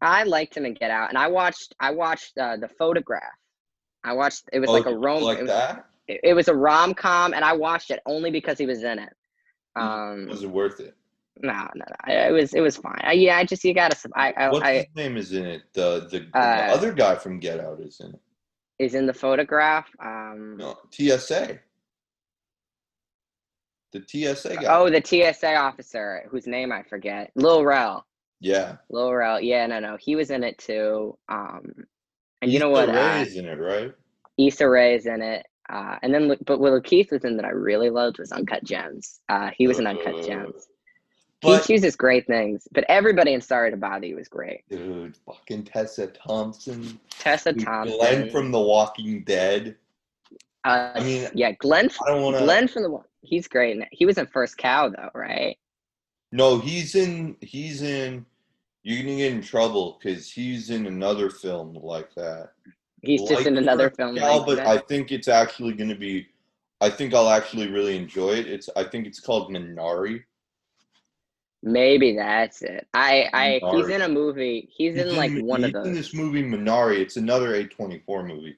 Speaker 2: I liked him in Get Out, and I watched I watched uh, the photograph. I watched it was
Speaker 1: Oh,
Speaker 2: like
Speaker 1: you
Speaker 2: a rom
Speaker 1: like
Speaker 2: it, was,
Speaker 1: that?
Speaker 2: it- it was a rom com, and I watched it only because he was in it.
Speaker 1: Mhm.
Speaker 2: Um,
Speaker 1: Was it worth it?
Speaker 2: no, no, no. I- It was it was fine. I, yeah, I just you gotta. sub- I I,
Speaker 1: What's
Speaker 2: I
Speaker 1: his name is in it? The the,
Speaker 2: Uh,
Speaker 1: the other guy from Get Out is in it.
Speaker 2: is in the photograph. Um,
Speaker 1: No, TSA. The TSA guy.
Speaker 2: oh, the TSA officer whose name I forget, Lil Rel.
Speaker 1: yeah.
Speaker 2: Lil Rel. Yeah, no, no, he was in it too. Um, and you
Speaker 1: Issa
Speaker 2: know what?
Speaker 1: Rae
Speaker 2: Uh,
Speaker 1: is in it, right?
Speaker 2: Issa Rae is in it. Uh, and then, Lu- but Willow Keith was in that I really loved was Uncut Gems. Uh, he was in Uncut
Speaker 1: Uh,
Speaker 2: Gems.
Speaker 1: But
Speaker 2: he chooses great things, but everybody in Sorry to Bother You was great.
Speaker 1: dude, fucking Tessa Thompson,
Speaker 2: Tessa
Speaker 1: dude,
Speaker 2: Thompson.
Speaker 1: Glenn from The Walking Dead.
Speaker 2: uh,
Speaker 1: I mean,
Speaker 2: yeah, Glenn.
Speaker 1: I don't want to.
Speaker 2: Glenn from the he's great. in it. He was in First Cow though, right?
Speaker 1: No, he's in. He's in. You're gonna get in trouble because he's in another film like that.
Speaker 2: He's just
Speaker 1: Like
Speaker 2: in
Speaker 1: the
Speaker 2: another
Speaker 1: first
Speaker 2: film.
Speaker 1: Gal,
Speaker 2: like
Speaker 1: but
Speaker 2: that.
Speaker 1: I think it's actually gonna be. I think I'll actually really enjoy it. It's. I think it's called Minari.
Speaker 2: Maybe that's it. I, I he's
Speaker 1: Sorry.
Speaker 2: in a movie. He's in like one of
Speaker 1: he's in
Speaker 2: those.
Speaker 1: this movie Minari. It's another A24 movie.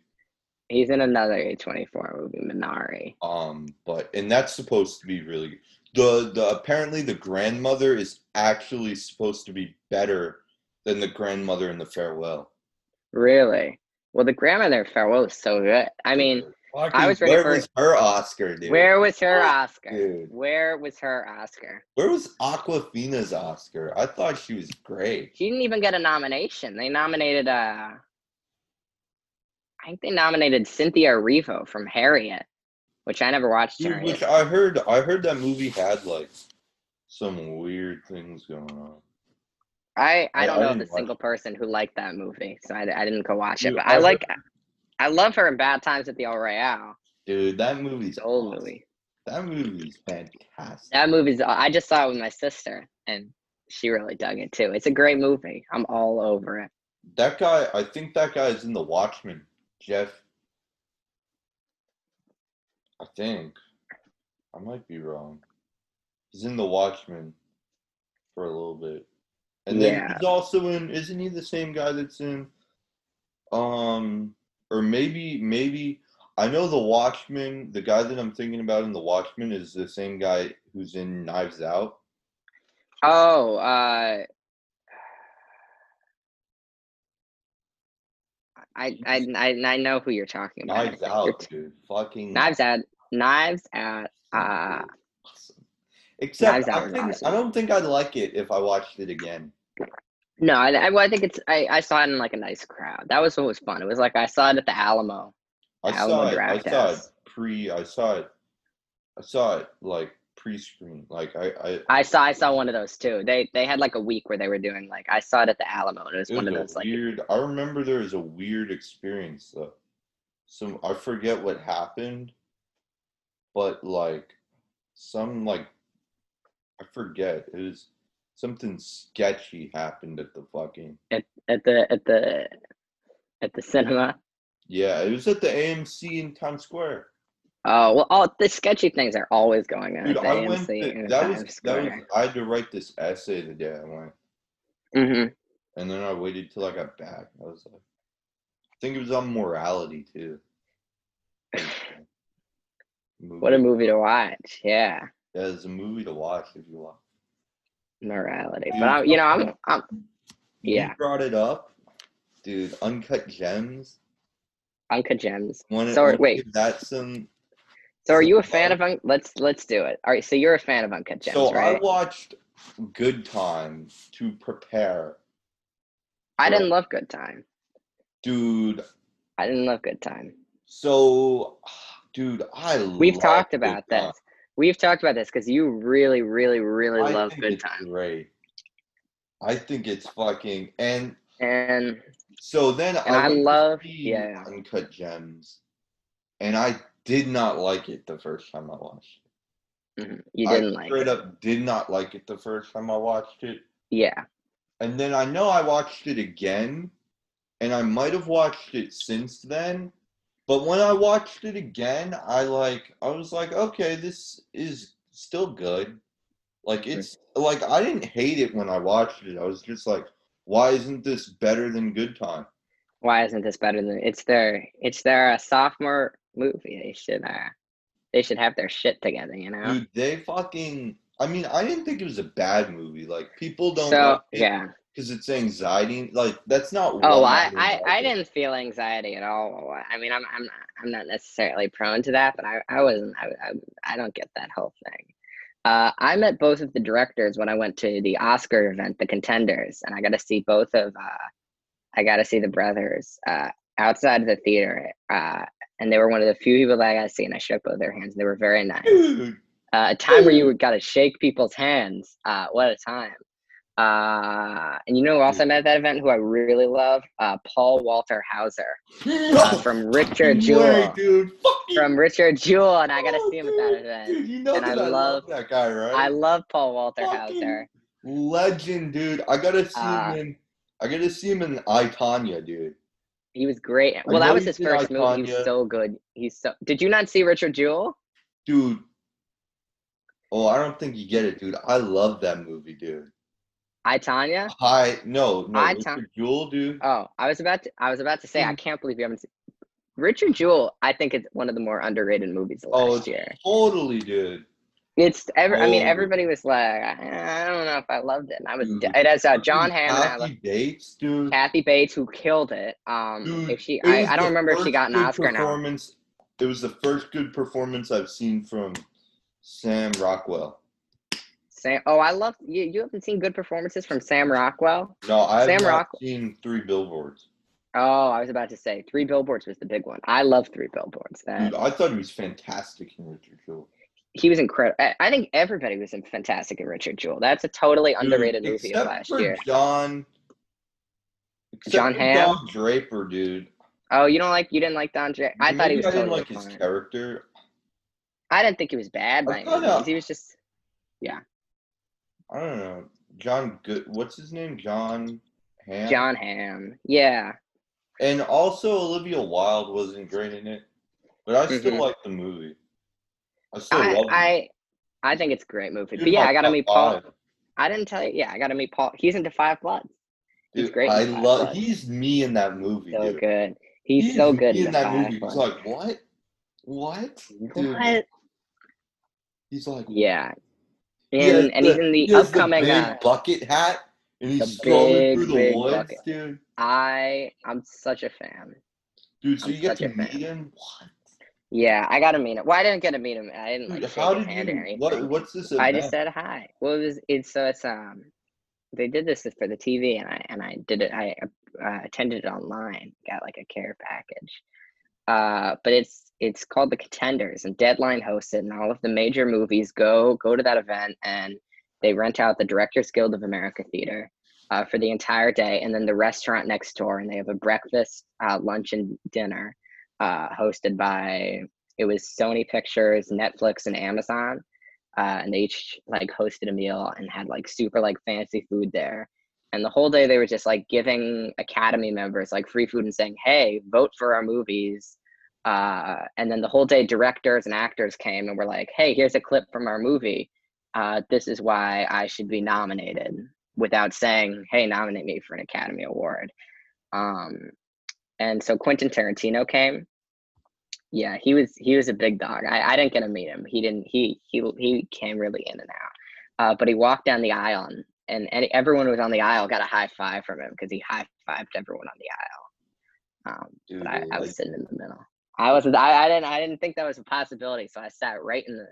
Speaker 2: He's in another A24 movie, Minari.
Speaker 1: Um, but and that's supposed to be really the the apparently the grandmother is actually supposed to be better than the grandmother in the farewell.
Speaker 2: Really? Well, the grandmother in farewell is so good. I mean, I was ready
Speaker 1: where
Speaker 2: for-
Speaker 1: was her Oscar, dude?
Speaker 2: Where was her
Speaker 1: Oh,
Speaker 2: Oscar?
Speaker 1: dude.
Speaker 2: Where was her Oscar?
Speaker 1: Where was Aquafina's Oscar? I thought she was great.
Speaker 2: She didn't even get a nomination. They nominated uh I think they nominated Cynthia Erivo from Harriet, which I never watched
Speaker 1: Dude,
Speaker 2: Harriet.
Speaker 1: which I heard I heard that movie had like some weird things going on.
Speaker 2: I, I
Speaker 1: I-
Speaker 2: don't
Speaker 1: I
Speaker 2: know of
Speaker 1: didn't
Speaker 2: a
Speaker 1: watch
Speaker 2: single person who liked that movie, so I, I didn't go watch it.
Speaker 1: Dude,
Speaker 2: But
Speaker 1: I
Speaker 2: I
Speaker 1: heard-
Speaker 2: like, I love her in Bad Times at the El Royale.
Speaker 1: Dude, that movie's
Speaker 2: It's an old
Speaker 1: awesome.
Speaker 2: movie.
Speaker 1: That movie's fantastic.
Speaker 2: That movie's. I just saw it with my sister, and she really dug it too. It's a great movie. I'm all over it.
Speaker 1: That guy, I think that guy is in The Watchmen, Jeff. I think. I might be wrong. He's in The Watchmen for a little bit. And then
Speaker 2: Yeah.
Speaker 1: he's also in, isn't he the same guy that's in, um, or maybe, maybe, I know The Watchmen, the guy that I'm thinking about in The Watchmen is the same guy who's in Knives Out.
Speaker 2: Oh, uh, I, I I I know who you're talking about. I
Speaker 1: Knives
Speaker 2: think. You're
Speaker 1: Out,
Speaker 2: t-
Speaker 1: dude. Fucking
Speaker 2: Knives Out. Knives Out. Uh,
Speaker 1: Awesome. Except
Speaker 2: Knives Out
Speaker 1: I,
Speaker 2: was
Speaker 1: think,
Speaker 2: awesome.
Speaker 1: I don't think I'd like it if I watched it again.
Speaker 2: No, I, I, well, I think it's I, I saw it in like a nice crowd. That was what was fun. It was like I saw it at the Alamo.
Speaker 1: I
Speaker 2: Alamo
Speaker 1: saw it. I
Speaker 2: Draft
Speaker 1: saw it
Speaker 2: House.
Speaker 1: pre. I saw it. I saw it like pre-screen. Like I. I it
Speaker 2: I saw I saw one of those too. They they had like a week where they were doing like I saw it at the Alamo. And it was,
Speaker 1: was
Speaker 2: one of
Speaker 1: a
Speaker 2: those like
Speaker 1: weird. I remember there was a weird experience though. Some I forget what happened, but like some like I forget. It was something sketchy happened at the fucking.
Speaker 2: at the at the at the cinema.
Speaker 1: Yeah, it was at the AMC in Times Square.
Speaker 2: Oh well, all the sketchy things are always going on.
Speaker 1: Dude,
Speaker 2: at the
Speaker 1: I went.
Speaker 2: AMC
Speaker 1: to-
Speaker 2: and
Speaker 1: that
Speaker 2: Times
Speaker 1: was that was.
Speaker 2: Square.
Speaker 1: I had to write this essay the day I went,
Speaker 2: Mhm.
Speaker 1: and then I waited till I got back. I was like, I think it was on morality too. Movie.
Speaker 2: What a movie to watch. Yeah,
Speaker 1: Yeah, it's a movie to watch if you want.
Speaker 2: morality.
Speaker 1: Dude,
Speaker 2: But I, you know, I'm I'm Yeah,
Speaker 1: You brought it up, dude. Uncut Gems.
Speaker 2: Uncut Gems.
Speaker 1: Wanna-
Speaker 2: So,
Speaker 1: wanna
Speaker 2: wait.
Speaker 1: give that some.
Speaker 2: So are
Speaker 1: So
Speaker 2: you a fan
Speaker 1: love-
Speaker 2: of Un- let's let's do it. All right, so you're a fan of Uncut Gems,
Speaker 1: so I
Speaker 2: right?
Speaker 1: watched Good Time to prepare.
Speaker 2: I didn't love Good Time.
Speaker 1: Dude,
Speaker 2: I didn't love Good Time.
Speaker 1: so dude, I
Speaker 2: We've
Speaker 1: love
Speaker 2: talked
Speaker 1: Good
Speaker 2: about
Speaker 1: Time.
Speaker 2: this. We've talked about this because you really, really, really
Speaker 1: I
Speaker 2: love
Speaker 1: think
Speaker 2: Good
Speaker 1: it's
Speaker 2: Time.
Speaker 1: Great. I think it's fucking and
Speaker 2: And
Speaker 1: so then
Speaker 2: And I
Speaker 1: went to
Speaker 2: love-
Speaker 1: see
Speaker 2: yeah.
Speaker 1: Uncut Gems, and I did not like it the first time I watched. it.
Speaker 2: mhm, you
Speaker 1: I
Speaker 2: didn't like
Speaker 1: straight
Speaker 2: it.
Speaker 1: up did not like it the first time I watched it,
Speaker 2: Yeah.
Speaker 1: and then I know I watched it again, and I might have watched it since then. But when I watched it again, I like I was like, okay, this is still good. Like it's like I didn't hate it when I watched it. I was just like, why isn't this better than Good Time?
Speaker 2: Why isn't this better than it's their it's their uh, sophomore movie? They should uh they should have their shit together, you know?
Speaker 1: Dude, they fucking. I mean, I didn't think it was a bad movie. Like people don't
Speaker 2: so
Speaker 1: like it
Speaker 2: yeah.
Speaker 1: because it's anxiety. Like that's not.
Speaker 2: Oh,
Speaker 1: why
Speaker 2: I,
Speaker 1: didn't
Speaker 2: I,
Speaker 1: like
Speaker 2: I
Speaker 1: it.
Speaker 2: didn't feel anxiety at all. while wa- I mean, I'm, I'm not, I'm not necessarily prone to that, but I, I wasn't, I, I, I don't get that whole thing. Uh, I met both of the directors when I went to the Oscar event, the contenders, and I got to see both of, uh, I got to see the brothers, uh, outside of the theater. Uh, and they were one of the few people that I got to see, and I shook both their hands. and They were very nice
Speaker 1: Dude,
Speaker 2: uh, a time where you got to shake people's hands. Uh, what a time! Uh, and you know who else I met at that event? Who I really love? Uh, Paul Walter Hauser uh,
Speaker 1: no
Speaker 2: from Richard
Speaker 1: fucking way,
Speaker 2: Jewell.
Speaker 1: dude. Fucking
Speaker 2: From Richard Jewell, and I got to
Speaker 1: Oh,
Speaker 2: see him at that
Speaker 1: dude,
Speaker 2: event.
Speaker 1: Dude, you know
Speaker 2: And
Speaker 1: that I,
Speaker 2: I
Speaker 1: love,
Speaker 2: love-
Speaker 1: that guy, right?
Speaker 2: I love Paul Walter
Speaker 1: Fucking-
Speaker 2: Hauser.
Speaker 1: Legend, dude. I gotta see
Speaker 2: Uh,
Speaker 1: him. In, I gotta see him in I Tanya, dude.
Speaker 2: He was great. Well,
Speaker 1: know
Speaker 2: that was
Speaker 1: he's
Speaker 2: his
Speaker 1: in
Speaker 2: first movie. He
Speaker 1: Iconic.
Speaker 2: was so good. He's so. Did you not see Richard Jewell?
Speaker 1: Dude. Oh, I don't think you get it, dude. I love that movie, dude.
Speaker 2: I
Speaker 1: Oh.
Speaker 2: Tanya.
Speaker 1: Hi, no, no,
Speaker 2: I Ta-
Speaker 1: Richard Jewell, dude.
Speaker 2: Oh, I was about to. I was about to say. I
Speaker 1: Mm.
Speaker 2: can't believe you haven't. Seen, Richard Jewell. I think it's one of the more underrated movies of
Speaker 1: Oh, it's-
Speaker 2: last year.
Speaker 1: Totally, dude.
Speaker 2: It's ever. I mean,
Speaker 1: Oh.
Speaker 2: everybody was like, I I don't know if I loved it. And I was.
Speaker 1: Dude.
Speaker 2: It has uh, John
Speaker 1: Fucking
Speaker 2: Hammond. I
Speaker 1: Kathy
Speaker 2: love
Speaker 1: Bates, dude.
Speaker 2: Kathy Bates, who killed it. Um,
Speaker 1: Dude,
Speaker 2: if she,
Speaker 1: it
Speaker 2: I,
Speaker 1: was
Speaker 2: I don't
Speaker 1: the
Speaker 2: remember if she
Speaker 1: first
Speaker 2: got an
Speaker 1: good
Speaker 2: Oscar now.
Speaker 1: Performance. It was the first good performance I've seen from Sam Rockwell.
Speaker 2: Sam. Oh, I love you. You haven't seen good performances from Sam Rockwell.
Speaker 1: No, I have
Speaker 2: Sam
Speaker 1: not
Speaker 2: Rock-
Speaker 1: seen Three Billboards.
Speaker 2: Oh, I was about to say Three Billboards was the big one. I love Three Billboards. That
Speaker 1: Dude, I thought he was fantastic in Richard Jewell.
Speaker 2: he was incredible. I, I think everybody was in fantastic in Richard Jewell. That's a totally
Speaker 1: Dude,
Speaker 2: underrated movie of
Speaker 1: except
Speaker 2: last
Speaker 1: for
Speaker 2: year.
Speaker 1: John. except
Speaker 2: John
Speaker 1: for
Speaker 2: Hamm?
Speaker 1: Don Draper, dude.
Speaker 2: Oh, you don't like you didn't like Don J. I thought
Speaker 1: Maybe
Speaker 2: he was
Speaker 1: I didn't
Speaker 2: totally
Speaker 1: like his
Speaker 2: fine.
Speaker 1: character.
Speaker 2: I didn't think he was bad by
Speaker 1: I
Speaker 2: any
Speaker 1: kinda-
Speaker 2: means. He was just
Speaker 1: I don't know. John Good. What's his name? John Hamm.
Speaker 2: John Hamm. Yeah.
Speaker 1: And also Olivia Wilde wasn't great in it, but I still
Speaker 2: Mhm.
Speaker 1: like the movie. I still
Speaker 2: I,
Speaker 1: love it.
Speaker 2: I I think it's a great movie.
Speaker 1: Dude,
Speaker 2: But yeah,
Speaker 1: my
Speaker 2: I gotta
Speaker 1: top
Speaker 2: meet Paul.
Speaker 1: five.
Speaker 2: I didn't tell you. Yeah, I gotta meet Paul. He's into Five Bloods. He's
Speaker 1: Dude,
Speaker 2: great in
Speaker 1: I
Speaker 2: Five
Speaker 1: love.
Speaker 2: Bloods.
Speaker 1: He's me in that movie.
Speaker 2: So
Speaker 1: dude.
Speaker 2: good. He's
Speaker 1: He is
Speaker 2: so good
Speaker 1: me
Speaker 2: in,
Speaker 1: in
Speaker 2: the
Speaker 1: that movie.
Speaker 2: Five
Speaker 1: He's
Speaker 2: Bloods.
Speaker 1: like, what? What? Dude,
Speaker 2: What?
Speaker 1: He's like,
Speaker 2: Yeah.
Speaker 1: He has
Speaker 2: And, and he's
Speaker 1: the-
Speaker 2: in the
Speaker 1: he has
Speaker 2: upcoming.
Speaker 1: the big
Speaker 2: uh,
Speaker 1: bucket hat, and he's
Speaker 2: the
Speaker 1: strolling
Speaker 2: big,
Speaker 1: through the
Speaker 2: big
Speaker 1: woods,
Speaker 2: bucket.
Speaker 1: dude.
Speaker 2: I I'm such a fan.
Speaker 1: Dude, so
Speaker 2: I'm
Speaker 1: you get
Speaker 2: such
Speaker 1: to
Speaker 2: a
Speaker 1: meet
Speaker 2: fan.
Speaker 1: him. What?
Speaker 2: Yeah, I gotta meet him. Well, I didn't get to meet him. I didn't
Speaker 1: Dude,
Speaker 2: like shake
Speaker 1: how
Speaker 2: his
Speaker 1: did
Speaker 2: hand or
Speaker 1: you?
Speaker 2: anything.
Speaker 1: What? What's this?
Speaker 2: I just
Speaker 1: Event?
Speaker 2: said hi. Well, it was it's so it's um they did this for the TV and I and I did it. I uh, attended it online. Got like a care package. Uh, but it's it's called the Contenders and Deadline hosted and all of the major movies go go to that event and they rent out the Directors Guild of America Theater. Uh, for the entire day, and then the restaurant next door, and they have a breakfast, uh, lunch, and dinner, uh, hosted by it was Sony Pictures, Netflix, and Amazon uh, and they each like hosted a meal and had like super like fancy food there. And the whole day they were just like giving Academy members like free food and saying, "Hey, vote for our movies." Uh, and then the whole day, directors and actors came and were like, "Hey, here's a clip from our movie. Uh, this is why I should be nominated." Without saying, "Hey, nominate me for an Academy Award." Um, and so Quentin Tarantino came yeah, he was he was a big dog. I, I didn't get to meet him. He didn't. He he he came really in and out. Uh, but he walked down the aisle and and any, everyone who was on the aisle got a high five from him because he high fived everyone on the aisle. Um,
Speaker 1: Dude,
Speaker 2: but I, I
Speaker 1: like,
Speaker 2: was sitting in the middle. I was I, I didn't I didn't think that was a possibility, so I sat right in the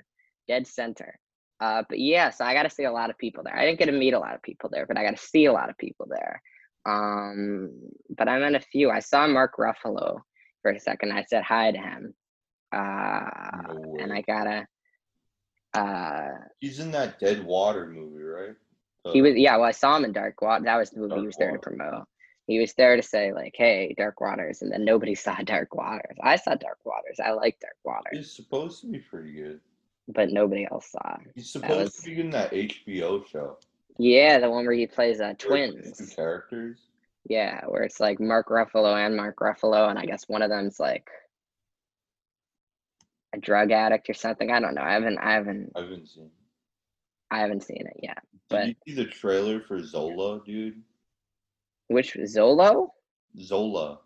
Speaker 2: dead center. Uh, but yeah, so I got to see a lot of people there. I didn't get to meet a lot of people there, but I got to see a lot of people there. Um, but I met a few. I saw Mark Ruffalo for a second. I said hi to him, uh,
Speaker 1: no
Speaker 2: and
Speaker 1: way.
Speaker 2: I gotta. Uh,
Speaker 1: He's in that Dead Water movie, right?
Speaker 2: he
Speaker 1: Uh,
Speaker 2: was yeah. Well, I saw him in Dark Water. That was the movie he
Speaker 1: Dark
Speaker 2: was there to
Speaker 1: Water.
Speaker 2: promote. He was there to say like, "Hey, Dark Waters," and then nobody saw Dark Waters. I saw Dark Waters. I like Dark Waters,
Speaker 1: He's supposed to be pretty good.
Speaker 2: but nobody else saw. it.
Speaker 1: He's supposed
Speaker 2: was-
Speaker 1: to be in that HBO show.
Speaker 2: Yeah, the one where he plays uh,
Speaker 1: where it's different
Speaker 2: twins.
Speaker 1: Characters.
Speaker 2: Yeah, where it's like Mark Ruffalo and Mark Ruffalo, and I guess one of them's like a drug addict or something. I don't know. I haven't, I haven't,
Speaker 1: I haven't seen.
Speaker 2: I haven't seen it yet.
Speaker 1: Did
Speaker 2: But-
Speaker 1: you see the trailer for Zola, dude?
Speaker 2: Which Zolo?
Speaker 1: Zola.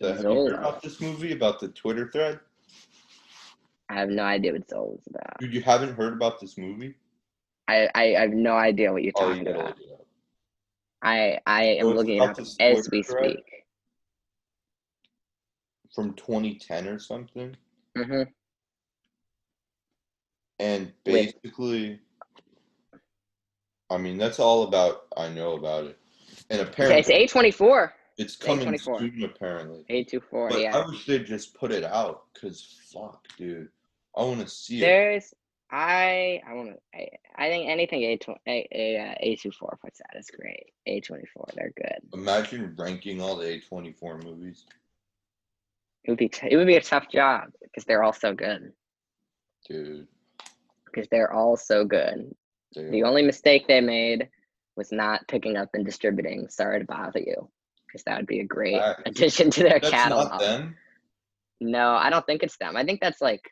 Speaker 1: So have you heard
Speaker 2: Zola.
Speaker 1: about this movie about the Twitter thread?
Speaker 2: I have no idea what Zolo's about.
Speaker 1: Dude, you haven't heard about this movie?
Speaker 2: I, I, I have no idea what you're
Speaker 1: Oh, you
Speaker 2: talking
Speaker 1: gotta
Speaker 2: about.
Speaker 1: look it up.
Speaker 2: I, I am
Speaker 1: So it's
Speaker 2: looking it
Speaker 1: about
Speaker 2: up
Speaker 1: this
Speaker 2: as we
Speaker 1: Twitter thread
Speaker 2: speak.
Speaker 1: From 2010 or something,
Speaker 2: hmm
Speaker 1: and
Speaker 2: Wait.
Speaker 1: basically, I mean, that's all about I know about it. And
Speaker 2: Okay, it's
Speaker 1: apparently,
Speaker 2: A twenty four,
Speaker 1: it's coming
Speaker 2: A24.
Speaker 1: soon. Apparently,
Speaker 2: A two four.
Speaker 1: But
Speaker 2: Yeah,
Speaker 1: I wish they'd just put it out, cause fuck, dude, I want to see it.
Speaker 2: there's. I I want to. I, I think anything A twenty A A uh, A two four puts out is great. A twenty four, they're good.
Speaker 1: Imagine ranking all the A24 movies.
Speaker 2: It would be t- it would be a tough job because they're all so good.
Speaker 1: Dude,
Speaker 2: Because they're all so good.
Speaker 1: they
Speaker 2: The only mistake they made was not picking up and distributing. Sorry to bother you, because that would be a great
Speaker 1: Alright.
Speaker 2: addition to their
Speaker 1: That's not
Speaker 2: catalog.
Speaker 1: them.
Speaker 2: No, I don't think it's them. I think that's like,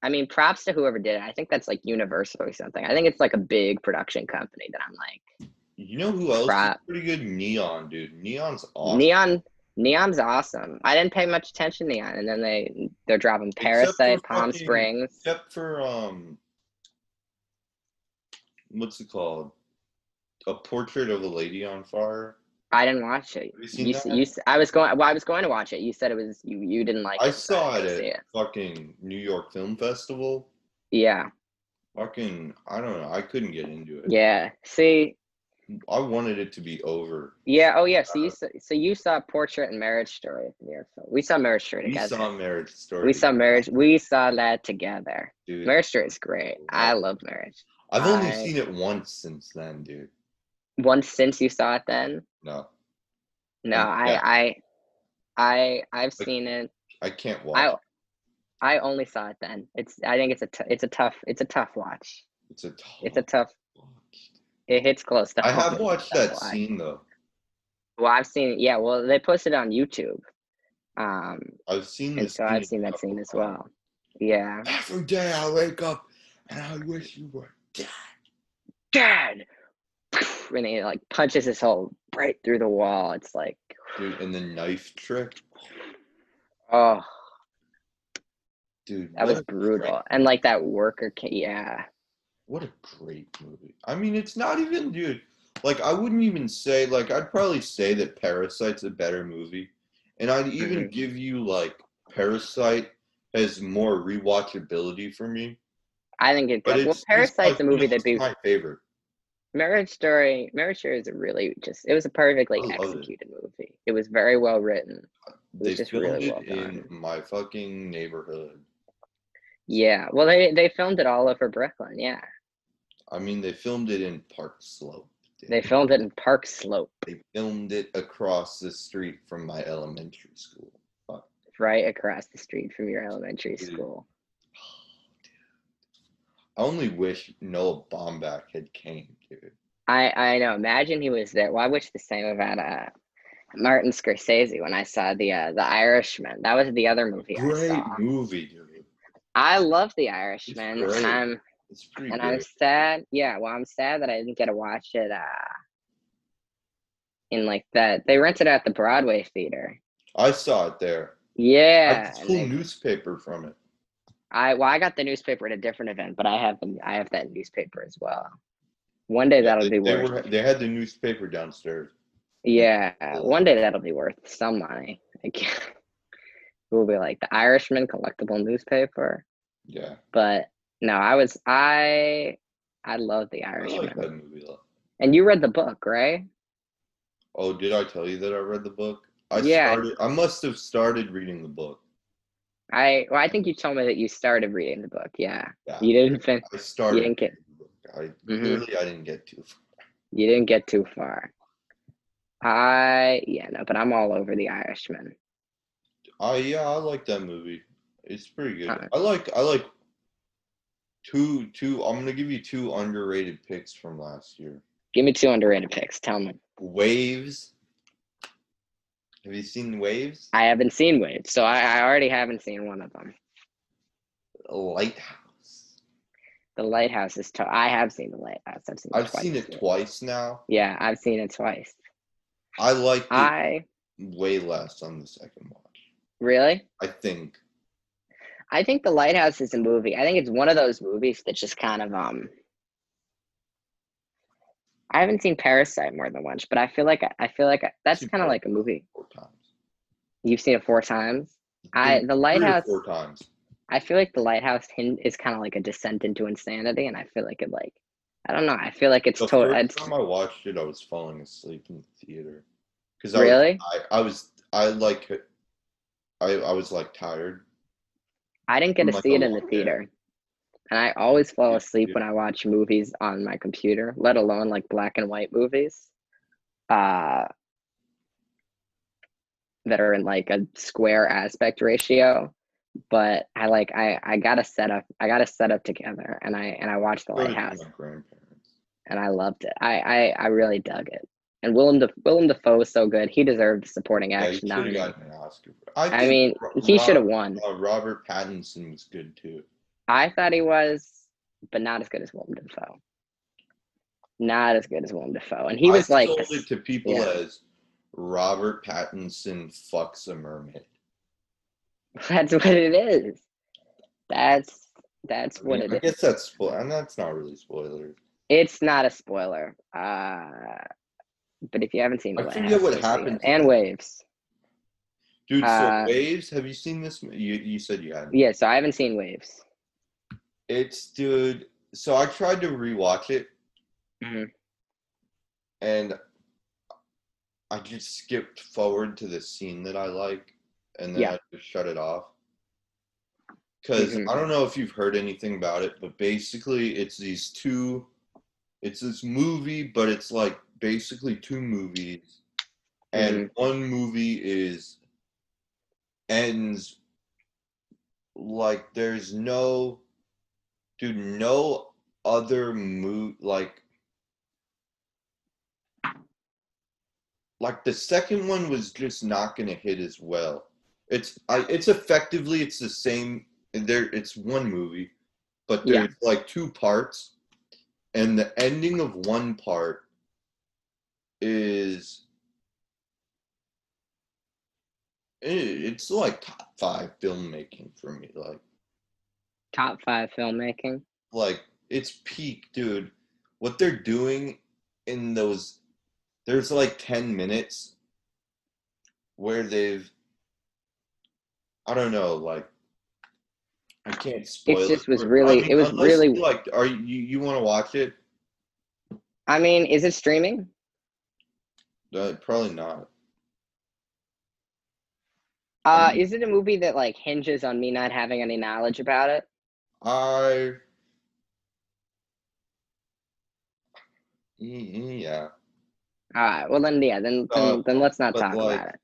Speaker 2: I mean, props to whoever did it. I think that's like Universal or something. I think it's like a big production company that I'm like
Speaker 1: You know who else is
Speaker 2: Crap.
Speaker 1: pretty good? Neon, dude. Neon's awesome.
Speaker 2: Neon. Neon's awesome. I didn't pay much attention to Neon, and then they they're dropping
Speaker 1: for
Speaker 2: Parasite, Palm
Speaker 1: fucking-
Speaker 2: Springs.
Speaker 1: Except for um, what's it called? A Portrait of a Lady on Fire.
Speaker 2: I didn't watch it.
Speaker 1: Have you seen
Speaker 2: You, s-
Speaker 1: that?
Speaker 2: you, s- I was going. Well, I was going to watch it. You said it was you. You didn't like.
Speaker 1: I
Speaker 2: it, so
Speaker 1: saw it
Speaker 2: didn't
Speaker 1: at
Speaker 2: see
Speaker 1: fucking New York Film Festival.
Speaker 2: Yeah,
Speaker 1: Fucking, I don't know. I couldn't get into it.
Speaker 2: yeah. See,
Speaker 1: I wanted it to be over.
Speaker 2: yeah. Oh, yeah. So you,
Speaker 1: Uh,
Speaker 2: s- so you saw Portrait and Marriage Story. at New York Film. We saw Marriage Story
Speaker 1: We
Speaker 2: together.
Speaker 1: saw Marriage Story.
Speaker 2: we saw Marriage. We saw that together.
Speaker 1: Dude.
Speaker 2: Marriage Story is great. I
Speaker 1: Wow.
Speaker 2: love Marriage.
Speaker 1: I've only
Speaker 2: I-
Speaker 1: seen it once since then, dude.
Speaker 2: Once since you saw it, then
Speaker 1: No,
Speaker 2: no,
Speaker 1: Mm, yeah.
Speaker 2: I, I, I, I've
Speaker 1: Like,
Speaker 2: seen it.
Speaker 1: I can't watch.
Speaker 2: I,
Speaker 1: it.
Speaker 2: I only saw it then. It's. I think it's a. T- it's a tough. It's a tough watch.
Speaker 1: It's a tough.
Speaker 2: It's a tough.
Speaker 1: watch.
Speaker 2: It hits close to
Speaker 1: I
Speaker 2: home.
Speaker 1: have
Speaker 2: It's a
Speaker 1: watched
Speaker 2: tough
Speaker 1: that
Speaker 2: watch.
Speaker 1: scene though.
Speaker 2: Well, I've seen it. Yeah, well, they posted it on YouTube. Um,
Speaker 1: I've seen
Speaker 2: and
Speaker 1: Hmm, this.
Speaker 2: so I've seen that scene as well. Yeah.
Speaker 1: Every day I wake up and I wish you were.
Speaker 2: Dad! And he like punches his hole right through the wall. It's like,
Speaker 1: Dude, and the knife trick,
Speaker 2: oh,
Speaker 1: dude.
Speaker 2: that
Speaker 1: what
Speaker 2: was
Speaker 1: a great-
Speaker 2: brutal. And like that worker, ca- yeah.
Speaker 1: what a great movie. I mean, it's not even, dude. Like, I wouldn't even say. Like, I'd probably say that Parasite's a better movie, and I'd even
Speaker 2: Mhm.
Speaker 1: give you like Parasite has more rewatchability for me.
Speaker 2: I think it's,
Speaker 1: But
Speaker 2: well,
Speaker 1: it's it's by
Speaker 2: Parasite's a movie
Speaker 1: far
Speaker 2: that be
Speaker 1: my favorite.
Speaker 2: Marriage Story. Marriage Story is a really just, it was a perfectly
Speaker 1: I love it.
Speaker 2: executed movie. It was very well written.
Speaker 1: They
Speaker 2: just
Speaker 1: filmed
Speaker 2: really
Speaker 1: it
Speaker 2: well
Speaker 1: in my fucking neighborhood.
Speaker 2: Yeah. Well, they, they filmed it all over Brooklyn. Yeah.
Speaker 1: I mean, they filmed it in Park Slope. dude.
Speaker 2: They filmed it in Park Slope.
Speaker 1: They filmed it across the street from my elementary school.
Speaker 2: right across the street from your elementary
Speaker 1: Dude.
Speaker 2: school.
Speaker 1: I only wish Noah Baumbach had came, dude.
Speaker 2: I I know. Imagine he was there. Well, I wish the same about uh Martin Scorsese when I saw the uh, the Irishman. That was the other movie I
Speaker 1: Great
Speaker 2: saw.
Speaker 1: movie, dude.
Speaker 2: I love the Irishman,
Speaker 1: great.
Speaker 2: and I'm
Speaker 1: It's pretty
Speaker 2: and I'm
Speaker 1: good.
Speaker 2: sad. Yeah, well, I'm sad that I didn't get to watch it. Uh, in like that, they rented out the Broadway theater.
Speaker 1: I saw it there.
Speaker 2: Yeah,
Speaker 1: I
Speaker 2: and
Speaker 1: stole
Speaker 2: they-
Speaker 1: newspaper from it.
Speaker 2: I well, I got the newspaper at a different event, but I have the, I have that newspaper as well. One day that'll
Speaker 1: they,
Speaker 2: be
Speaker 1: they
Speaker 2: worth.
Speaker 1: were- they had the newspaper downstairs.
Speaker 2: Yeah, one day that'll be worth some money. Like, we'll be like the Irishman collectible newspaper.
Speaker 1: Yeah,
Speaker 2: But no, I was I I love the
Speaker 1: I
Speaker 2: Irishman.
Speaker 1: like that movie. a lot.
Speaker 2: and you read the book, right?
Speaker 1: Oh, did I tell you that I read the book? I
Speaker 2: Yeah.
Speaker 1: started. I must have started reading the book.
Speaker 2: I well, I think you told me that you started reading the book. Yeah,
Speaker 1: Yeah,
Speaker 2: you didn't fin-
Speaker 1: I started.
Speaker 2: didn't get-
Speaker 1: reading the book. I
Speaker 2: Mhm.
Speaker 1: literally I didn't get to.
Speaker 2: you didn't get too far. I yeah no, but I'm all over the Irishman.
Speaker 1: I yeah, I like that movie. It's pretty good.
Speaker 2: Alright.
Speaker 1: I like I like two two. I'm gonna give you two underrated picks from last year.
Speaker 2: Give me two underrated picks. Tell me.
Speaker 1: Waves. Have you seen Waves?
Speaker 2: I haven't seen Waves, so I, I already haven't seen one of them.
Speaker 1: Lighthouse.
Speaker 2: The Lighthouse is. To- I have seen the Lighthouse. I've seen. It
Speaker 1: I've
Speaker 2: twice.
Speaker 1: seen it twice now.
Speaker 2: Yeah, I've seen it twice.
Speaker 1: I liked it
Speaker 2: I
Speaker 1: way less on the second watch.
Speaker 2: really.
Speaker 1: I think.
Speaker 2: I think The Lighthouse is a movie. I think it's one of those movies that just kind of um I haven't seen Parasite more than once, but I feel like I feel like that's
Speaker 1: Seen
Speaker 2: kind of
Speaker 1: Parasite.
Speaker 2: like a movie.
Speaker 1: four times.
Speaker 2: You've seen it four times. I The
Speaker 1: Three or
Speaker 2: Lighthouse
Speaker 1: four times.
Speaker 2: I feel like The Lighthouse hin- is kind of like a descent into insanity and I feel like it like I don't know. I feel like it's
Speaker 1: The
Speaker 2: total
Speaker 1: first
Speaker 2: it's
Speaker 1: time I watched it, I was falling asleep in the theater because I, was-
Speaker 2: really.
Speaker 1: I I was I like I I was like tired.
Speaker 2: I didn't get to
Speaker 1: like
Speaker 2: see
Speaker 1: a
Speaker 2: it in the
Speaker 1: long day.
Speaker 2: theater. And I always fall
Speaker 1: Yeah,
Speaker 2: asleep
Speaker 1: yeah.
Speaker 2: when I watch movies on my computer, let alone like black and white movies. Uh that are in like a square aspect ratio. But I like I I got a setup I got a setup together and I and I watched The
Speaker 1: So did
Speaker 2: Lighthouse
Speaker 1: My grandparents.
Speaker 2: and I loved it. I I, I really dug it. And Willem Def- Willem Dafoe is so good. He deserved a supporting
Speaker 1: Yeah, he
Speaker 2: action
Speaker 1: should have
Speaker 2: nominee.
Speaker 1: gotten an Oscar. for- I,
Speaker 2: I
Speaker 1: think
Speaker 2: mean,
Speaker 1: Ro-
Speaker 2: he should have
Speaker 1: Rob-
Speaker 2: won.
Speaker 1: uh, Robert Pattinson was good too.
Speaker 2: I thought he was, but not as good as Willem Dafoe. Not as good as Willem Dafoe, and he
Speaker 1: I
Speaker 2: was like,
Speaker 1: sold
Speaker 2: the-
Speaker 1: it to people
Speaker 2: yeah.
Speaker 1: as Robert Pattinson fucks a mermaid.
Speaker 2: "That's what it is. That's that's
Speaker 1: I,
Speaker 2: what
Speaker 1: mean, I
Speaker 2: it is."
Speaker 1: guess that's spoil, and that's not really spoiler.
Speaker 2: It's not a spoiler, uh, but if you haven't seen,
Speaker 1: I
Speaker 2: The
Speaker 1: forget what
Speaker 2: Lighthouse, you'll see
Speaker 1: happens.
Speaker 2: it. and waves.
Speaker 1: Dude, so
Speaker 2: Uh,
Speaker 1: Waves, have you seen this? mo- You you said you hadn't.
Speaker 2: Yeah, so I haven't seen waves.
Speaker 1: It's dude. So I tried to rewatch it,
Speaker 2: Mhm.
Speaker 1: and I just skipped forward to the scene that I like, and then
Speaker 2: Yeah.
Speaker 1: I just shut it off. Because
Speaker 2: Mhm.
Speaker 1: I don't know if you've heard anything about it, but basically, it's these two. It's this movie, but it's like basically two movies, and one movie is ends like there's no dude no other move like like the second one was just not gonna hit as well it's I, it's effectively it's the same there it's one movie but
Speaker 2: Yeah.
Speaker 1: there's like two parts and the ending of one part is it, eh, it's like top five filmmaking for me like
Speaker 2: Top five filmmaking.
Speaker 1: like it's peak dude what they're doing in those there's like 10 minutes where they've i don't know like i can't spoil
Speaker 2: just was
Speaker 1: but- I
Speaker 2: really-
Speaker 1: mean,
Speaker 2: it was
Speaker 1: unless
Speaker 2: really-
Speaker 1: you, like are you you want to watch it
Speaker 2: I mean, is it streaming?
Speaker 1: uh, probably not
Speaker 2: Uh,
Speaker 1: Um,
Speaker 2: is it a movie that like hinges on me not having any knowledge about it?
Speaker 1: i Mm, yeah
Speaker 2: All right. Well, then, yeah, then
Speaker 1: Uh,
Speaker 2: then, then let's not
Speaker 1: but,
Speaker 2: talk
Speaker 1: like,
Speaker 2: about it.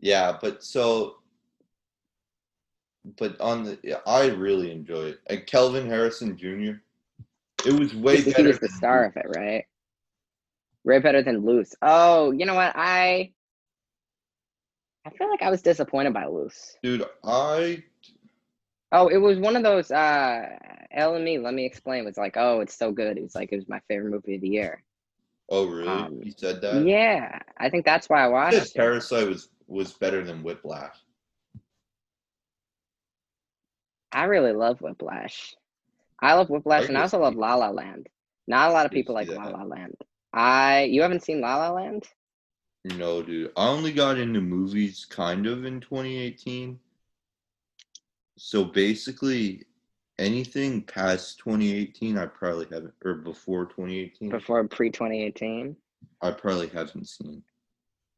Speaker 1: Yeah, but so, but on the, yeah, I really enjoy it. And Kelvin Harrison Jr., it was way
Speaker 2: Because he
Speaker 1: better
Speaker 2: was the
Speaker 1: than
Speaker 2: star of it, right? Way better than Loose. Oh, you know what? I I feel like I was disappointed by Loose.
Speaker 1: Dude, I,
Speaker 2: Oh, it was one of those uh LME, let me explain, was like, oh, it's so good. It was like it was my favorite movie of the year.
Speaker 1: oh, really?
Speaker 2: Um,
Speaker 1: He said that?
Speaker 2: yeah. I think that's why I
Speaker 1: I
Speaker 2: watched
Speaker 1: said
Speaker 2: it.
Speaker 1: Parasite was was better than Whiplash.
Speaker 2: I really love Whiplash. I love Whiplash and I
Speaker 1: agree.
Speaker 2: also love La La Land. Not a lot of
Speaker 1: Didn't
Speaker 2: people
Speaker 1: see
Speaker 2: like
Speaker 1: that.
Speaker 2: La La Land. I you haven't seen La La Land?
Speaker 1: No, dude. I only got into movies kind of in 2018. So basically, anything past 2018, I probably haven't, or before 2018,
Speaker 2: Before pre twenty eighteen?
Speaker 1: I probably haven't seen.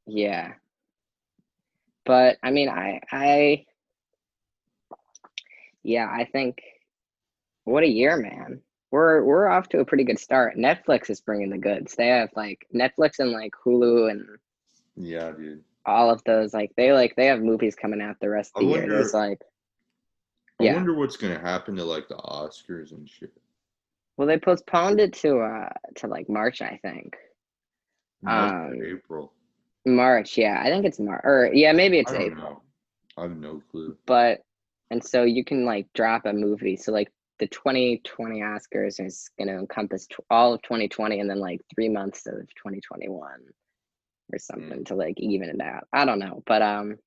Speaker 2: Yeah. But I mean I I yeah, I think what a year, man. We're we're off to a pretty good start. Netflix is bringing the goods. They have like Netflix and like Hulu and
Speaker 1: Yeah, dude.
Speaker 2: all of those like they like they have movies coming out the rest of
Speaker 1: I
Speaker 2: the year.
Speaker 1: wonder-
Speaker 2: There's like
Speaker 1: I
Speaker 2: Yeah.
Speaker 1: wonder what's gonna happen to like the Oscars and shit.
Speaker 2: well they postponed it to uh to like March, I think.
Speaker 1: March
Speaker 2: Um,
Speaker 1: or April.
Speaker 2: March, yeah. I think it's March or yeah, maybe it's
Speaker 1: I don't
Speaker 2: April.
Speaker 1: know. I have no clue.
Speaker 2: But and so you can like drop a movie. So like the 2020 Oscars is going to encompass tw- all of 2020 and then like 3 months of 2021 or something to like even it out. I don't know, but um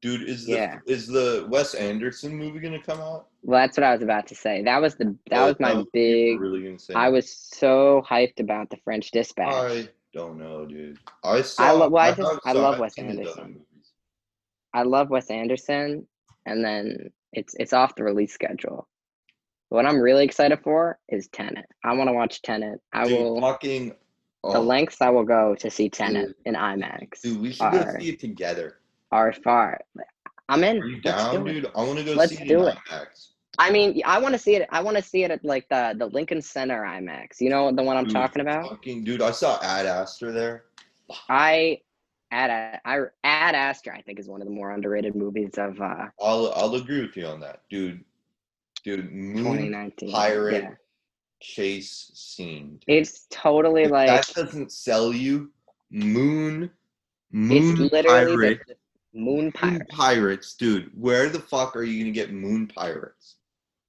Speaker 1: Dude, is the
Speaker 2: Yeah.
Speaker 1: is the Wes Anderson movie gonna come out?
Speaker 2: well that's what I was about to say. That was the that
Speaker 1: Oh,
Speaker 2: was my
Speaker 1: would be
Speaker 2: big
Speaker 1: really insane.
Speaker 2: I was so hyped about the French Dispatch.
Speaker 1: I don't know, dude. I saw.
Speaker 2: lo- well, I just-
Speaker 1: have
Speaker 2: I
Speaker 1: saw-
Speaker 2: love
Speaker 1: I've
Speaker 2: Wes
Speaker 1: seen his
Speaker 2: Anderson.
Speaker 1: other movies.
Speaker 2: I love Wes Anderson, and then it's it's off the release schedule. What I'm really excited for is Tenet. I want to watch Tenet. I
Speaker 1: Dude,
Speaker 2: will
Speaker 1: fucking. Oh,
Speaker 2: the lengths I will go to see Tenet
Speaker 1: Dude.
Speaker 2: in IMAX
Speaker 1: dude, we should go
Speaker 2: are-
Speaker 1: see it together.
Speaker 2: are far. I'm in.
Speaker 1: Are you
Speaker 2: Let's do
Speaker 1: down,
Speaker 2: it.
Speaker 1: dude? I want to go
Speaker 2: Let's
Speaker 1: see
Speaker 2: do
Speaker 1: it
Speaker 2: it.
Speaker 1: in IMAX.
Speaker 2: I mean, I want to see it. I want to see it at like the the Lincoln Center IMAX. You know the one I'm
Speaker 1: Dude,
Speaker 2: talking about.
Speaker 1: Fucking, dude, I saw Ad Astra there.
Speaker 2: I at a, I Ad Astra I think is one of the more underrated movies of uh,
Speaker 1: I'll I'll agree with you on that, dude. Dude, moon
Speaker 2: 2019.
Speaker 1: Mm. pirate
Speaker 2: Yeah.
Speaker 1: chase scene. dude.
Speaker 2: It's totally
Speaker 1: If
Speaker 2: like
Speaker 1: that doesn't sell you. Moon, moon
Speaker 2: It's literally
Speaker 1: pirate,
Speaker 2: the moon
Speaker 1: moon
Speaker 2: pirate.
Speaker 1: pirates, dude. Where the fuck are you gonna get moon pirates?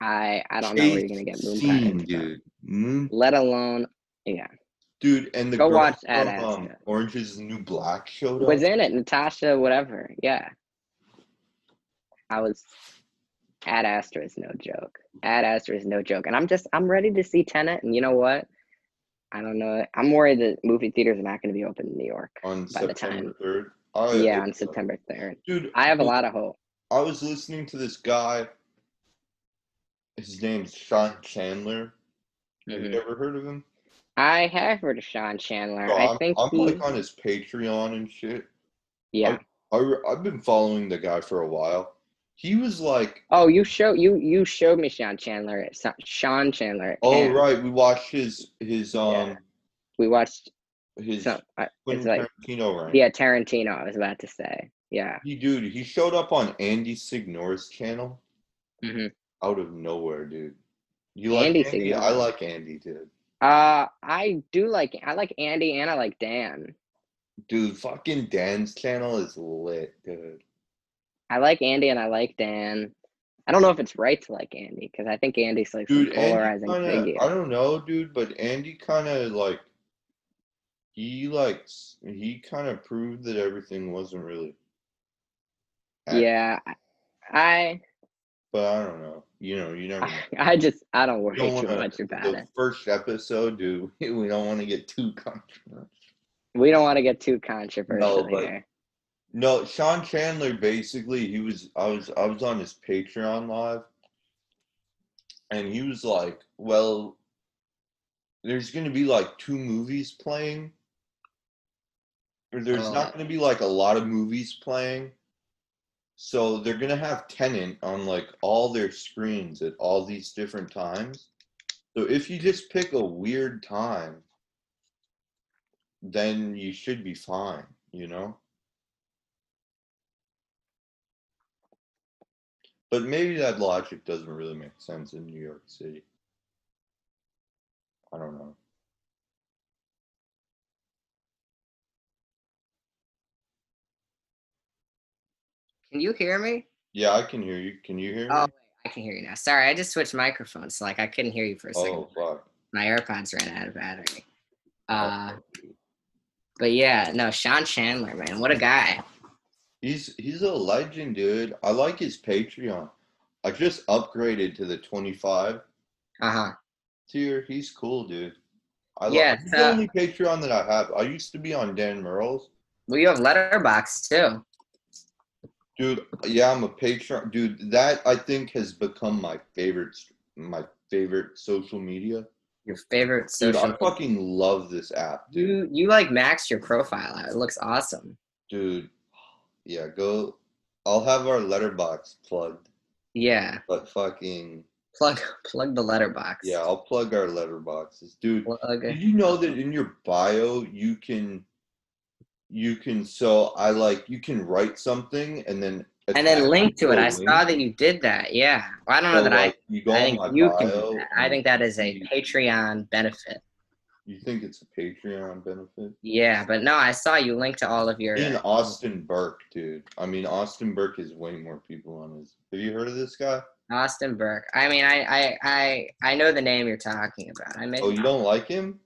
Speaker 2: I I don't know where you're gonna get moon pirates, from,
Speaker 1: dude. Moon,
Speaker 2: let alone yeah.
Speaker 1: dude, and the
Speaker 2: Go
Speaker 1: girl
Speaker 2: watch
Speaker 1: from,
Speaker 2: Ad
Speaker 1: um,
Speaker 2: Astra.
Speaker 1: Orange is the New Black showed up.
Speaker 2: Was in it Natasha whatever yeah. I was Ad Astra is no joke. Ad Astra is no joke, and I'm just I'm ready to see Tenet, and you know what? I don't know. I'm worried that movie theaters are not going to be open in New York.
Speaker 1: on
Speaker 2: by the
Speaker 1: September
Speaker 2: time-
Speaker 1: third. I-
Speaker 2: Yeah, on September 3rd.
Speaker 1: Dude,
Speaker 2: I have a lot of hope.
Speaker 1: I was listening to this guy. His name's Sean Chandler. Have
Speaker 2: Mhm.
Speaker 1: you ever heard of him?
Speaker 2: I have heard of Sean Chandler.
Speaker 1: So
Speaker 2: I
Speaker 1: Oh, I'm,
Speaker 2: think
Speaker 1: I'm
Speaker 2: he,
Speaker 1: like on his Patreon and shit.
Speaker 2: yeah.
Speaker 1: I, re- I've been following the guy for a while. He was like,
Speaker 2: Oh, you show you you showed me Sean Chandler. at Sa- Sean Chandler. at
Speaker 1: "Oh
Speaker 2: Cannes.
Speaker 1: right, we watched his his um
Speaker 2: We watched
Speaker 1: his
Speaker 2: some. Uh, it's
Speaker 1: Quentin
Speaker 2: like
Speaker 1: Tarantino rank."
Speaker 2: yeah, Tarantino. I was about to say yeah.
Speaker 1: He dude, he showed up on Andy Signor's channel
Speaker 2: Mhm.
Speaker 1: out of nowhere, dude. You like
Speaker 2: Andy
Speaker 1: Andy?
Speaker 2: Signor.
Speaker 1: I like Andy, dude.
Speaker 2: Uh, I do like I like Andy and I like Dan.
Speaker 1: Dude, fucking Dan's channel is lit, dude.
Speaker 2: I like Andy and I like Dan. I don't know if it's right to like Andy because I think Andy's like some
Speaker 1: Dude, Andy oh,
Speaker 2: polarizing
Speaker 1: kinda,
Speaker 2: figure.
Speaker 1: I don't know, dude, but Andy kind of like he like s- he kind of proved that everything wasn't really. act-
Speaker 2: Yeah, I- I
Speaker 1: but I don't know. You know, you never. know.
Speaker 2: I just I don't worry
Speaker 1: We don't
Speaker 2: too
Speaker 1: wanna-
Speaker 2: much about
Speaker 1: the
Speaker 2: it.
Speaker 1: first episode, dude. We don't want to get too controversial.
Speaker 2: We don't want to get too controversial
Speaker 1: but-
Speaker 2: here.
Speaker 1: No, Sean Chandler basically he was I was I was on his Patreon live and he was like, Well, there's gonna be like two movies playing. Or there's
Speaker 2: Oh.
Speaker 1: not gonna be like a lot of movies playing. So they're gonna have Tenant on like all their screens at all these different times. So if you just pick a weird time, then you should be fine, you know? But maybe that logic doesn't really make sense in New York City. I don't know.
Speaker 2: Can you hear me?
Speaker 1: Yeah, I can hear you. Can you hear me?
Speaker 2: Oh, wait, I can hear you now. Sorry, I just switched microphones, so like I couldn't hear you for a second.
Speaker 1: oh fuck.
Speaker 2: My AirPods ran out of battery. Uh, but yeah, no, Sean Chandler, man, what a guy.
Speaker 1: He's he's a legend, dude. I like his Patreon. I just upgraded to the 25
Speaker 2: Uh huh.
Speaker 1: tier. He's cool, dude. I love
Speaker 2: Yeah, uh,
Speaker 1: He's
Speaker 2: so-
Speaker 1: the only Patreon that I have. I used to be on Dan Merle's.
Speaker 2: Well, you have Letterbox too.
Speaker 1: Dude, yeah, I'm a Patreon. Dude, that I think has become my favorite my favorite social media.
Speaker 2: Your favorite
Speaker 1: Dude,
Speaker 2: social.
Speaker 1: I fucking love this app, dude.
Speaker 2: you you like max your profile out. It looks awesome.
Speaker 1: Dude, yeah, go I'll have our letterbox plugged,
Speaker 2: Yeah.
Speaker 1: but fucking
Speaker 2: Plug plug the letterbox.
Speaker 1: yeah, I'll plug our letterboxes. Dude,
Speaker 2: Plug
Speaker 1: Did you know that in your bio you can you can so I like you can write something and then
Speaker 2: and then
Speaker 1: attach
Speaker 2: link to it.
Speaker 1: a
Speaker 2: I saw
Speaker 1: link.
Speaker 2: that you did that. Yeah. Well, I don't know
Speaker 1: So,
Speaker 2: that
Speaker 1: like, you go
Speaker 2: I. I
Speaker 1: on
Speaker 2: think
Speaker 1: my
Speaker 2: you
Speaker 1: bio
Speaker 2: can. Do that. I
Speaker 1: and
Speaker 2: think that is a
Speaker 1: you-
Speaker 2: Patreon benefit.
Speaker 1: you think it's a Patreon benefit.
Speaker 2: Yeah, but no, I saw you link to all of your.
Speaker 1: And Austin Burke, dude. I mean Austin Burke has way more people on his have you heard of this guy?
Speaker 2: Austin Burke. I mean, I, I, I, I know the name you're talking about. I may,
Speaker 1: Oh you don't like him?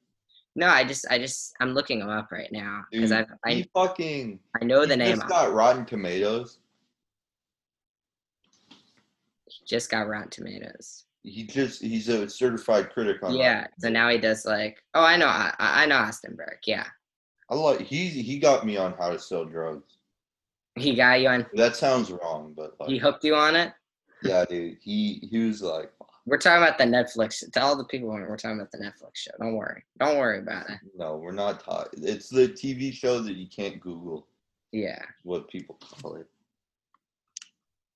Speaker 2: no, I just, I just, I'm looking him up right now because
Speaker 1: Dude,
Speaker 2: I, I,
Speaker 1: he fucking
Speaker 2: I know
Speaker 1: he
Speaker 2: the name.
Speaker 1: just
Speaker 2: of-
Speaker 1: got Rotten Tomatoes.
Speaker 2: just got Rotten Tomatoes.
Speaker 1: He just he's a certified critic on
Speaker 2: Yeah.
Speaker 1: Rotten
Speaker 2: So now he does like, oh, I know, I, I I know Austin Burke. Yeah,
Speaker 1: I like he he got me on how to sell drugs.
Speaker 2: he got you on.
Speaker 1: That sounds wrong, but like
Speaker 2: He hooked you on it.
Speaker 1: yeah, dude. He he was like
Speaker 2: We're talking about the Netflix. Tell all the people we're talking about the Netflix show. Don't worry. Don't worry about it.
Speaker 1: no, we're not taught. It's the TV show that you can't Google.
Speaker 2: Yeah.
Speaker 1: is What people call it,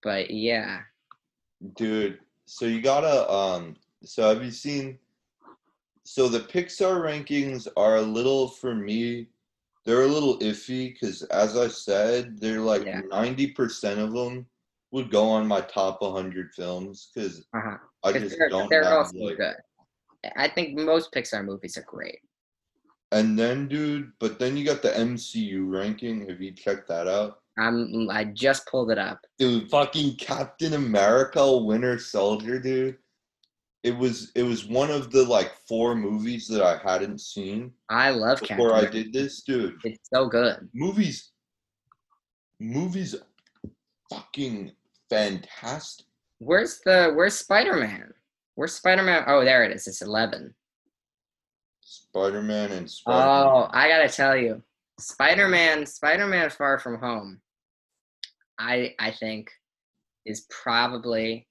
Speaker 2: But yeah,
Speaker 1: dude. So you gotta um. So have you seen? So the Pixar rankings are a little for me. They're a little iffy because, as I said, they're like
Speaker 2: Yeah.
Speaker 1: ninety percent of them would go on my top hundred films because
Speaker 2: uh-huh.
Speaker 1: I
Speaker 2: 'Cause
Speaker 1: just
Speaker 2: they're,
Speaker 1: don't
Speaker 2: they're
Speaker 1: have
Speaker 2: also
Speaker 1: like
Speaker 2: good. I think most Pixar movies are great.
Speaker 1: And then, dude, but then you got the MCU ranking. Have you checked that out?
Speaker 2: I'm, I just pulled it up.
Speaker 1: Dude, fucking Captain America Winter Soldier, dude. It was it was one of the like four movies that I hadn't seen
Speaker 2: I love Captain.
Speaker 1: before I
Speaker 2: America.
Speaker 1: did this, dude.
Speaker 2: It's so good.
Speaker 1: Movies movies fucking fantastic.
Speaker 2: Where's the Where's Spider Man? Where's Spider Man? Oh, there it is. It's eleven.
Speaker 1: Spider-Man and Spider-Man.
Speaker 2: Oh, I gotta tell you, Spider Man, Spider Man Far From Home. I I think is probably.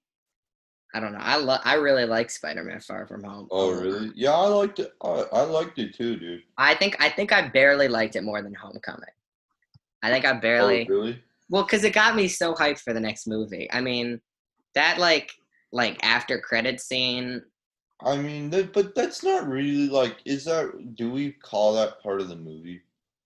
Speaker 2: I don't know. I love. I really like Spider Man Far From Home.
Speaker 1: Oh,
Speaker 2: a lot.
Speaker 1: really? Yeah, I liked it. I, I liked it too, dude.
Speaker 2: I think I think I barely liked it more than Homecoming. I think I
Speaker 1: Oh,
Speaker 2: barely.
Speaker 1: really?
Speaker 2: Well, because it got me so hyped for the next movie. I mean, that like like after credit scene.
Speaker 1: I mean, that, but that's not really like, is that, do we call that part of the movie?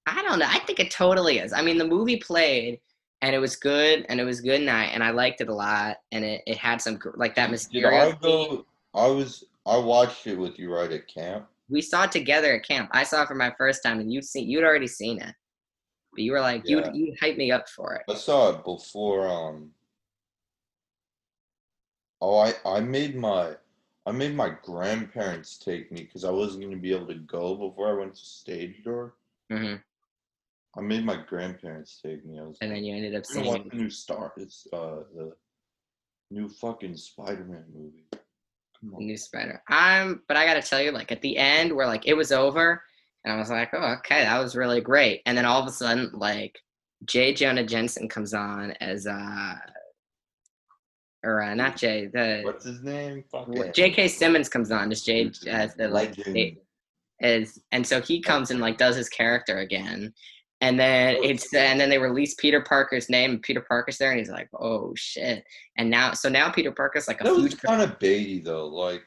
Speaker 2: I don't know. I think it totally is. I mean, the movie played and it was good and it was good night and I liked it a lot and it, it had some gr- like that
Speaker 1: Did I
Speaker 2: mysterious.
Speaker 1: go, I was, I watched it with you right at camp.
Speaker 2: We saw it together at camp. I saw it for my first time and you'd seen you'd already seen it, but you were like
Speaker 1: Yeah.
Speaker 2: you you hyped me up for it.
Speaker 1: I saw it before, um, oh, I, I made my, I made my grandparents take me because I wasn't going to be able to go before I went to stage door.
Speaker 2: hmm
Speaker 1: I made my grandparents take me. I was
Speaker 2: And then you ended up
Speaker 1: I
Speaker 2: seeing.
Speaker 1: want the new Star, it's, uh, the new fucking Spider-Man movie. Come on.
Speaker 2: new spider i'm but i gotta tell you like at the end where like it was over and i was like oh okay that was really great and then all of a sudden like jay jonah jensen comes on as uh or uh, not jay the
Speaker 1: What's his name? Fucking-
Speaker 2: jk simmons comes on as jay uh, as the like
Speaker 1: Legend.
Speaker 2: is and so
Speaker 1: Oh.
Speaker 2: he comes and like does his character again and then it's and then they release peter parker's name and peter parker's there and he's like oh shit and now so now peter parker's like a
Speaker 1: That was
Speaker 2: future
Speaker 1: kind of baity though. Like,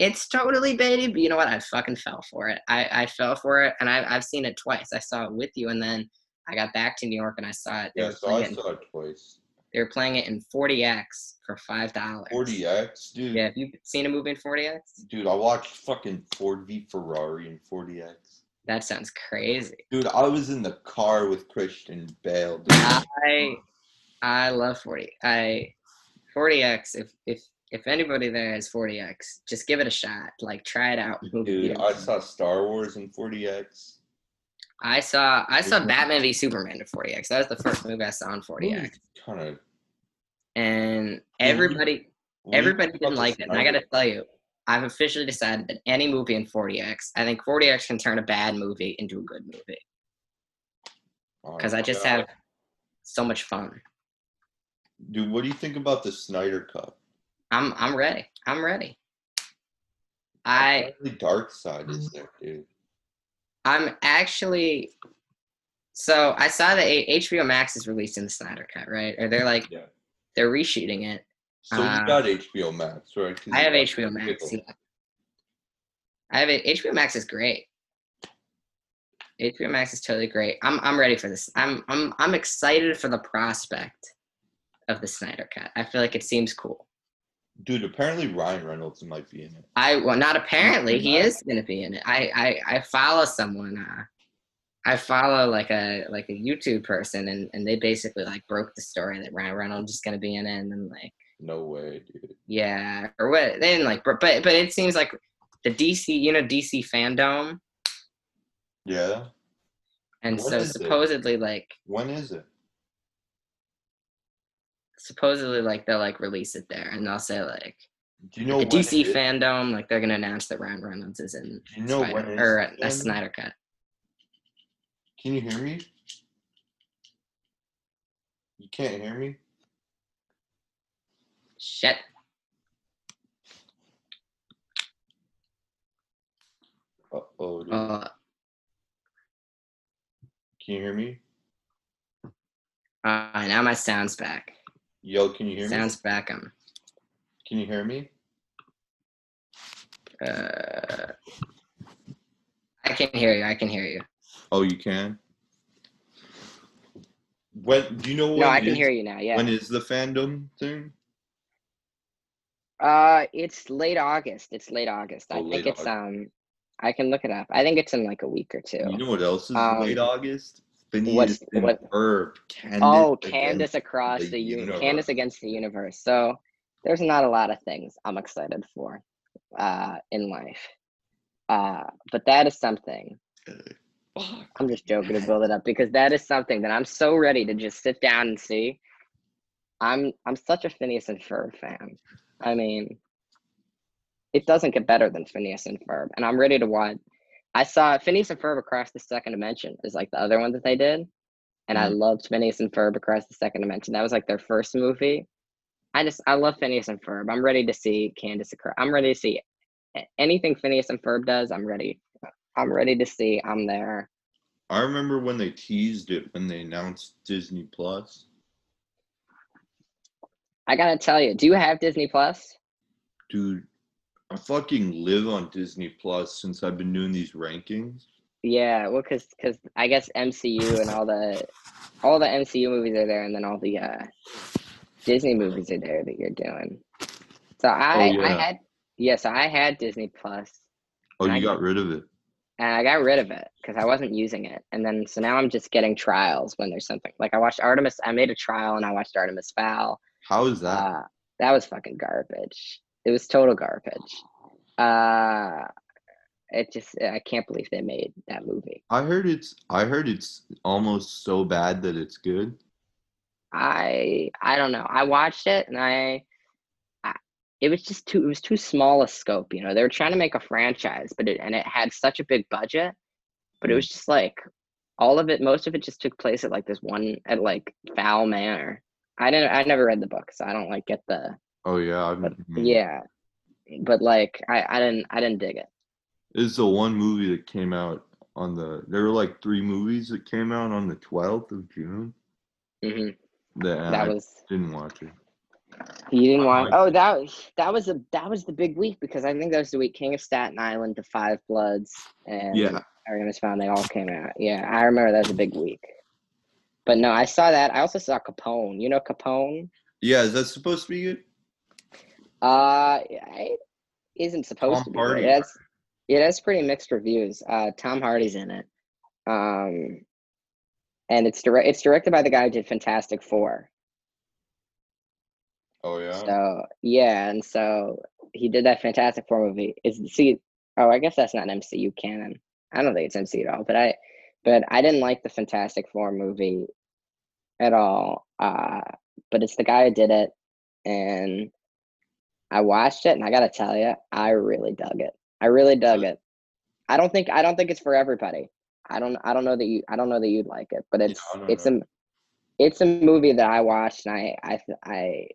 Speaker 2: it's totally baited, but you know what? I fucking fell for it. I, I fell for it, and I, I've seen it twice. I saw it with you, and then I got back to New York and I saw it. They,
Speaker 1: yeah,
Speaker 2: were,
Speaker 1: so
Speaker 2: playing
Speaker 1: I
Speaker 2: it in,
Speaker 1: saw it twice.
Speaker 2: they were playing it in 40X for $5.
Speaker 1: 40X, dude.
Speaker 2: Yeah, have you seen a movie in 40X?
Speaker 1: Dude, I watched fucking Ford v Ferrari in 40X.
Speaker 2: That sounds crazy.
Speaker 1: Dude, I was in the car with Christian Bale. Dude.
Speaker 3: Ah,
Speaker 2: I I love 40. I 40X. If if if anybody there has 40X, just give it a shot. Like try it out. Movie
Speaker 1: Dude, I
Speaker 2: theaters.
Speaker 1: saw Star Wars in 40X.
Speaker 2: I saw I saw
Speaker 1: Mhm.
Speaker 2: Batman v Superman in 40X. That was the first movie I saw in 40X.
Speaker 1: Kind of.
Speaker 2: and everybody everybody didn't like it. And I gotta tell you,
Speaker 3: I've officially decided that any movie in 40x, I think 40x can turn a bad movie into a good movie because
Speaker 1: Oh
Speaker 3: I just have so much fun.
Speaker 1: Dude, what do you think about the Snyder Cup?
Speaker 3: I'm I'm ready. I'm ready.
Speaker 1: How
Speaker 3: I
Speaker 1: the dark side is there, dude.
Speaker 3: I'm actually so I saw that A- HBO Max is releasing the Snyder Cut, right? Or they're like
Speaker 1: Yeah.
Speaker 3: they're reshooting it.
Speaker 1: So you
Speaker 3: Uh,
Speaker 1: got HBO Max, right? 'Cause
Speaker 3: I
Speaker 1: you
Speaker 3: have
Speaker 1: got
Speaker 3: HBO Max.
Speaker 1: Pickle.
Speaker 3: Yeah. I have it. HBO Max is great. HBO Max is totally great. I'm I'm ready for this. I'm I'm I'm excited for the prospect of the Snyder Cut. I feel like it seems cool.
Speaker 1: Dude, apparently Ryan Reynolds might be in it.
Speaker 3: I well, not apparently he
Speaker 1: Right.
Speaker 3: is going to be in it. I I I follow someone. Uh, I follow like a like a YouTube person, and and they basically like broke the story that Ryan Reynolds is going to be in it, and then like
Speaker 1: No way, dude.
Speaker 3: yeah or what they didn't like, bro- but but it seems like the DC you know DC fandom,
Speaker 1: Yeah?
Speaker 3: and
Speaker 1: What
Speaker 3: so
Speaker 1: is it?
Speaker 3: supposedly like
Speaker 1: When is it?
Speaker 3: supposedly like they'll like release it there, and they'll say like
Speaker 1: Do you know
Speaker 3: the
Speaker 1: Oh, when it
Speaker 3: DC
Speaker 1: is?
Speaker 3: fandom like they're going to announce that Ryan Reynolds is in
Speaker 1: Do you know when
Speaker 3: Spider-
Speaker 1: it is,
Speaker 3: or a, a
Speaker 1: Jen?
Speaker 3: Snyder Cut.
Speaker 1: Can you hear me? You can't hear me?
Speaker 3: Shit.
Speaker 1: Uh oh, dude.
Speaker 3: Uh,
Speaker 1: Can you hear me?
Speaker 3: Uh, now my sound's back.
Speaker 1: Yo, can you hear
Speaker 3: Sounds back. Um,
Speaker 1: me? Can you hear me?
Speaker 3: uh, I can hear you. I can hear you.
Speaker 1: Oh, you can. When do you know?
Speaker 2: No, I can hear you now. Yeah.
Speaker 1: When is the fandom thing?
Speaker 2: Uh, it's late August. It's late August. I
Speaker 1: Oh,
Speaker 2: think
Speaker 1: late
Speaker 2: it's um, I can look it up. I think it's in like a week or two.
Speaker 1: You know what else is
Speaker 2: Um,
Speaker 1: late August? Phineas
Speaker 2: what's-
Speaker 1: and
Speaker 2: what-
Speaker 1: Ferb. Candace
Speaker 2: oh,
Speaker 1: against-
Speaker 2: Candace across
Speaker 1: the
Speaker 2: the, uni-
Speaker 1: universe.
Speaker 2: Candace against the universe. So there's not a lot of things I'm excited for, uh, in life. Uh, but that is something.
Speaker 1: Fuck.
Speaker 2: I'm just joking to build it up because that is something that I'm so ready to just sit down and see. I'm I'm such a Phineas and Ferb fan. I mean, it doesn't get better than Phineas and Ferb, and I'm ready to watch. I saw Phineas and Ferb Across the Second Dimension is like the other one that they did, and I loved Phineas and Ferb Across the Second Dimension. That was like their first movie. I just I love Phineas and Ferb. I'm ready to see Candace. Acro- I'm ready to see a- anything Phineas and Ferb does. I'm ready. I'm ready to see. I'm there.
Speaker 1: I remember when they teased it when they announced Disney Plus.
Speaker 2: I gotta tell you, do you have Disney Plus?
Speaker 1: Dude, I fucking live on Disney Plus since I've been doing these rankings.
Speaker 2: Yeah, well, cause, 'cause I guess MCU and all the all the MCU movies are there, and then all the uh, Disney movies are there that you're doing. So I I
Speaker 1: yeah.
Speaker 2: had yeah, so I had Disney Plus,
Speaker 1: Oh,
Speaker 2: I-
Speaker 1: you got rid of it.
Speaker 2: and I got rid of it because I wasn't using it, and then so now I'm just getting trials when there's something like I watched Artemis. I made a trial and I watched Artemis Fowl.
Speaker 1: How is that?
Speaker 2: Uh, that was fucking garbage. It was total garbage. Uh, it just I can't believe they made that movie.
Speaker 1: I heard it's I heard it's almost so bad that it's good.
Speaker 2: I I don't know. I watched it and I, I it was just too it was too small a scope, you know. They were trying to make a franchise, but it and it had such a big budget, but it was just like all of it most of it just took place at like this one at like Foul Manor. I didn't I never read the book, so I don't like get the
Speaker 1: Oh yeah, I've
Speaker 2: But-
Speaker 1: mm.
Speaker 2: yeah. But like I I didn't I didn't dig it.
Speaker 1: This is the one movie that came out on the there were like three movies that came out on the 12th of June
Speaker 2: hmm
Speaker 1: that, I
Speaker 2: That was
Speaker 1: didn't watch it.
Speaker 2: You didn't
Speaker 1: Uh,
Speaker 2: want.
Speaker 1: I-
Speaker 2: Oh, that was- that was a that was the big week because I think that was the week King of Staten Island, The Five Bloods, and
Speaker 1: Yeah.
Speaker 2: Artemis Found. They all came out. Yeah, I remember that was a big week. But no, I saw that. I also saw Capone. You know Capone?
Speaker 1: Yeah, is that supposed to be good?
Speaker 2: Uh, it isn't supposed
Speaker 1: Tom
Speaker 2: to be.
Speaker 1: Hardy.
Speaker 2: It has, it has pretty mixed reviews. Uh, Tom Hardy's in it. Um, and it's direct. It's directed by the guy who did Fantastic Four.
Speaker 1: Oh yeah.
Speaker 2: So yeah, and so he did that Fantastic Four movie. Is see? Oh, I guess that's not an MCU canon. I don't think it's MCU at all. But I, but I didn't like the Fantastic Four movie at all. Uh, but it's the guy who did it, and I watched it and I gotta tell you, I really dug it. I really dug it. I don't think I don't think it's for everybody. I don't I don't know that you I don't know that you'd like it, but it's
Speaker 1: I don't
Speaker 2: it's
Speaker 1: know.
Speaker 2: a it's a movie that I watched and I I th-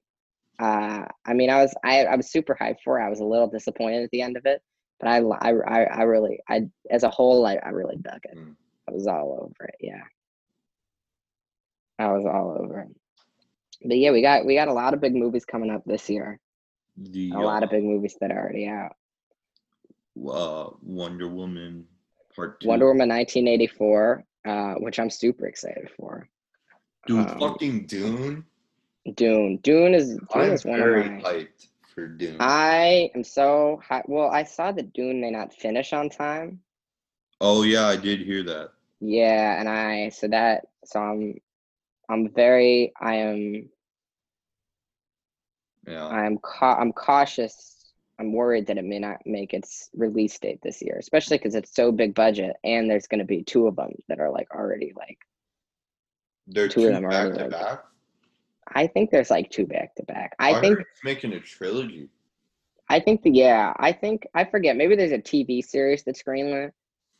Speaker 2: I uh I mean I was I I was super hyped for. it. I was a little disappointed at the end of it, but I li- I I, I really I as a whole I, I really dug it.
Speaker 1: Mm.
Speaker 2: I was all over it. Yeah. I was all over it. But yeah, we got we got a lot of big movies coming up this year
Speaker 1: The
Speaker 2: a lot of
Speaker 1: uh,
Speaker 2: big movies that are already out.
Speaker 1: uh, Wonder Woman Part Two.
Speaker 2: Wonder Woman 1984, uh, which I'm super excited for.
Speaker 1: Dude,
Speaker 2: um,
Speaker 1: fucking Dune.
Speaker 2: Dune. Dune is Dune
Speaker 1: I'm
Speaker 2: is one
Speaker 1: very
Speaker 2: of my.
Speaker 1: hyped for Dune.
Speaker 2: I am so high. Well, I saw that Dune may not finish on time.
Speaker 1: oh yeah, I did hear that.
Speaker 2: Yeah, and I so that so I'm I'm very I am
Speaker 1: Yeah.
Speaker 2: I am ca- I'm cautious. I'm worried that it may not make its release date this year, especially because it's so big budget, and there's going to be two of them that are like already like
Speaker 1: They're
Speaker 2: two
Speaker 1: two
Speaker 2: of them are
Speaker 1: back
Speaker 2: already
Speaker 1: to
Speaker 2: like-
Speaker 1: back.
Speaker 2: I think there's like two back to back. I
Speaker 1: heard
Speaker 2: think
Speaker 1: it's making a trilogy.
Speaker 2: I think the yeah, I think I forget. Maybe there's a TV series that's greenlit,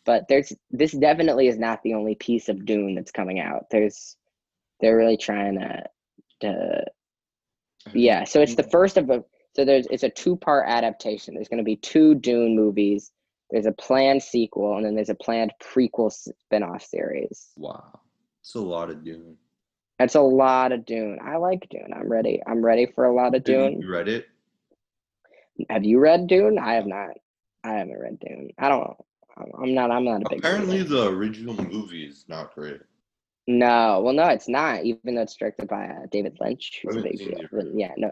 Speaker 2: but there's this definitely is not the only piece of Dune that's coming out. There's they're really trying to, to yeah. So it's the first of a so there's it's a two part adaptation. There's going to be two Dune movies. There's a planned sequel, and then there's a planned prequel spin off series.
Speaker 1: Wow, it's a lot of Dune.
Speaker 2: That's a lot of Dune. I like Dune. I'm ready. I'm ready for a lot
Speaker 1: Have
Speaker 2: of Dune.
Speaker 1: you read it?
Speaker 2: Have you read Dune? I have not. I haven't read Dune. I don't. I'm- I'm not. I'm not a big.
Speaker 1: Apparently,
Speaker 2: reader.
Speaker 1: the original movie is not great.
Speaker 2: no. Well, no, it's not. Even though it's directed by uh, David Lynch, who's a
Speaker 1: haven't
Speaker 2: big
Speaker 1: seen
Speaker 2: deal.
Speaker 1: the
Speaker 2: But
Speaker 1: original.
Speaker 2: yeah, no,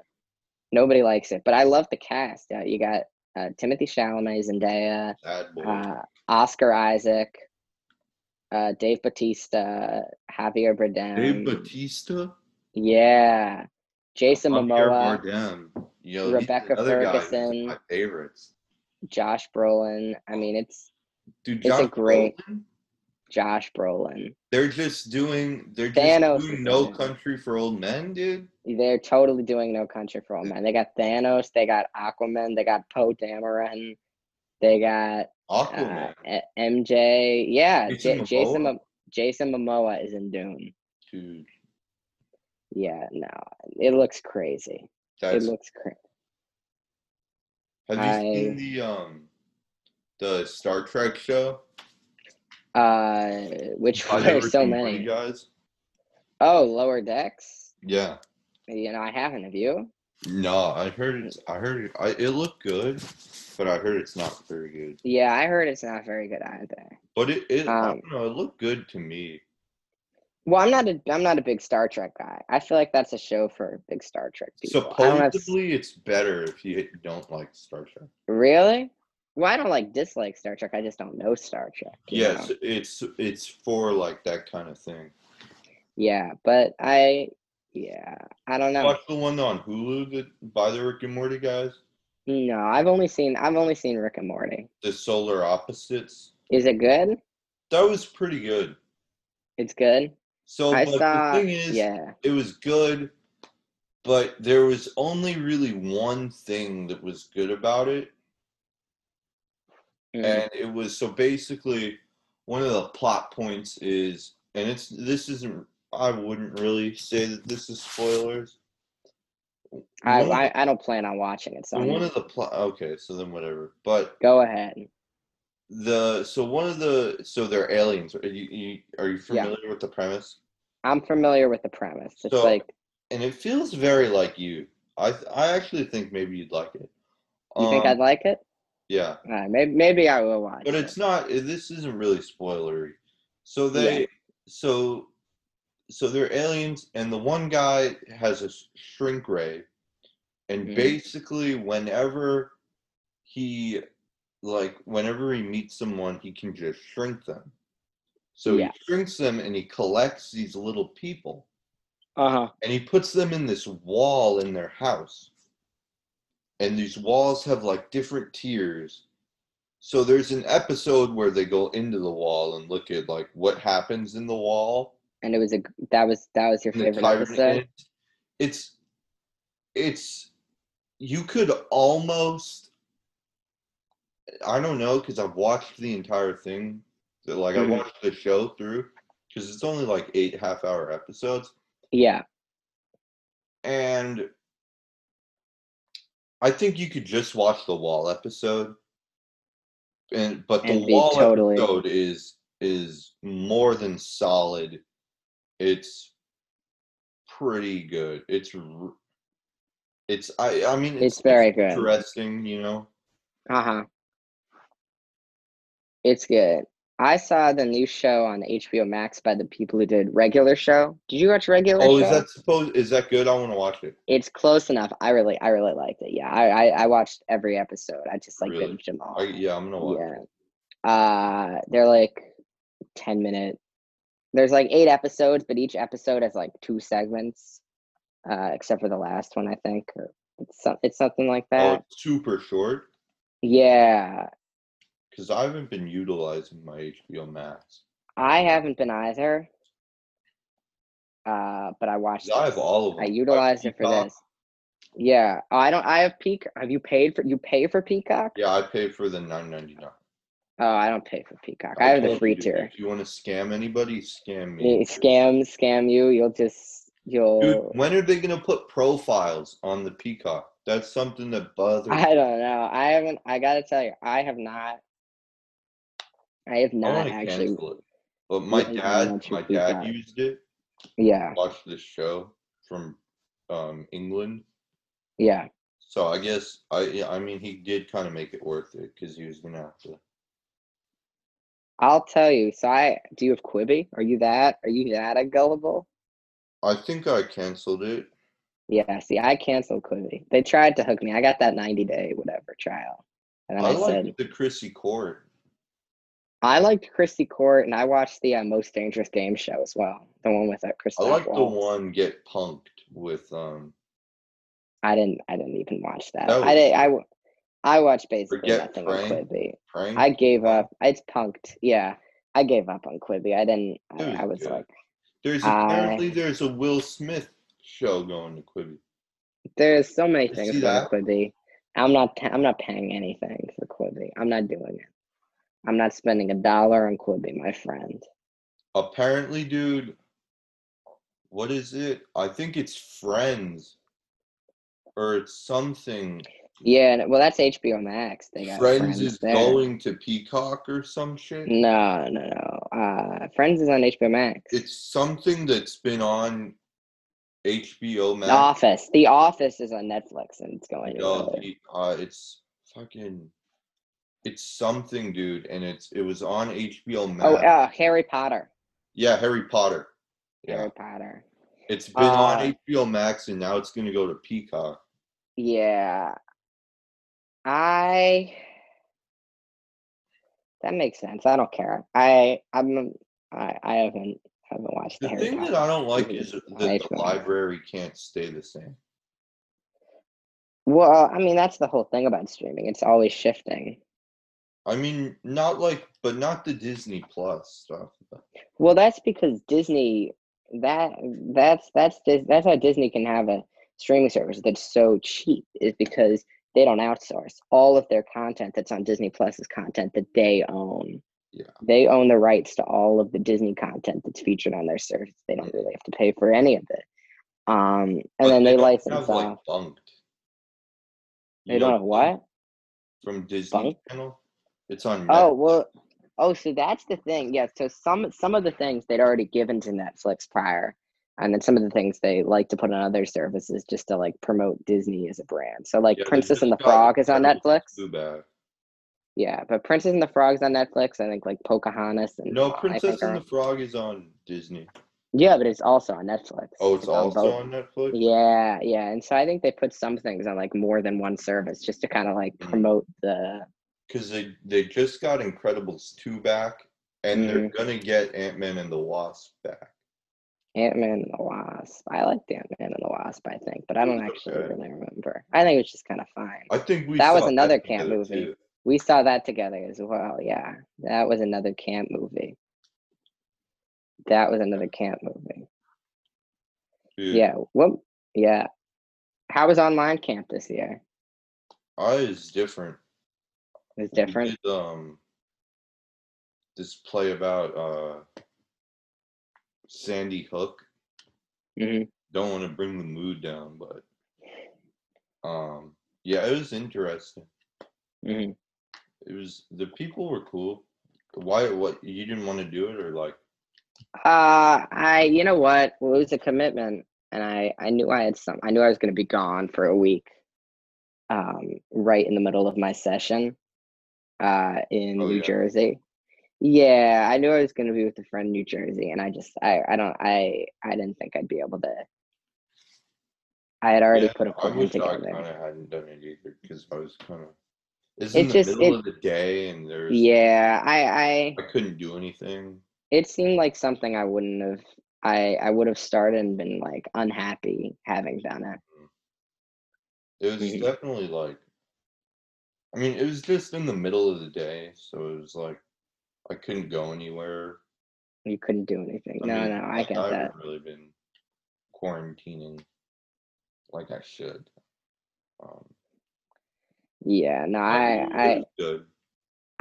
Speaker 2: nobody likes it. But I love the cast. Uh, you got uh, Timothy Chalamet, Zendaya,
Speaker 1: Bad boy.
Speaker 2: uh, Oscar Isaac, uh, Dave Batista, Javier Bardem.
Speaker 1: Dave Batista,
Speaker 2: yeah, Jason
Speaker 1: Javier
Speaker 2: Momoa,
Speaker 1: Bardem, yo, he's
Speaker 2: Rebecca
Speaker 1: another guy who's
Speaker 2: Ferguson.
Speaker 1: my favorites.
Speaker 2: Josh Brolin. I mean, it's
Speaker 1: Dude,
Speaker 2: a
Speaker 1: Josh
Speaker 2: great-
Speaker 1: Brolin,
Speaker 2: Josh Brolin.
Speaker 1: they're just doing. They're just
Speaker 2: Thanos is
Speaker 1: doing No
Speaker 2: in it.
Speaker 1: Country for Old Men, dude.
Speaker 2: They're totally doing No Country for Old Men. They got Thanos, they got Aquaman, they got Poe Dameron, they got uh,
Speaker 1: Aquaman,
Speaker 2: E- MJ. Yeah,
Speaker 1: Jason
Speaker 2: J- Jason
Speaker 1: Momoa.
Speaker 2: Mo- Jason Momoa is in Dune.
Speaker 1: dude.
Speaker 2: Yeah, no, it looks crazy.
Speaker 1: That's,
Speaker 2: it looks crazy.
Speaker 1: have you
Speaker 2: I-
Speaker 1: seen the um the Star Trek show?
Speaker 2: Uh, which
Speaker 1: By the
Speaker 2: there's so
Speaker 1: original Brady
Speaker 2: many.
Speaker 1: guys.
Speaker 2: Oh, Lower Decks.
Speaker 1: Yeah.
Speaker 2: You know, I haven't. Have you?
Speaker 1: No, I heard it's. I heard it, I, it looked good, but I heard it's not very good.
Speaker 2: Yeah, I heard it's not very good either.
Speaker 1: But it, it I
Speaker 2: Um,
Speaker 1: don't know. It looked good to me.
Speaker 2: Well, I'm not a I'm not a big Star Trek guy. I feel like that's a show for big Star Trek people. I don't have s-
Speaker 1: Supposedly, it's better if you don't like Star Trek.
Speaker 2: Really? Well, I don't like dislike Star Trek. I just don't know Star Trek. you
Speaker 1: Yes,
Speaker 2: know?
Speaker 1: it's it's for like that kind of thing.
Speaker 2: Yeah, but I, yeah, I don't know.
Speaker 1: Watch the one on Hulu that by the Rick and Morty guys,
Speaker 2: No, I've only seen I've only seen Rick and Morty.
Speaker 1: the Solar Opposites.
Speaker 2: Is it good?
Speaker 1: That was pretty good.
Speaker 2: It's good.
Speaker 1: So,
Speaker 2: I
Speaker 1: Oh, but
Speaker 2: saw.
Speaker 1: the thing is,
Speaker 2: yeah.
Speaker 1: it was good, but there was only really one thing that was good about it.
Speaker 2: mm,
Speaker 1: and it was so basically one of the plot points is and it's this isn't i wouldn't really say that this is spoilers
Speaker 2: I,
Speaker 1: one,
Speaker 2: I I don't plan on watching it. So
Speaker 1: of,
Speaker 2: I'm
Speaker 1: one
Speaker 2: just-
Speaker 1: of the plot okay so then whatever but
Speaker 2: go ahead.
Speaker 1: the so one of the so they're aliens are you, you are you
Speaker 2: Yeah.
Speaker 1: familiar with the premise
Speaker 2: I'm familiar with the premise. It's
Speaker 1: So-
Speaker 2: like
Speaker 1: and it feels very like you i th- i actually think maybe you'd like it
Speaker 2: you think
Speaker 1: Um,
Speaker 2: I'd like it?
Speaker 1: yeah
Speaker 2: maybe maybe I will watch.
Speaker 1: but
Speaker 2: it.
Speaker 1: it's not it- this isn't really spoilery so they
Speaker 2: Yeah.
Speaker 1: so so they're aliens and the one guy has a sh- shrink ray and
Speaker 2: Mhm.
Speaker 1: basically whenever he like whenever he meets someone he can just shrink them so
Speaker 2: Yeah.
Speaker 1: he shrinks them and he collects these little people
Speaker 2: Uh huh.
Speaker 1: and he puts them in this wall in their house and these walls have like different tiers so there's an episode where they go into the wall and look at like what happens in the wall
Speaker 2: And it was a that was that was your
Speaker 1: and the
Speaker 2: favorite
Speaker 1: tyrant
Speaker 2: episode.
Speaker 1: is. it's it's you could almost I don't know because I've watched the entire thing. So, Like
Speaker 2: Mhm.
Speaker 1: I watched the show through because it's only like eight half hour episodes,
Speaker 2: Yeah.
Speaker 1: and I think you could just watch the wall episode. And but the
Speaker 2: And be
Speaker 1: wall
Speaker 2: totally-
Speaker 1: episode is is more than solid. It's pretty good. It's r- it's I I mean
Speaker 2: It's very good.
Speaker 1: interesting, you know.
Speaker 2: Uh
Speaker 1: Uh-huh.
Speaker 2: huh. It's good. I saw the new show on HBO Max by the people who did Regular Show. Did you watch Regular
Speaker 1: Oh,
Speaker 2: Show?
Speaker 1: is that supposed? Is that good? I want to watch it.
Speaker 2: It's close enough. I really, I really liked it. Yeah, I, I, I watched every episode. I just like
Speaker 1: Really?
Speaker 2: binged them all.
Speaker 1: I, yeah, I'm gonna watch.
Speaker 2: Yeah. Uh, they're like 10 minute. There's like eight episodes, but each episode has like two segments, uh, except for the last one, I think. Or it's, some, it's something like
Speaker 1: Oh,
Speaker 2: that.
Speaker 1: it's super short
Speaker 2: Yeah.
Speaker 1: because I haven't been utilizing my HBO Max.
Speaker 2: I haven't been either. Uh, but I
Speaker 1: 'Cause
Speaker 2: watched
Speaker 1: I
Speaker 2: it.
Speaker 1: have all of them.
Speaker 2: I utilized it for
Speaker 1: Peacock.
Speaker 2: this. Yeah. Oh, I don't I have Peac have you paid for you pay for Peacock?
Speaker 1: Yeah, I pay for the 9.99.
Speaker 2: Oh, I don't pay for Peacock. I have the
Speaker 1: told
Speaker 2: free
Speaker 1: you,
Speaker 2: tier.
Speaker 1: If you want to scam anybody, scam me.
Speaker 2: They Scam scam you, you'll just
Speaker 1: Dude,
Speaker 2: you'll
Speaker 1: when are they gonna put profiles on the Peacock? That's something that bothers. me.
Speaker 2: I don't know. I haven't. I gotta tell you, I have not. I have
Speaker 1: I
Speaker 2: not
Speaker 1: wanna
Speaker 2: actually.
Speaker 1: cancel it. But my
Speaker 2: really
Speaker 1: dad,
Speaker 2: want your
Speaker 1: my dad
Speaker 2: Peacock.
Speaker 1: used it.
Speaker 2: Yeah,
Speaker 1: Watched this show from um, England.
Speaker 2: yeah,
Speaker 1: So I guess I yeah, I mean he did kind of make it worth it because he was gonna have to.
Speaker 2: I'll tell you. So I do. You have Quibi? Are you that? Are you that a gullible?
Speaker 1: I think I canceled it.
Speaker 2: Yeah. See, I canceled Quibi. They tried to hook me. I got that ninety day whatever trial, and then
Speaker 1: I
Speaker 2: I,
Speaker 1: liked
Speaker 2: said
Speaker 1: the Chrissy Court.
Speaker 2: I liked Christy Court, and I watched the uh, Most Dangerous Game show as well, the one with uh,
Speaker 1: I
Speaker 2: Christoph
Speaker 1: like the
Speaker 2: Waltz.
Speaker 1: one get punked with um
Speaker 2: I didn't. I didn't even watch that.
Speaker 1: That
Speaker 2: I
Speaker 1: was-
Speaker 2: did. I. w- I watched basically
Speaker 1: Forget
Speaker 2: nothing on
Speaker 1: Frank.
Speaker 2: Quibi.
Speaker 1: Frank.
Speaker 2: I gave up. It's punked. Yeah, I gave up on Quibi. I didn't.
Speaker 1: Dude,
Speaker 2: I, I was
Speaker 1: dude.
Speaker 2: like,
Speaker 1: there's
Speaker 2: I-
Speaker 1: apparently there's a Will Smith show going to Quibi.
Speaker 2: there's so many
Speaker 1: You
Speaker 2: things
Speaker 1: see
Speaker 2: on
Speaker 1: that?
Speaker 2: Quibi. I'm not. pa- I'm not paying anything for Quibi. I'm not doing it. I'm not spending a dollar on Quibi, my friend.
Speaker 1: Apparently, dude. What is it? I think it's Friends, or it's something.
Speaker 2: Yeah, and, well, that's HBO Max. They got
Speaker 1: Friends,
Speaker 2: Friends,
Speaker 1: is
Speaker 2: there.
Speaker 1: going to Peacock or some shit.
Speaker 2: No, no, no. Uh, Friends is on HBO Max.
Speaker 1: It's something that's been on HBO Max.
Speaker 2: The Office. The Office is on Netflix, and it's going.
Speaker 1: No,
Speaker 2: to
Speaker 1: the, uh, it's fucking. It's something, dude, and it's it was on HBO Max.
Speaker 2: Oh, uh, Harry Potter.
Speaker 1: yeah, Harry Potter. Yeah,
Speaker 2: Harry Potter.
Speaker 1: it's been
Speaker 2: Uh,
Speaker 1: on HBO Max, and now it's gonna go to Peacock.
Speaker 2: Yeah. I that makes sense. I don't care. I I'm I, I haven't haven't watched
Speaker 1: The
Speaker 2: Harry
Speaker 1: thing that
Speaker 2: Potter.
Speaker 1: I don't like
Speaker 2: It
Speaker 1: is
Speaker 2: is
Speaker 1: that
Speaker 2: on
Speaker 1: the
Speaker 2: HBO Max.
Speaker 1: library can't stay the same.
Speaker 2: Well, I mean that's the whole thing about streaming. It's always shifting.
Speaker 1: I mean, not like, but not the Disney Plus stuff.
Speaker 2: Well, that's because Disney that that's that's Dis- that's how Disney can have a streaming service that's so cheap is because they don't outsource. All of their content that's on Disney Plus is content that they own.
Speaker 1: Yeah.
Speaker 2: They own the rights to all of the Disney content that's featured on their service. They don't really have to pay for any of it. Um, and
Speaker 1: But
Speaker 2: then they,
Speaker 1: don't
Speaker 2: license
Speaker 1: have,
Speaker 2: off.
Speaker 1: like, Bunked. You
Speaker 2: they don't
Speaker 1: know
Speaker 2: have what?
Speaker 1: from Disney
Speaker 2: Bunked?
Speaker 1: Channel? It's on.
Speaker 2: Oh
Speaker 1: Netflix.
Speaker 2: well, oh so that's the thing. Yeah, so some some of the things they'd already given to Netflix prior, and then some of the things they like to put on other services just to like promote Disney as a brand. So like
Speaker 1: Yeah, they
Speaker 2: Princess and the
Speaker 1: just got
Speaker 2: Frog is on
Speaker 1: Incredibles
Speaker 2: Netflix.
Speaker 1: Too bad.
Speaker 2: Yeah, but Princess and the Frog's on Netflix. I think like Pocahontas and
Speaker 1: No,
Speaker 2: uh, I
Speaker 1: Princess
Speaker 2: think are
Speaker 1: and the
Speaker 2: on-
Speaker 1: Frog is on Disney.
Speaker 2: yeah, but it's also on Netflix.
Speaker 1: Oh, it's,
Speaker 2: on
Speaker 1: also
Speaker 2: both.
Speaker 1: on Netflix.
Speaker 2: Yeah, yeah, and so I think they put some things on like more than one service just to kind of like
Speaker 1: Mhm.
Speaker 2: promote the
Speaker 1: because they they just got Incredibles two back, and they're
Speaker 2: Mm-hmm.
Speaker 1: gonna get Ant Man and the Wasp back.
Speaker 2: Ant Man and the Wasp. I liked Ant Man and the Wasp, I think, but I
Speaker 1: It
Speaker 2: don't
Speaker 1: was
Speaker 2: actually
Speaker 1: okay.
Speaker 2: really remember. I think it was just kind of fine.
Speaker 1: I think we
Speaker 2: That was
Speaker 1: saw
Speaker 2: another camp
Speaker 1: together,
Speaker 2: movie. We saw that together as well. Yeah, that was another camp movie. That was another camp movie.
Speaker 1: Dude,
Speaker 2: Yeah. What? Yeah. How was online camp this year?
Speaker 1: I is different.
Speaker 2: It's
Speaker 1: Mm-hmm.
Speaker 2: different.
Speaker 1: We did, um, this play about uh, Sandy Hook.
Speaker 2: hmm
Speaker 1: Don't want to bring the mood down, but um, yeah, it was interesting.
Speaker 2: hmm
Speaker 1: It was the people were cool. Why? What you didn't want to do it, or like?
Speaker 2: Uh, I you know what? It was a commitment, and I I knew I had some. I knew I was going to be gone for a week, um, right in the middle of my session, uh, in
Speaker 1: Oh,
Speaker 2: New
Speaker 1: yeah.
Speaker 2: Jersey. Yeah, I knew I was going to be with a friend in New Jersey, and I just I I don't I I didn't think I'd be able to. I had already
Speaker 1: Yeah,
Speaker 2: put a
Speaker 1: I
Speaker 2: plan
Speaker 1: wish I
Speaker 2: together.
Speaker 1: kind of hadn't done it either because I was kind of. It's, in
Speaker 2: It's
Speaker 1: the
Speaker 2: just-
Speaker 1: middle
Speaker 2: it-
Speaker 1: of the day, and there's
Speaker 2: Yeah, I I
Speaker 1: I couldn't do anything.
Speaker 2: it seemed like something I wouldn't have. I I would have started and been like unhappy having done it.
Speaker 1: It was
Speaker 2: Mhm.
Speaker 1: definitely like, I mean, it was just in the middle of the day, so it was like I couldn't go anywhere.
Speaker 2: You couldn't do anything.
Speaker 1: I
Speaker 2: no,
Speaker 1: mean,
Speaker 2: no, I
Speaker 1: like,
Speaker 2: get
Speaker 1: I
Speaker 2: that.
Speaker 1: haven't really been quarantining like I should. Um,
Speaker 2: Yeah, no,
Speaker 1: it
Speaker 2: I, I,
Speaker 1: was good.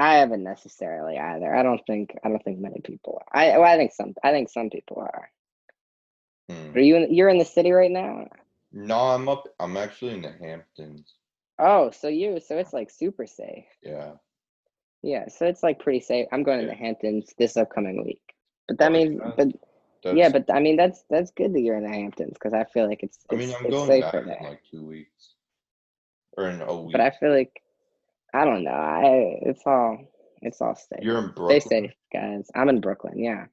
Speaker 2: I haven't necessarily either. I don't think, I don't think many people. Are. I, well, I think some, I think some people are.
Speaker 1: Hmm.
Speaker 2: Are you? In, you're in the city right now.
Speaker 1: No, I'm up. I'm actually in the Hamptons.
Speaker 2: Oh, so you, so it's like super safe.
Speaker 1: Yeah,
Speaker 2: Yeah, so it's like pretty safe. I'm going to
Speaker 1: Yeah.
Speaker 2: the Hamptons this upcoming week. But that
Speaker 1: Oh,
Speaker 2: means,
Speaker 1: nice.
Speaker 2: but
Speaker 1: that's,
Speaker 2: yeah, but I mean that's that's good that you're in the Hamptons because I feel like it's, it's
Speaker 1: I mean, I'm
Speaker 2: it's
Speaker 1: going
Speaker 2: safer
Speaker 1: back in
Speaker 2: there.
Speaker 1: like two weeks or in a week.
Speaker 2: but I feel like I don't know. I it's all it's all safe.
Speaker 1: You're in
Speaker 2: Stay
Speaker 1: Brooklyn,
Speaker 2: safe, guys. I'm in Brooklyn. Yeah.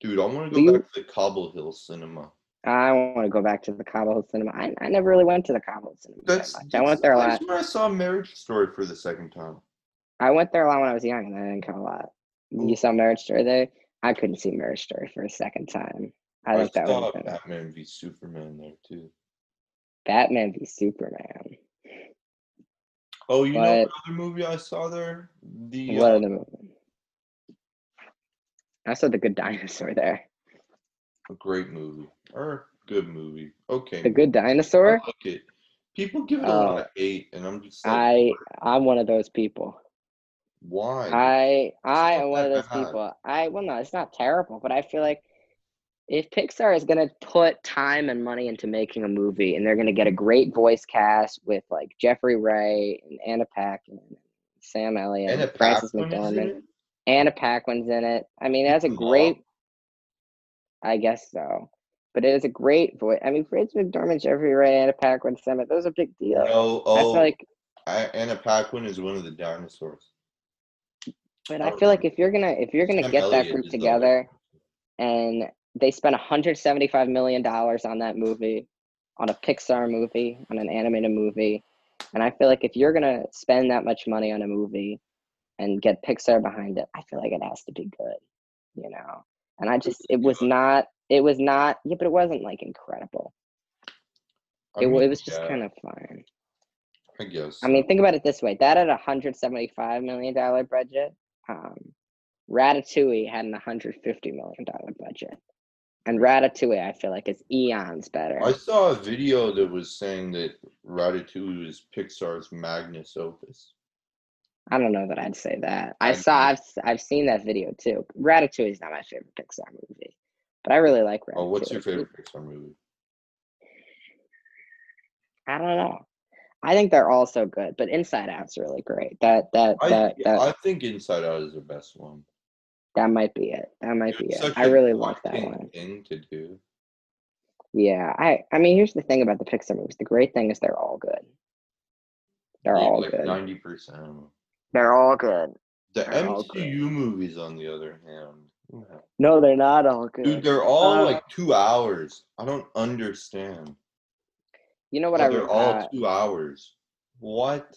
Speaker 1: dude. I want to
Speaker 2: Do
Speaker 1: go
Speaker 2: you-
Speaker 1: back to the Cobble Hill Cinema.
Speaker 2: I want to go back to the Cobble Hill Cinema. I, I never really went to the Cobble Hill Cinema that
Speaker 1: That's,
Speaker 2: much. I
Speaker 1: that's
Speaker 2: went there a
Speaker 1: the
Speaker 2: lot.
Speaker 1: place where I saw Marriage Story for the second time.
Speaker 2: I went there a lot when I was young, and I didn't come a lot. You
Speaker 1: Ooh.
Speaker 2: saw Marriage Story there. I couldn't see Marriage Story for a second time. I, think that
Speaker 1: saw
Speaker 2: would have been
Speaker 1: Batman v Superman there too.
Speaker 2: Batman v Superman.
Speaker 1: Oh, you know what
Speaker 2: But-
Speaker 1: other movie I saw there? The
Speaker 2: What
Speaker 1: uh,
Speaker 2: are the movie? I saw the Good Dinosaur there.
Speaker 1: a great movie or good movie? Okay,
Speaker 2: The Good
Speaker 1: I
Speaker 2: Dinosaur.
Speaker 1: like it. People give it a lot of hate, and I'm just like,
Speaker 2: I I'm one of those people.
Speaker 1: why?
Speaker 2: I I
Speaker 1: not
Speaker 2: am one of
Speaker 1: that uh,
Speaker 2: those
Speaker 1: bad.
Speaker 2: people. I well no, it's not terrible, but I feel like if Pixar is gonna put time and money into making a movie and they're gonna get a great voice cast with like Jeffrey Wright and Anna Paquin and Sam Elliott
Speaker 1: and
Speaker 2: and,
Speaker 1: a
Speaker 2: Francis
Speaker 1: Paquin is in
Speaker 2: McDormand.
Speaker 1: it?
Speaker 2: Anna Paquin's in it. I mean that's a
Speaker 1: Mom?
Speaker 2: great I guess so. But it is a great voice. I mean Francis McDormand, Jeffrey Wright, Anna Paquin, Sam Elliott, those are big deals.
Speaker 1: No,
Speaker 2: I
Speaker 1: oh,
Speaker 2: feel like
Speaker 1: I, Anna Paquin is one of the dinosaurs.
Speaker 2: but
Speaker 1: I
Speaker 2: I
Speaker 1: don't
Speaker 2: feel like
Speaker 1: remember.
Speaker 2: if you're gonna if you're gonna
Speaker 1: Sam
Speaker 2: get that
Speaker 1: Elliott
Speaker 2: group
Speaker 1: is the
Speaker 2: together
Speaker 1: dinosaur.
Speaker 2: and they spent 175 million dollars on that movie on a pixar movie on an animated movie and i feel like if you're gonna spend that much money on a movie and get pixar behind it i feel like it has to be good you know and i just it was not it was not yeah but it wasn't like incredible
Speaker 1: I
Speaker 2: it, wa-
Speaker 1: mean,
Speaker 2: it was just
Speaker 1: yeah,
Speaker 2: kind of fine
Speaker 1: I guess.
Speaker 2: i mean think about it this way that had a 175 million dollar budget um Ratatouille had an 150 million dollar budget, and Ratatouille I feel like is eons better.
Speaker 1: I saw a video that was saying that Ratatouille is Pixar's magnus opus.
Speaker 2: I don't know that I'd say that.
Speaker 1: I
Speaker 2: I saw
Speaker 1: agree.
Speaker 2: I've s- I've seen that video too. Ratatouille is not my favorite Pixar movie, but I really like Ratatouille.
Speaker 1: Oh, what's your favorite Pixar movie?
Speaker 2: I don't know. I think they're all so good, but Inside Out's really great. That that
Speaker 1: I,
Speaker 2: that that,
Speaker 1: I think Inside Out is the best one.
Speaker 2: that might be it. That might be
Speaker 1: It's
Speaker 2: it.
Speaker 1: such
Speaker 2: I
Speaker 1: a
Speaker 2: really love that
Speaker 1: daunting
Speaker 2: one.
Speaker 1: Thing to do.
Speaker 2: Yeah, I I mean here's the thing about the Pixar movies. The great thing is they're all good. They're all good.
Speaker 1: Ninety percent.
Speaker 2: They're all good.
Speaker 1: The
Speaker 2: They're all great.
Speaker 1: MCU movies, on the other hand, yeah.
Speaker 2: No, they're not all good.
Speaker 1: dude, they're all
Speaker 2: Uh,
Speaker 1: like two hours. I don't understand.
Speaker 2: You know what
Speaker 1: Why
Speaker 2: I
Speaker 1: they're
Speaker 2: re-
Speaker 1: all
Speaker 2: uh,
Speaker 1: two hours. What?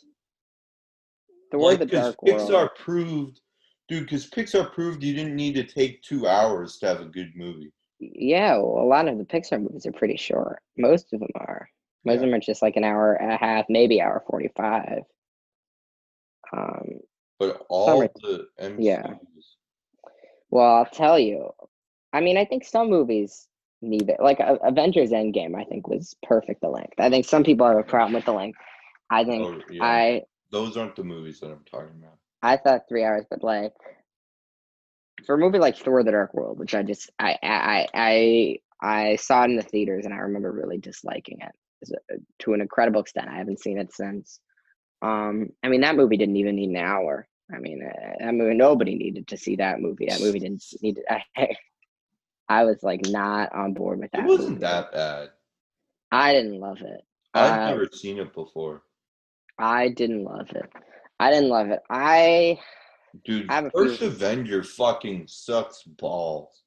Speaker 2: Thor
Speaker 1: Like,
Speaker 2: the
Speaker 1: 'cause
Speaker 2: Dark
Speaker 1: Pixar
Speaker 2: World.
Speaker 1: proved, dude, because Pixar proved you didn't need to take two hours to have a good movie.
Speaker 2: Yeah, well, a lot of the Pixar movies are pretty short. Most of them are. Most of
Speaker 1: Yeah.
Speaker 2: them are just like an hour and a half, maybe hour forty-five. Um,
Speaker 1: But all
Speaker 2: Summer-
Speaker 1: the MCUs,
Speaker 2: yeah. well, I'll tell you. I mean, I think some movies need it. Like A- Avengers Endgame, I think was perfect the length. I think some people have a problem with the length, I think
Speaker 1: Oh, yeah.
Speaker 2: I
Speaker 1: Those aren't the movies that I'm talking about.
Speaker 2: I thought three hours, but like for a movie like Thor: The Dark World, which I just I I I I I saw it in the theaters and I remember really disliking it as a- to an incredible extent. I haven't seen it since. Um, I mean that movie didn't even need an hour. I mean, uh, that movie nobody needed to see that movie. That movie didn't need. I, I was like not on board with that.
Speaker 1: it wasn't
Speaker 2: movie.
Speaker 1: that bad.
Speaker 2: I didn't love it.
Speaker 1: I've
Speaker 2: Uh,
Speaker 1: never seen it before.
Speaker 2: I didn't love it. I didn't love it. I
Speaker 1: Dude,
Speaker 2: I have a
Speaker 1: First
Speaker 2: feeling-
Speaker 1: Avenger fucking sucks balls.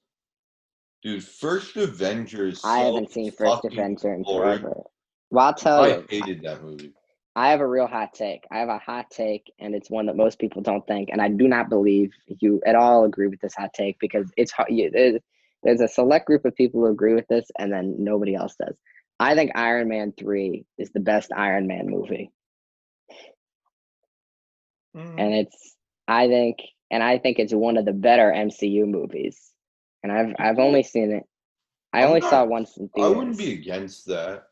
Speaker 1: Dude, First Avenger is
Speaker 2: I
Speaker 1: so
Speaker 2: haven't seen First
Speaker 1: fucking
Speaker 2: Avenger Oh. in
Speaker 1: boring.
Speaker 2: forever. Well, I'll tell
Speaker 1: I
Speaker 2: you,
Speaker 1: hated that movie.
Speaker 2: I have a real hot take. I have a hot take, and it's one that most people don't think. And I do not believe you at all agree with this hot take because it's hard. You, there- there's a select group of people who agree with this, and then nobody else does. I think Iron Man 3 is the best Iron Man movie.
Speaker 1: Mm, Mm-hmm.
Speaker 2: and it's I think and I think it's one of the better MCU movies. And I've I've only seen it. I
Speaker 1: I'm
Speaker 2: only
Speaker 1: not-
Speaker 2: saw it once in
Speaker 1: I
Speaker 2: theaters.
Speaker 1: wouldn't be against that.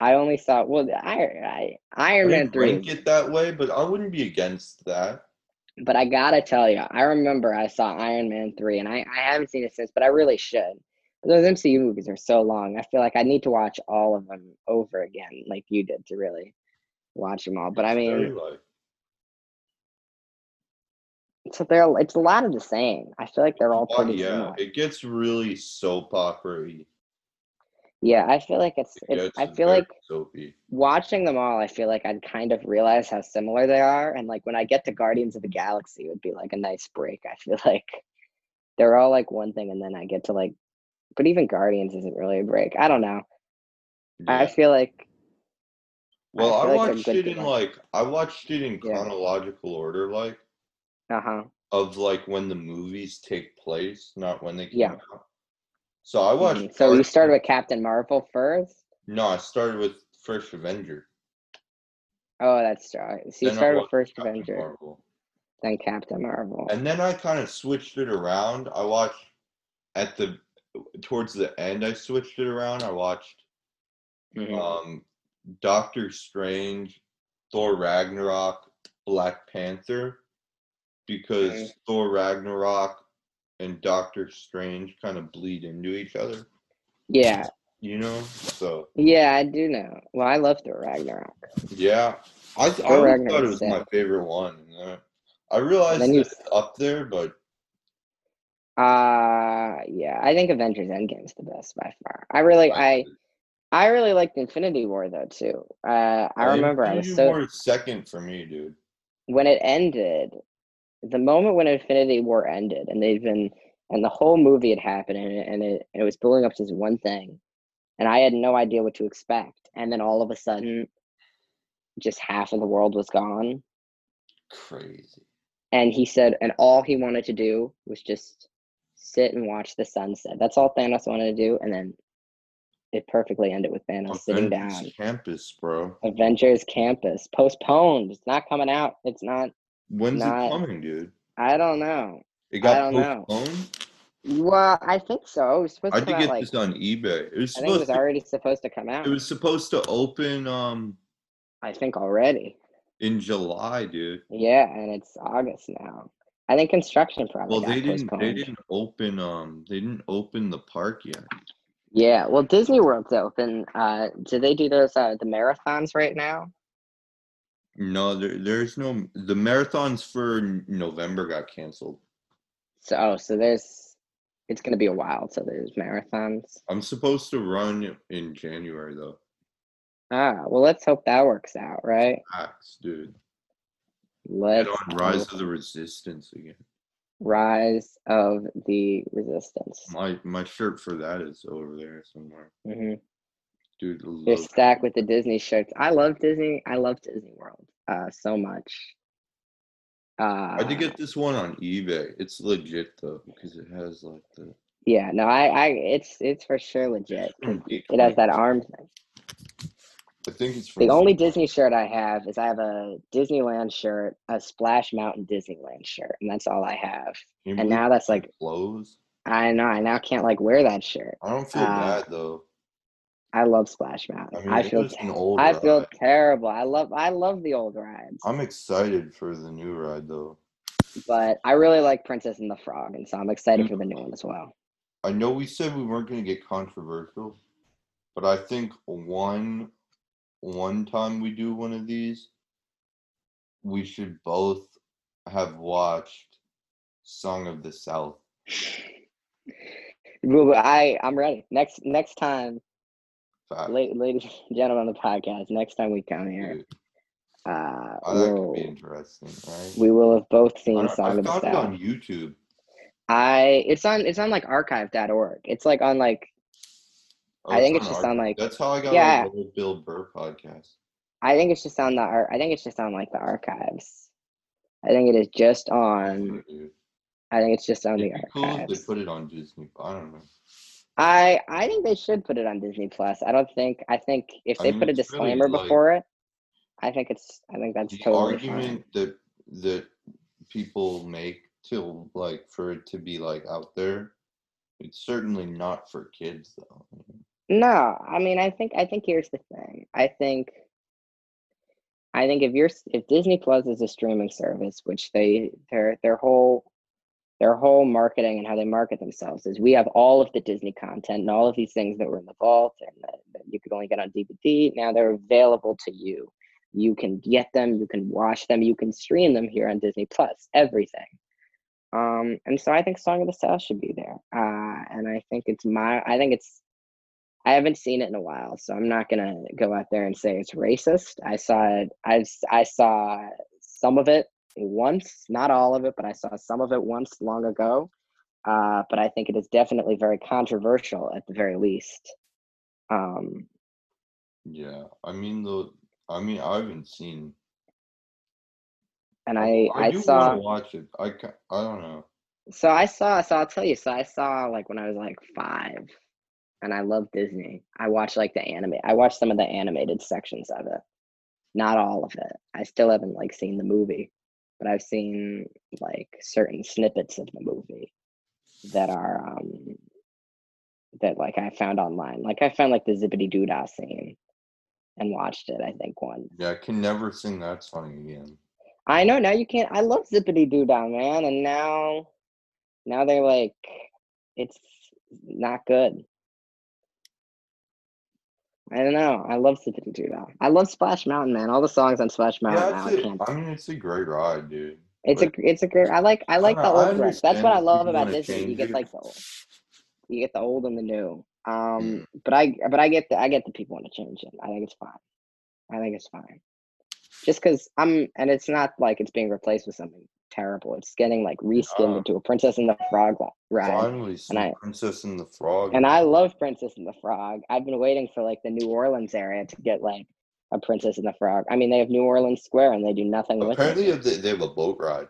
Speaker 2: I only saw well the Iron I, Iron
Speaker 1: I
Speaker 2: Man
Speaker 1: didn't rank
Speaker 2: three.
Speaker 1: it that way, but I wouldn't be against that.
Speaker 2: But I gotta tell you, I remember I saw Iron Man three, and I I haven't seen it since, but I really should. Those MCU movies are so long. I feel like I need to watch all of them over again, like you did, to really watch them all. But I
Speaker 1: It's
Speaker 2: mean,
Speaker 1: very like-
Speaker 2: so they're it's a lot of the same. I feel like they're all
Speaker 1: Oh,
Speaker 2: pretty
Speaker 1: yeah,
Speaker 2: similar.
Speaker 1: it gets really soap opera.
Speaker 2: Yeah, I feel like it's. it's I feel like
Speaker 1: soapy.
Speaker 2: watching them all, I feel like I'd kind of realize how similar they are. And like when I get to Guardians of the Galaxy, it would be like a nice break. I feel like they're all like one thing, and then I get to like, but even Guardians isn't really a break. I don't know. I
Speaker 1: Yeah.
Speaker 2: feel like
Speaker 1: Well, I,
Speaker 2: feel like they're
Speaker 1: watched
Speaker 2: good
Speaker 1: it
Speaker 2: to
Speaker 1: in
Speaker 2: watch.
Speaker 1: like I watched it in
Speaker 2: Yeah.
Speaker 1: chronological order, like
Speaker 2: uh huh.
Speaker 1: of like when the movies take place, not when they came
Speaker 2: Yeah.
Speaker 1: out. So I watched.
Speaker 2: Mm-hmm. So you
Speaker 1: Guardians-
Speaker 2: started with Captain Marvel first.
Speaker 1: No, I started with First Avenger.
Speaker 2: Oh, that's right. So you
Speaker 1: Then I
Speaker 2: started with
Speaker 1: watched
Speaker 2: First
Speaker 1: Captain
Speaker 2: Avenger,
Speaker 1: Marvel.
Speaker 2: then Captain Marvel.
Speaker 1: And then I kind of switched it around. I watched at the towards the end. I switched it around. I watched
Speaker 2: Mhm.
Speaker 1: um, Doctor Strange, Thor Ragnarok, Black Panther, because
Speaker 2: Mhm.
Speaker 1: Thor Ragnarok and Doctor Strange kind of bleed into each other.
Speaker 2: Yeah,
Speaker 1: You know, so
Speaker 2: yeah, I do know. Well, I love Thor Ragnarok.
Speaker 1: yeah, I, I
Speaker 2: Thor
Speaker 1: always thought it
Speaker 2: Ragnarok's
Speaker 1: was my favorite one. and then I realized
Speaker 2: Then you-
Speaker 1: that it's up there, but
Speaker 2: Uh yeah, I think Avengers Endgame's the best by far. I really I I really liked Infinity War though too. Uh I remember I was
Speaker 1: Infinity
Speaker 2: so
Speaker 1: War is second for me, dude.
Speaker 2: when it ended, the moment when Infinity War ended, and they've been, and the whole movie had happened, and it, and it, and it was building up to this one thing, and I had no idea what to expect, and then all of a sudden, just half of the world was gone,
Speaker 1: Crazy.
Speaker 2: and he said, and all he wanted to do was just sit and watch the sunset. That's all Thanos wanted to do, and then it perfectly ended with Thanos sitting
Speaker 1: Avengers
Speaker 2: down.
Speaker 1: Campus, bro.
Speaker 2: Avengers Campus postponed. It's not coming out. It's not.
Speaker 1: When's
Speaker 2: Not-
Speaker 1: it coming, dude?
Speaker 2: I don't know.
Speaker 1: It
Speaker 2: I
Speaker 1: got
Speaker 2: don't know.
Speaker 1: postponed.
Speaker 2: Well, I think so. It was supposed
Speaker 1: I
Speaker 2: to
Speaker 1: did
Speaker 2: come
Speaker 1: get
Speaker 2: out like
Speaker 1: this on eBay. It was
Speaker 2: I think it was
Speaker 1: supposed. to,
Speaker 2: already supposed to come out.
Speaker 1: it was supposed to open um
Speaker 2: I think already.
Speaker 1: in July, dude.
Speaker 2: Yeah, and it's August now. I think construction probably
Speaker 1: Well, they
Speaker 2: got
Speaker 1: didn't. They
Speaker 2: postponed.
Speaker 1: didn't open. Um, they didn't open the park yet.
Speaker 2: Yeah, well, Disney World's open. Uh, do they do those uh, the marathons right now?
Speaker 1: No, there, there's no. The marathons for November got canceled.
Speaker 2: So, oh, so there's it's gonna be a while. So there's marathons.
Speaker 1: I'm supposed to run in January though.
Speaker 2: Ah, well, let's hope that works out, right?
Speaker 1: Facts, dude. Get
Speaker 2: Let's
Speaker 1: on Rise
Speaker 2: hope-
Speaker 1: of the Resistance again.
Speaker 2: rise of the resistance.
Speaker 1: My my shirt for that is over there somewhere,
Speaker 2: hmm
Speaker 1: dude.
Speaker 2: They're
Speaker 1: love-
Speaker 2: stacked with the Disney shirts. I love Disney. I love Disney World uh, so much. Uh,
Speaker 1: I did get this one on eBay. It's legit though, because it has like the
Speaker 2: yeah, no, I, I, it's it's for sure legit.
Speaker 1: from
Speaker 2: It has that arm thing.
Speaker 1: I think it's from
Speaker 2: The only Disney shirt I have is I have a Disneyland shirt, a Splash Mountain Disneyland shirt, and that's all I have.
Speaker 1: Can you
Speaker 2: And
Speaker 1: believe
Speaker 2: now that's like
Speaker 1: clothes.
Speaker 2: I know I now can't like wear that shirt.
Speaker 1: I don't feel
Speaker 2: Uh,
Speaker 1: bad though.
Speaker 2: I love Splash Mountain. I,
Speaker 1: I mean, it
Speaker 2: feel
Speaker 1: was an
Speaker 2: ter-
Speaker 1: old
Speaker 2: I feel
Speaker 1: ride.
Speaker 2: terrible. I love I love the old rides,
Speaker 1: I'm excited for the new ride though.
Speaker 2: but I really like Princess and the Frog, and so I'm
Speaker 1: Mm.
Speaker 2: excited for the new one as well.
Speaker 1: I know we said we weren't going to get controversial, but I think one one time we do one of these, we should both have watched Song of the South.
Speaker 2: Well, I I'm ready. Next next time,
Speaker 1: Fact.
Speaker 2: la- ladies and gentlemen on the podcast, next time we come here,
Speaker 1: Uh, Dude,
Speaker 2: uh,
Speaker 1: oh, that could be
Speaker 2: we'll,
Speaker 1: interesting, right?
Speaker 2: we will have both
Speaker 1: I,
Speaker 2: seen
Speaker 1: don't-
Speaker 2: Song
Speaker 1: I
Speaker 2: of the
Speaker 1: found it
Speaker 2: South.
Speaker 1: on YouTube.
Speaker 2: I it's on it's on like archive.org. It's like on like
Speaker 1: Oh,
Speaker 2: I think it's
Speaker 1: on
Speaker 2: just
Speaker 1: our-
Speaker 2: on like
Speaker 1: That's how I got
Speaker 2: Yeah.
Speaker 1: on the old Bill Burr podcast.
Speaker 2: I think it's just on the ar- I think it's just on like the archives. I think it is just on.
Speaker 1: Dude,
Speaker 2: I think it's just on
Speaker 1: It'd
Speaker 2: the
Speaker 1: be cool if
Speaker 2: archives.
Speaker 1: they put it on Disney. I don't know.
Speaker 2: I I think they should put it on Disney Plus. I don't think I think if
Speaker 1: I
Speaker 2: they
Speaker 1: mean,
Speaker 2: put a
Speaker 1: it's really,
Speaker 2: disclaimer
Speaker 1: like-
Speaker 2: before it, I think it's I think that's
Speaker 1: the
Speaker 2: totally
Speaker 1: argument that that people make to like for it to be like out there it's certainly not for kids though
Speaker 2: fine. No, I mean I think I think here's the thing. I think I think if you're s- if Disney Plus is a streaming service, which they their their whole their whole marketing and how they market themselves is we have all of the Disney content and all of these things that were in the vault and that, that you could only get on DVD. Now they're available to you. You can get them, you can watch them, you can stream them here on Disney Plus, everything. Um, and so I think Song of the South should be there. Uh, and I think it's my, I think it's, I haven't seen it in a while, so I'm not gonna go out there and say it's racist. I saw it, I've, s- I saw some of it once, not all of it, but I saw some of it once long ago. Uh, but I think it is definitely very controversial at the very least. Um,
Speaker 1: yeah i mean the i mean i haven't seen
Speaker 2: and I, I,
Speaker 1: do
Speaker 2: saw.
Speaker 1: want to watch it i ca- i don't know
Speaker 2: So I saw, so I'll tell you. So I saw like when I was like five, and I love Disney. I watched like the anime. I watched some of the animated sections of it, not all of it. I still haven't like seen the movie, but I've seen like certain snippets of the movie that are um that like I found online. Like I found like the zippity doodah scene and watched it. I think once.
Speaker 1: yeah i can never sing that song again
Speaker 2: I know now you can't. I love zippity doo dah, man, and now, now they're like, it's not good. I don't know. I love zippity doo dah. I love Splash Mountain, man. All the songs on Splash Mountain.
Speaker 1: yeah
Speaker 2: now,
Speaker 1: it's
Speaker 2: I
Speaker 1: a,
Speaker 2: can't.
Speaker 1: i mean it's a great ride dude
Speaker 2: It's a
Speaker 1: but
Speaker 2: it's a great. I like I like the
Speaker 1: dunno, I
Speaker 2: old riffs. That's what
Speaker 1: understand
Speaker 2: I
Speaker 1: if
Speaker 2: love
Speaker 1: you
Speaker 2: about
Speaker 1: wanna
Speaker 2: Disney. You
Speaker 1: change
Speaker 2: get
Speaker 1: it.
Speaker 2: like the old, you get the old and the new. Um, but I but I get the I get the people want to change it. I think it's fine. I think it's fine. Just because I'm and it's not like it's being replaced with something terrible. It's getting like reskinned
Speaker 1: Yeah.
Speaker 2: into a Princess and the Frog li- ride.
Speaker 1: finally see
Speaker 2: I-
Speaker 1: princess and the frog
Speaker 2: And I love Princess and the Frog. I've been waiting for like the New Orleans area to get like a Princess and the Frog. I mean, they have New Orleans Square and they do nothing with it.
Speaker 1: apparently they, they have a boat ride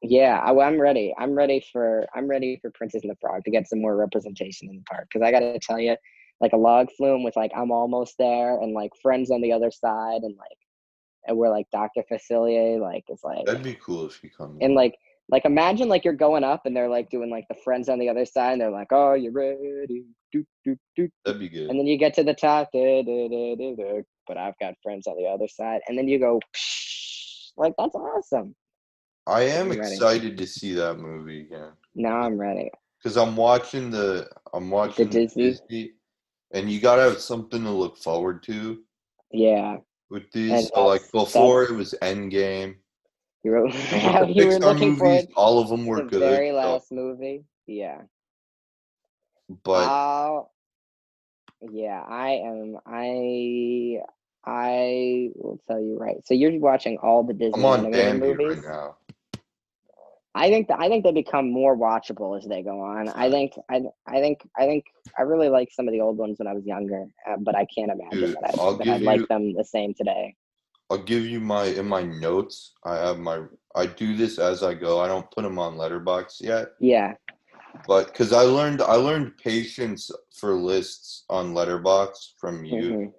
Speaker 2: Yeah, I, am ready. I'm ready for I'm ready for Princess and the Frog to get some more representation in the park. Because I gotta tell you, like a log flume with like I'm almost there and like friends on the other side and like and we're like Dr. Facilier like is like
Speaker 1: that'd be cool if you come
Speaker 2: and like like imagine like you're going up and they're like doing like the friends on the other side and they're like, Oh, you ready? Doot, doot, doot.
Speaker 1: that'd be good
Speaker 2: And then you get to the top, duh, duh, duh, duh, duh, but I've got friends on the other side. And then you go, like that's awesome.
Speaker 1: I am
Speaker 2: be ready.
Speaker 1: excited to see that movie again
Speaker 2: Now I'm ready.
Speaker 1: because I'm watching the I'm watching the
Speaker 2: Disney?
Speaker 1: and you gotta have something to look forward to
Speaker 2: Yeah.
Speaker 1: with these.
Speaker 2: And
Speaker 1: so like
Speaker 2: that's-
Speaker 1: before it was Endgame.
Speaker 2: You were,
Speaker 1: And with the
Speaker 2: you were
Speaker 1: Pixar
Speaker 2: looking for
Speaker 1: movies,
Speaker 2: it.
Speaker 1: all of them were
Speaker 2: The
Speaker 1: good,
Speaker 2: very
Speaker 1: so-
Speaker 2: last movie. Yeah.
Speaker 1: but
Speaker 2: I'll- yeah, I am. I I will tell you right. So you're watching all the Disney
Speaker 1: I'm on
Speaker 2: animated
Speaker 1: Bambi
Speaker 2: movies.
Speaker 1: right now.
Speaker 2: I think that I think they become more watchable as they go on. I think I I think I think I really liked some of the old ones when I was younger, uh, but I can't imagine
Speaker 1: Dude,
Speaker 2: that, I,
Speaker 1: I'll
Speaker 2: that I'd
Speaker 1: give you-
Speaker 2: like them the same today.
Speaker 1: I'll give you my in my notes. I have my I do this as I go. I don't put them on Letterbox yet,
Speaker 2: Yeah,
Speaker 1: but because I learned I learned patience for lists on Letterbox from you.
Speaker 2: mhm.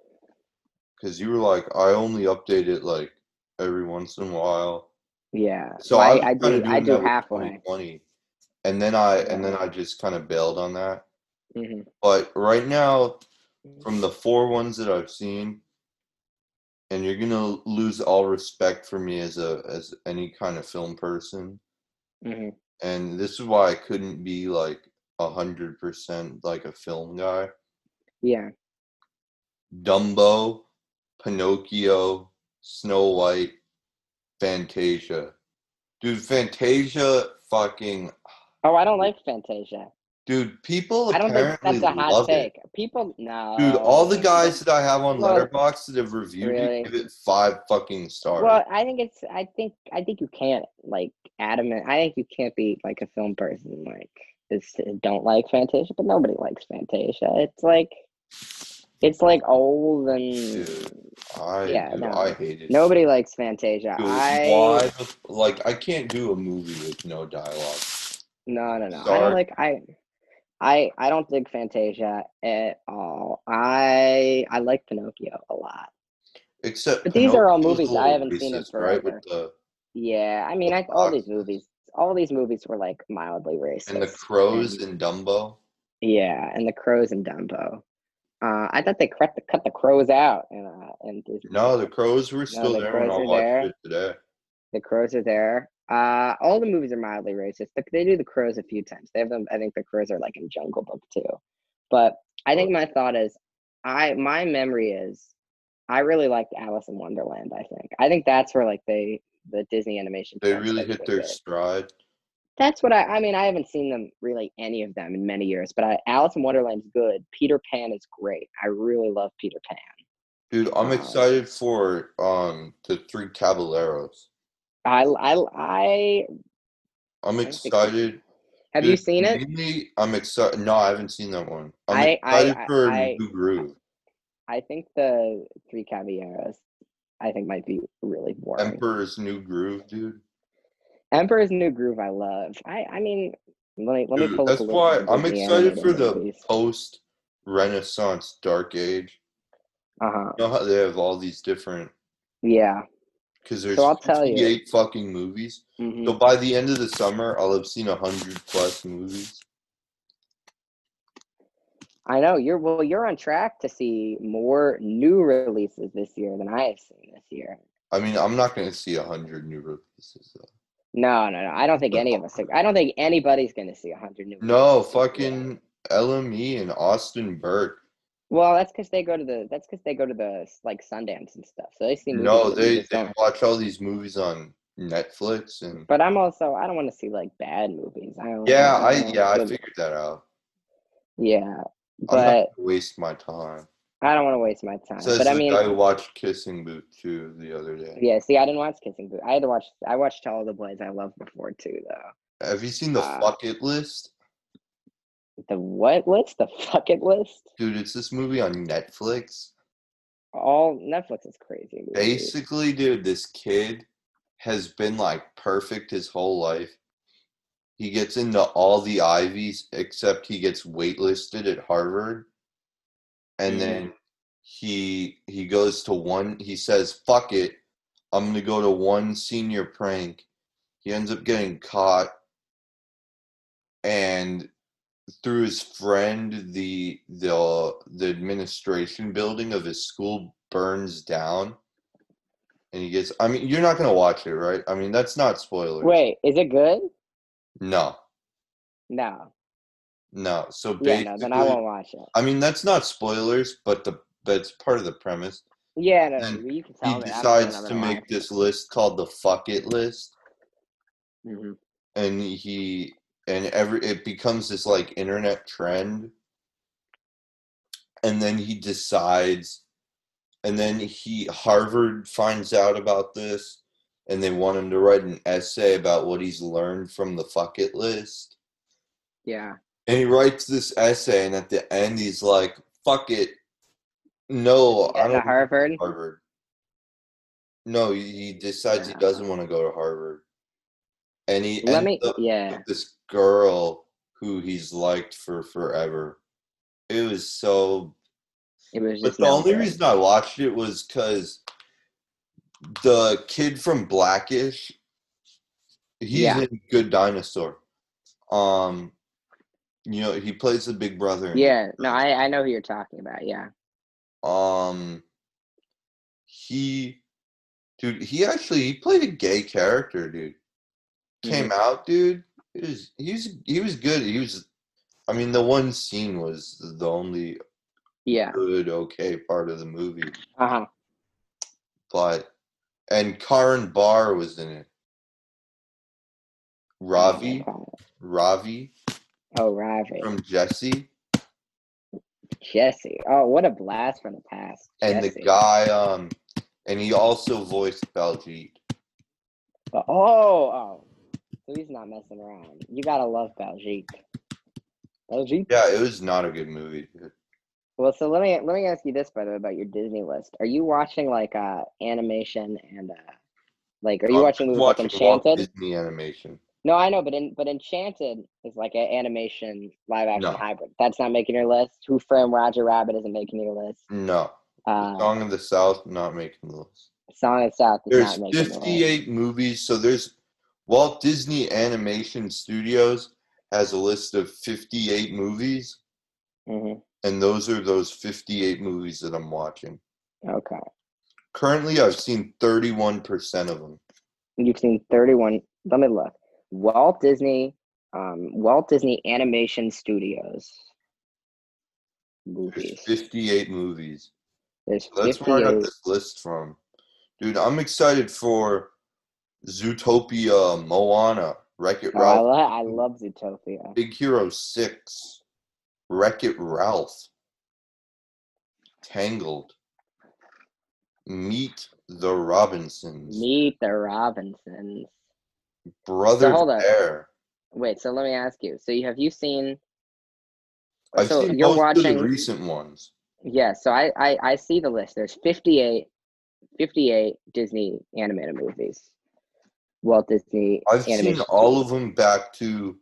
Speaker 1: because you were like, I only update it like every once in a while.
Speaker 2: yeah.
Speaker 1: So
Speaker 2: I,
Speaker 1: was
Speaker 2: I
Speaker 1: kinda
Speaker 2: do I
Speaker 1: doing
Speaker 2: do
Speaker 1: that with
Speaker 2: halfway.
Speaker 1: 2020, and then I and
Speaker 2: Yeah.
Speaker 1: then I just kind of bailed on that.
Speaker 2: Mhm.
Speaker 1: But right now, from the four ones that I've seen, and you're gonna lose all respect for me as a as any kind of film person.
Speaker 2: hmm
Speaker 1: And this is why I couldn't be like a hundred percent like a film guy.
Speaker 2: Yeah.
Speaker 1: Dumbo, Pinocchio, Snow White, Fantasia. Dude, Fantasia fucking
Speaker 2: Oh, I don't like Fantasia.
Speaker 1: dude, people
Speaker 2: I don't think
Speaker 1: apparently
Speaker 2: that's a hot
Speaker 1: love it.
Speaker 2: take. People, no.
Speaker 1: Dude, all the guys that I have on
Speaker 2: Well,
Speaker 1: Letterboxd that have reviewed
Speaker 2: really?
Speaker 1: it give it five fucking stars.
Speaker 2: Well, I think it's. I think. I think you can't like adamant. I think you can't be like a film person. Like, is don't like Fantasia, but nobody likes Fantasia. It's like, it's like old and
Speaker 1: Dude, I
Speaker 2: yeah,
Speaker 1: dude,
Speaker 2: no.
Speaker 1: I hate it.
Speaker 2: nobody likes Fantasia.
Speaker 1: Dude,
Speaker 2: I
Speaker 1: why the- like I can't do a movie with no dialogue.
Speaker 2: no no no. I
Speaker 1: Sorry.
Speaker 2: don't like I. I, I don't dig Fantasia at all. I I like Pinocchio a lot.
Speaker 1: Except
Speaker 2: But these are all
Speaker 1: Pinocchio's a
Speaker 2: movies I
Speaker 1: little
Speaker 2: haven't seen in
Speaker 1: racist, right?
Speaker 2: forever.
Speaker 1: With the
Speaker 2: Yeah, I mean, I, all these movies, all these movies were like mildly racist.
Speaker 1: and the crows and Dumbo.
Speaker 2: Yeah, and the crows and Dumbo. Uh, I thought they cut the, cut the crows out, and uh, and Disney.
Speaker 1: No, the crows were still
Speaker 2: the
Speaker 1: there
Speaker 2: crows
Speaker 1: when I
Speaker 2: are
Speaker 1: watched
Speaker 2: there.
Speaker 1: it today.
Speaker 2: the crows are there. Uh, all the movies are mildly racist. Like, they do the crows a few times. They have them. I think the crows are like in Jungle Book too. But I think my thought is, I my memory is, I really liked Alice in Wonderland. I think I think that's where like they the Disney animation.
Speaker 1: They
Speaker 2: films
Speaker 1: really
Speaker 2: that
Speaker 1: hit
Speaker 2: they
Speaker 1: their
Speaker 2: did.
Speaker 1: stride.
Speaker 2: That's what I. I mean, I haven't seen them really any of them in many years. But I, Alice in Wonderland's good. Peter Pan is great. I really love Peter Pan.
Speaker 1: Dude, I'm
Speaker 2: Wow.
Speaker 1: excited for um the three Caballeros.
Speaker 2: I I I
Speaker 1: I'm
Speaker 2: don't think-
Speaker 1: excited.
Speaker 2: have you
Speaker 1: Dude,
Speaker 2: seen it?
Speaker 1: mainly, I'm excited. No, I haven't seen that one. I'm
Speaker 2: I- I-
Speaker 1: excited
Speaker 2: I-
Speaker 1: for
Speaker 2: I-
Speaker 1: New Groove
Speaker 2: I think the Three Caballeros. I think might be really boring.
Speaker 1: Emperor's New Groove, dude.
Speaker 2: Emperor's New Groove. I love. I I mean, let me let me
Speaker 1: Dude,
Speaker 2: pull. up
Speaker 1: that's
Speaker 2: a list
Speaker 1: why
Speaker 2: of
Speaker 1: I'm
Speaker 2: Disney
Speaker 1: excited
Speaker 2: animated
Speaker 1: for the
Speaker 2: movies.
Speaker 1: post Renaissance Dark Age.
Speaker 2: Uh-huh.
Speaker 1: You know how they have all these different
Speaker 2: Yeah.
Speaker 1: because there's
Speaker 2: I'll tell you.
Speaker 1: 58 fucking movies.
Speaker 2: mhm.
Speaker 1: So by the end of the summer, I'll have seen 100 plus movies.
Speaker 2: I know you're well. You're on track to see more new releases this year than I have seen this year.
Speaker 1: I mean, I'm not going to see 100 new releases. Though.
Speaker 2: No, no, no. I don't think any of us. Are, I don't think anybody's going to see a hundred new.
Speaker 1: No,
Speaker 2: releases this year.
Speaker 1: fucking LME and Austin Burke.
Speaker 2: Well, that's because they go to the. That's because they go to the like Sundance and stuff. So they see. movies
Speaker 1: No,
Speaker 2: that we
Speaker 1: they,
Speaker 2: just
Speaker 1: they
Speaker 2: don't-
Speaker 1: watch all these movies on Netflix and
Speaker 2: But I'm also. I don't want to see like bad movies. I don't.
Speaker 1: yeah, I
Speaker 2: don't
Speaker 1: yeah I
Speaker 2: wanna-
Speaker 1: figured that out.
Speaker 2: Yeah,
Speaker 1: I'm not
Speaker 2: but
Speaker 1: gonna waste my time.
Speaker 2: I don't want to waste my time.
Speaker 1: Says
Speaker 2: but I
Speaker 1: the
Speaker 2: mean,
Speaker 1: guy who watched Kissing Booth too the other day.
Speaker 2: yeah. See, I didn't watch Kissing Booth. I had to watch. I watched all the boys I loved before too, though.
Speaker 1: Have you seen the
Speaker 2: Uh,
Speaker 1: Fuck It List?
Speaker 2: The what list? The fuck it list?
Speaker 1: Dude, it's this movie on Netflix.
Speaker 2: All Netflix is crazy. with these.
Speaker 1: Basically, dude, this kid has been like perfect his whole life. He gets into all the Ivies except he gets waitlisted at Harvard. And
Speaker 2: Mhm.
Speaker 1: then he he goes to one he says, "Fuck it. I'm going to go to one senior prank." He ends up getting caught and through his friend the the the administration building of his school burns down and he gets i mean you're not going to watch it right i mean that's not spoilers
Speaker 2: Wait, is it good?
Speaker 1: no
Speaker 2: No.
Speaker 1: no so
Speaker 2: Yeah,
Speaker 1: basically
Speaker 2: no. Then I won't watch it.
Speaker 1: I mean that's not spoilers but the that's part of the premise
Speaker 2: Yeah, no,
Speaker 1: Then
Speaker 2: you can tell
Speaker 1: he
Speaker 2: me. I don't know
Speaker 1: decides
Speaker 2: that I'm
Speaker 1: to
Speaker 2: gonna
Speaker 1: make
Speaker 2: watch
Speaker 1: this list called the fuck it list
Speaker 2: it. Mhm.
Speaker 1: and he and every it becomes this like internet trend and then he decides and then he harvard finds out about this and they want him to write an essay about what he's learned from the fuck it list
Speaker 2: Yeah.
Speaker 1: and he writes this essay and at the end he's like fuck it no i
Speaker 2: At
Speaker 1: don't want
Speaker 2: Harvard.
Speaker 1: to go to harvard no he he decides he
Speaker 2: Yeah.
Speaker 1: doesn't want to go to harvard and uh, he
Speaker 2: Let
Speaker 1: ends
Speaker 2: me.
Speaker 1: up
Speaker 2: Yeah.
Speaker 1: with this girl who he's liked for forever. It was so.
Speaker 2: It was
Speaker 1: But
Speaker 2: just.
Speaker 1: the
Speaker 2: no
Speaker 1: only
Speaker 2: good.
Speaker 1: reason I watched it was because the kid from Blackish, he's
Speaker 2: Yeah.
Speaker 1: in Good Dinosaur. Um, You know, he plays the big brother. in it.
Speaker 2: Yeah, no, I I know who you're talking about. Yeah,
Speaker 1: Um, he, dude, he actually he played a gay character, dude. Came out, dude. He was he was he was good. He was, I mean, the one scene was the only
Speaker 2: yeah,
Speaker 1: good okay part of the movie,
Speaker 2: uh huh.
Speaker 1: but and Karan Barr was in it. Ravi, Ravi
Speaker 2: Oh, Ravi.
Speaker 1: from Jesse,
Speaker 2: Jesse. Oh, what a blast from the past.
Speaker 1: and
Speaker 2: Jesse.
Speaker 1: the guy, um, and he also voiced Baljeet.
Speaker 2: Oh, oh. So he's not messing around. You gotta love Baljeet. Baljeet.
Speaker 1: Yeah, it was not a good movie. Dude.
Speaker 2: Well, so let me let me ask you this, by the way, about your Disney list. Are you watching like uh animation and uh like are you
Speaker 1: I'm
Speaker 2: watching movies like
Speaker 1: watching Walt
Speaker 2: Enchanted?
Speaker 1: Disney animation.
Speaker 2: No, I know, but in but Enchanted is like an animation live action
Speaker 1: No.
Speaker 2: hybrid. That's not making your list. Who Framed Roger Rabbit isn't making your list.
Speaker 1: No,
Speaker 2: Uh,
Speaker 1: Song of the South not making the list.
Speaker 2: Song of the South is
Speaker 1: There's
Speaker 2: not making the list.
Speaker 1: 58 movies, so there's Walt Disney Animation Studios has a list of 58 movies,
Speaker 2: Mhm.
Speaker 1: and those are those 58 movies that I'm watching.
Speaker 2: Okay,
Speaker 1: Currently, I've seen 31% of them.
Speaker 2: you've seen thirty-one. Let me look. Walt Disney, um, Walt Disney Animation Studios
Speaker 1: There's
Speaker 2: movies.
Speaker 1: 58 movies.
Speaker 2: There's
Speaker 1: That's where I got
Speaker 2: fifty-eight.
Speaker 1: this list from. Dude, I'm excited for Zootopia, Moana, Wreck It
Speaker 2: Oh, I,
Speaker 1: Ralph.
Speaker 2: lo- I love Zootopia.
Speaker 1: Big Hero 6, Wreck It Ralph, Tangled, Meet the Robinsons,
Speaker 2: Meet the Robinsons.
Speaker 1: Brother
Speaker 2: So hold on.
Speaker 1: Bear.
Speaker 2: Wait, so let me ask you. So you have you seen?
Speaker 1: I've
Speaker 2: so
Speaker 1: seen
Speaker 2: you're
Speaker 1: most of
Speaker 2: watching.
Speaker 1: the recent ones.
Speaker 2: Yeah, so I, I I see the list. There's 58, 58 Disney animated movies. Walt Disney.
Speaker 1: I've
Speaker 2: animated
Speaker 1: seen all of them back to.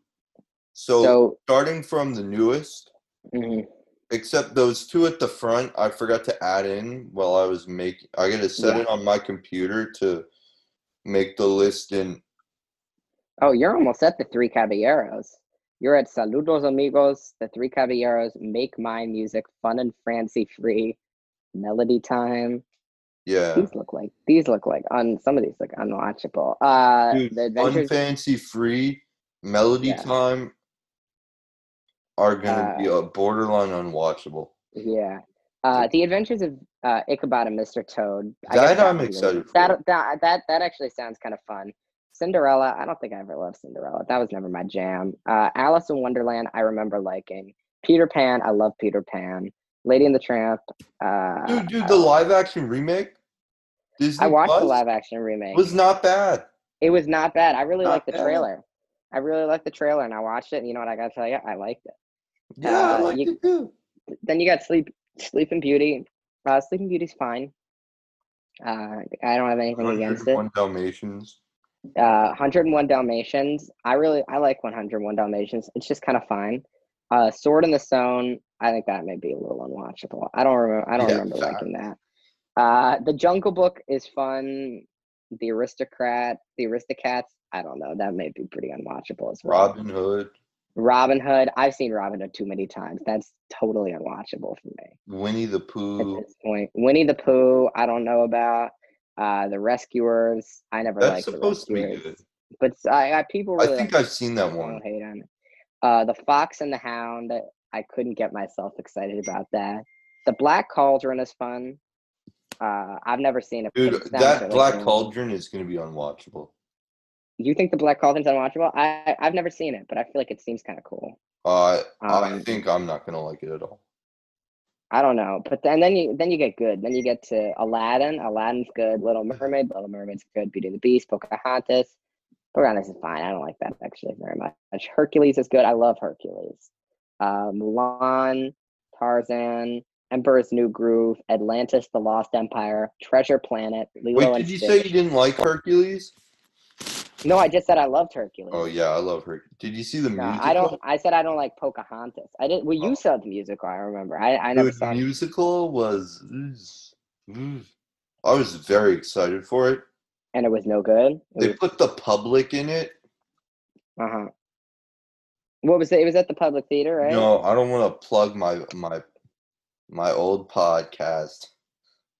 Speaker 1: So,
Speaker 2: So
Speaker 1: starting from the newest,
Speaker 2: mhm,
Speaker 1: except those two at the front, I forgot to add in while I was making. I gotta set
Speaker 2: Yeah.
Speaker 1: it on my computer to make the list in
Speaker 2: oh, you're almost at the Three Caballeros. You're at Saludos Amigos, the Three Caballeros, Make My Music, Fun and Fancy Free, Melody Time.
Speaker 1: yeah.
Speaker 2: These look like these look like un some of these look unwatchable. Uh,
Speaker 1: Dude,
Speaker 2: the
Speaker 1: Fun
Speaker 2: Adventures.
Speaker 1: Fancy Free, Melody
Speaker 2: Yeah. Uh,
Speaker 1: Time are gonna be a borderline unwatchable.
Speaker 2: Yeah. Uh, the Adventures of uh, Ichabod and Mr. Toad.
Speaker 1: That
Speaker 2: guess that
Speaker 1: I'm
Speaker 2: would be-
Speaker 1: excited for.
Speaker 2: That, that that that actually sounds kind of fun. Cinderella. I don't think I ever loved Cinderella. That was never my jam. Uh, Alice in Wonderland. I remember liking. Peter Pan. I love Peter Pan. Lady and the Tramp. Uh,
Speaker 1: Dude, dude,
Speaker 2: I-
Speaker 1: the live action remake Disney
Speaker 2: I watched
Speaker 1: Plus
Speaker 2: the live action remake.
Speaker 1: was not bad.
Speaker 2: it was not bad. I really
Speaker 1: not
Speaker 2: liked the
Speaker 1: bad.
Speaker 2: trailer. I really liked the trailer, and I watched it. And you know what I gotta tell you? I liked it.
Speaker 1: Yeah, I
Speaker 2: Uh,
Speaker 1: liked
Speaker 2: you-
Speaker 1: it too.
Speaker 2: then you got sleep sleeping beauty uh sleeping beauty's fine uh i don't have anything against it
Speaker 1: 101 Dalmatians.
Speaker 2: uh 101 dalmatians i really i like 101 dalmatians it's just kind of fine uh sword in the stone i think that may be a little unwatchable i don't remember i don't
Speaker 1: Yeah,
Speaker 2: remember
Speaker 1: fair.
Speaker 2: liking that uh the jungle book is fun the aristocrat the aristocats i don't know that may be pretty unwatchable as well
Speaker 1: Robin Hood,
Speaker 2: robin hood i've seen robin hood too many times that's totally unwatchable for me
Speaker 1: Winnie the
Speaker 2: at
Speaker 1: Pooh.
Speaker 2: this point. Winnie the Pooh, I don't know about. Uh, the Rescuers, I never
Speaker 1: That's
Speaker 2: liked the
Speaker 1: supposed to be
Speaker 2: Rescuers.
Speaker 1: good.
Speaker 2: But I, I people
Speaker 1: I
Speaker 2: really
Speaker 1: think
Speaker 2: like Oh,
Speaker 1: I've seen that
Speaker 2: it, so I
Speaker 1: one.
Speaker 2: don't hate on it. Uh, the Fox and the Hound, I couldn't get myself excited about that. The Black Cauldron is fun. Uh, I've never seen it. but it
Speaker 1: Dude,
Speaker 2: sounds
Speaker 1: that
Speaker 2: really
Speaker 1: Black
Speaker 2: cool.
Speaker 1: Cauldron is gonna be unwatchable.
Speaker 2: You think the Black Cauldron's unwatchable? I I've never seen it, but I feel like it seems kind of cool.
Speaker 1: Uh, I
Speaker 2: Um,
Speaker 1: think I'm not gonna like it at all.
Speaker 2: I don't know, but then then you then you get good. Then you get to Aladdin. Aladdin's good. Little Mermaid. Little Mermaid's good. Beauty and the Beast. Pocahontas. Pocahontas is fine. I don't like that actually very much. Hercules is good. I love Hercules. Uh, Mulan, Tarzan, Emperor's New Groove, Atlantis: The Lost Empire, Treasure Planet, Lilo
Speaker 1: Wait,
Speaker 2: and
Speaker 1: did you
Speaker 2: Stitch.
Speaker 1: say you didn't like Hercules?
Speaker 2: No, I just said I loved Hercules.
Speaker 1: Oh yeah, I love her. Did you see the
Speaker 2: No,
Speaker 1: musical?
Speaker 2: I don't. I said I don't like Pocahontas. I didn't. Well, you
Speaker 1: Oh.
Speaker 2: saw the musical. I remember. I I never
Speaker 1: Dude,
Speaker 2: saw.
Speaker 1: the
Speaker 2: it.
Speaker 1: musical was. mm, I was very excited for it.
Speaker 2: and it was no good.
Speaker 1: They put the public in it,
Speaker 2: Uh huh. What was it? It was at the public theater, right?
Speaker 1: No, I don't want to plug my my my old podcast,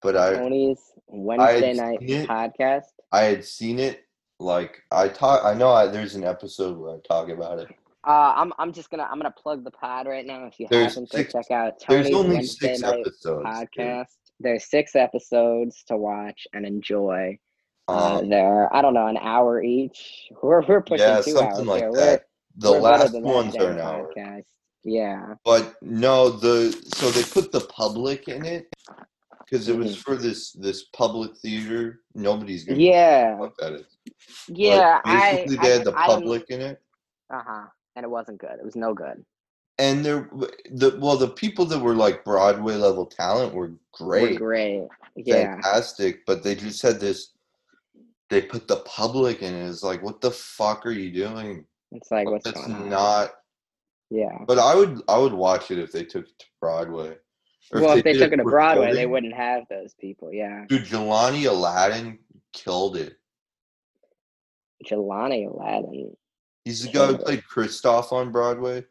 Speaker 1: but I
Speaker 2: Tony's Wednesday night
Speaker 1: seen it.
Speaker 2: podcast.
Speaker 1: I had seen it. Like I talk, I know I, there's an episode where I talk about it.
Speaker 2: Uh, I'm I'm just gonna I'm gonna plug the pod right now. If you
Speaker 1: There's
Speaker 2: haven't, go
Speaker 1: six-
Speaker 2: check out
Speaker 1: There's
Speaker 2: Tony's
Speaker 1: only
Speaker 2: Wednesday
Speaker 1: six
Speaker 2: night
Speaker 1: episodes.
Speaker 2: podcast. There's six episodes to watch and enjoy. Uh,
Speaker 1: Um,
Speaker 2: there are, I don't know, an hour each. We're we're pushing
Speaker 1: yeah,
Speaker 2: two
Speaker 1: something
Speaker 2: hours
Speaker 1: like
Speaker 2: here. We're-
Speaker 1: that. The
Speaker 2: we're better
Speaker 1: last
Speaker 2: than that
Speaker 1: ones
Speaker 2: damn
Speaker 1: are an hour,
Speaker 2: podcast. Yeah.
Speaker 1: but no, the so they put the public in it because it was for this this public theater. Nobody's gonna
Speaker 2: Mm-hmm. Yeah.
Speaker 1: know what that is. But
Speaker 2: Yeah. I,
Speaker 1: basically
Speaker 2: I,
Speaker 1: they had the
Speaker 2: I didn't-
Speaker 1: public in it.
Speaker 2: Uh-huh. And it wasn't good. It was no good.
Speaker 1: and there the well the people that were like broadway level talent were
Speaker 2: We're
Speaker 1: great
Speaker 2: great. Yeah.
Speaker 1: fantastic but they just had this they put the public in it. it's like what the fuck are you doing
Speaker 2: It's like what's
Speaker 1: that's
Speaker 2: going on?
Speaker 1: not
Speaker 2: yeah.
Speaker 1: but i would i would watch it if they took it to broadway Or
Speaker 2: Well, if they
Speaker 1: did
Speaker 2: took it to Broadway, they
Speaker 1: recording.
Speaker 2: wouldn't have those people. Yeah.
Speaker 1: dude Jelani aladdin killed it
Speaker 2: Jelani Aladdin.
Speaker 1: he's the guy who
Speaker 2: Killed it.
Speaker 1: played Kristoff on broadway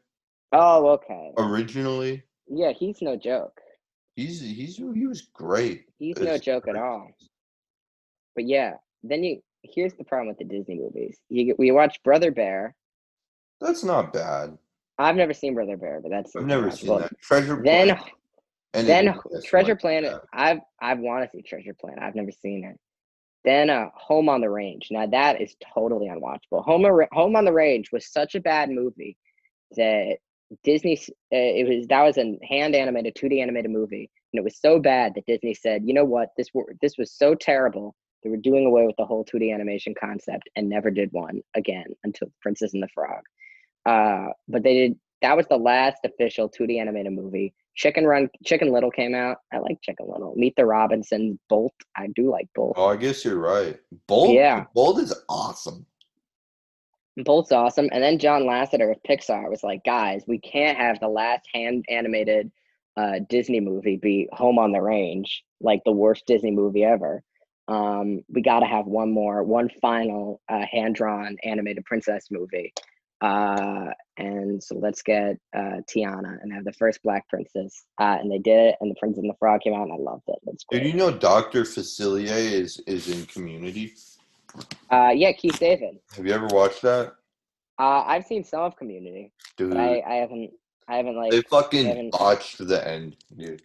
Speaker 2: Oh, okay.
Speaker 1: originally
Speaker 2: Yeah, he's no joke.
Speaker 1: he's he's he was great
Speaker 2: He's no
Speaker 1: It's
Speaker 2: joke at all. But yeah, then you here's the problem with the Disney movies. You get, we watch Brother Bear.
Speaker 1: that's not bad
Speaker 2: I've never seen Brother Bear, but that's
Speaker 1: i've never seen that treasure
Speaker 2: Then
Speaker 1: Planet. And it
Speaker 2: then
Speaker 1: exists,
Speaker 2: Treasure
Speaker 1: like,
Speaker 2: Planet.
Speaker 1: yeah.
Speaker 2: I've I've want to see Treasure Planet. I've never seen it. Then uh, Home on the Range. Now that is totally unwatchable. Home Ar- Home on the Range was such a bad movie that Disney. s- Uh, it was that was a hand animated, two D animated movie, and it was so bad that Disney said, you know what, this wor- this was so terrible. They were doing away with the whole 2D animation concept and never did one again until Princess and the Frog. Uh, but they did. That was the last official 2D animated movie. Chicken Run, Chicken Little came out. I like Chicken Little. Meet the Robinsons, Bolt. I do like Bolt.
Speaker 1: Oh, I guess you're right. Bold,
Speaker 2: Yeah.
Speaker 1: Bold is awesome.
Speaker 2: Bolt's awesome. And then John Lasseter with Pixar was like, guys, we can't have the last hand animated uh, Disney movie be Home on the Range, like the worst Disney movie ever. Um, we got to have one more, one final uh, hand drawn animated princess movie. Uh, and so let's get uh, Tiana and have the first black princess. Uh, and they did it, and the Prince and the Frog came out, and I loved it. It's
Speaker 1: Did you
Speaker 2: great.
Speaker 1: know Doctor Facilier is is in Community?
Speaker 2: Uh, yeah, Keith David.
Speaker 1: Have you ever watched that?
Speaker 2: Uh, I've seen some of Community,
Speaker 1: Dude,
Speaker 2: but I, I haven't. I haven't like.
Speaker 1: they fucking
Speaker 2: haven't-
Speaker 1: botched the end, dude.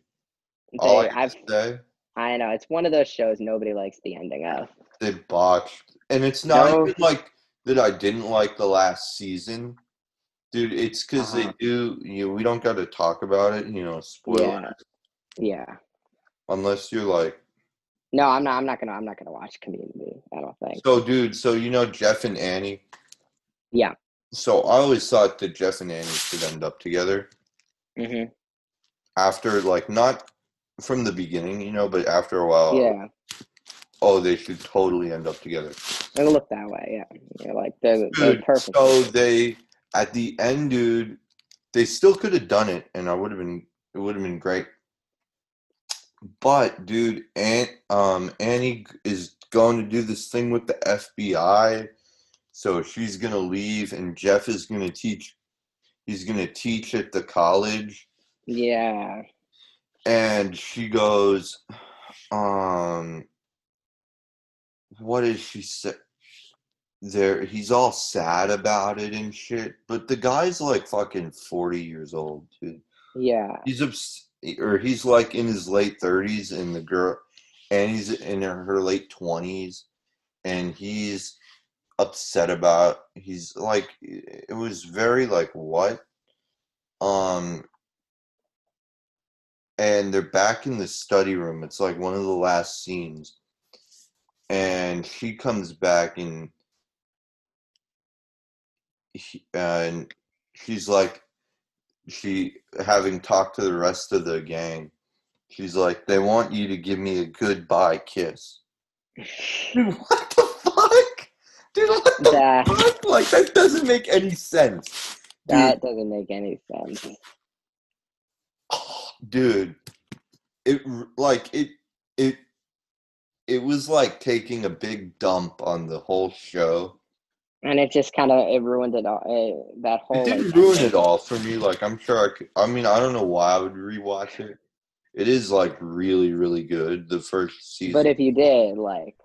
Speaker 1: All
Speaker 2: They,
Speaker 1: I have
Speaker 2: I've,
Speaker 1: to say,
Speaker 2: I know it's one of those shows nobody likes the ending of.
Speaker 1: they botched, and it's not
Speaker 2: No.
Speaker 1: even like that. I didn't like the last season, dude. It's because
Speaker 2: Uh-huh.
Speaker 1: they do. You, we don't got to talk about it. You know, spoil
Speaker 2: Yeah. Yeah.
Speaker 1: unless you're like.
Speaker 2: No, I'm not. I'm not gonna. I'm not gonna watch Community. I don't think.
Speaker 1: So, dude, so you know Jeff and Annie?
Speaker 2: Yeah.
Speaker 1: So I always thought that Jeff and Annie should end up together
Speaker 2: hmm
Speaker 1: after, like, not from the beginning, you know, but after a while.
Speaker 2: Yeah,
Speaker 1: Oh, they should totally end up together.
Speaker 2: it'll look that way. Yeah, You're like they're, they're
Speaker 1: Dude,
Speaker 2: perfect.
Speaker 1: so they, at the end, dude, they still could have done it, and I would have been, it would have been great. But, dude, Aunt, um, Annie is going to do this thing with the FBI. So she's gonna leave, and Jeff is gonna teach. He's gonna teach at the college,
Speaker 2: yeah,
Speaker 1: and she goes, um, what did she say? There, he's all sad about it and shit. But the guy's like fucking forty years old, dude.
Speaker 2: yeah,
Speaker 1: He's obs- or he's like in his late thirties, and the girl, and he's in her, her late twenties, and he's upset about. He's like, it was very like what, um, and they're back in the study room. It's like one of the last scenes, and she comes back and, he, and she's like, she having talked to the rest of the gang, she's like, they want you to give me a goodbye kiss. Dude, what the fuck? Dude, what the
Speaker 2: that
Speaker 1: fuck? Like that doesn't make any sense. Dude,
Speaker 2: that doesn't make any sense.
Speaker 1: dude, it r- like it it it was like taking a big dump on the whole show.
Speaker 2: and it just kind of it ruined it all. It, that whole
Speaker 1: It
Speaker 2: like,
Speaker 1: didn't ruin it all for me. Like I'm sure I could. I mean, I don't know why I would rewatch it. It is like really, really good. The first season,
Speaker 2: But if you did, like,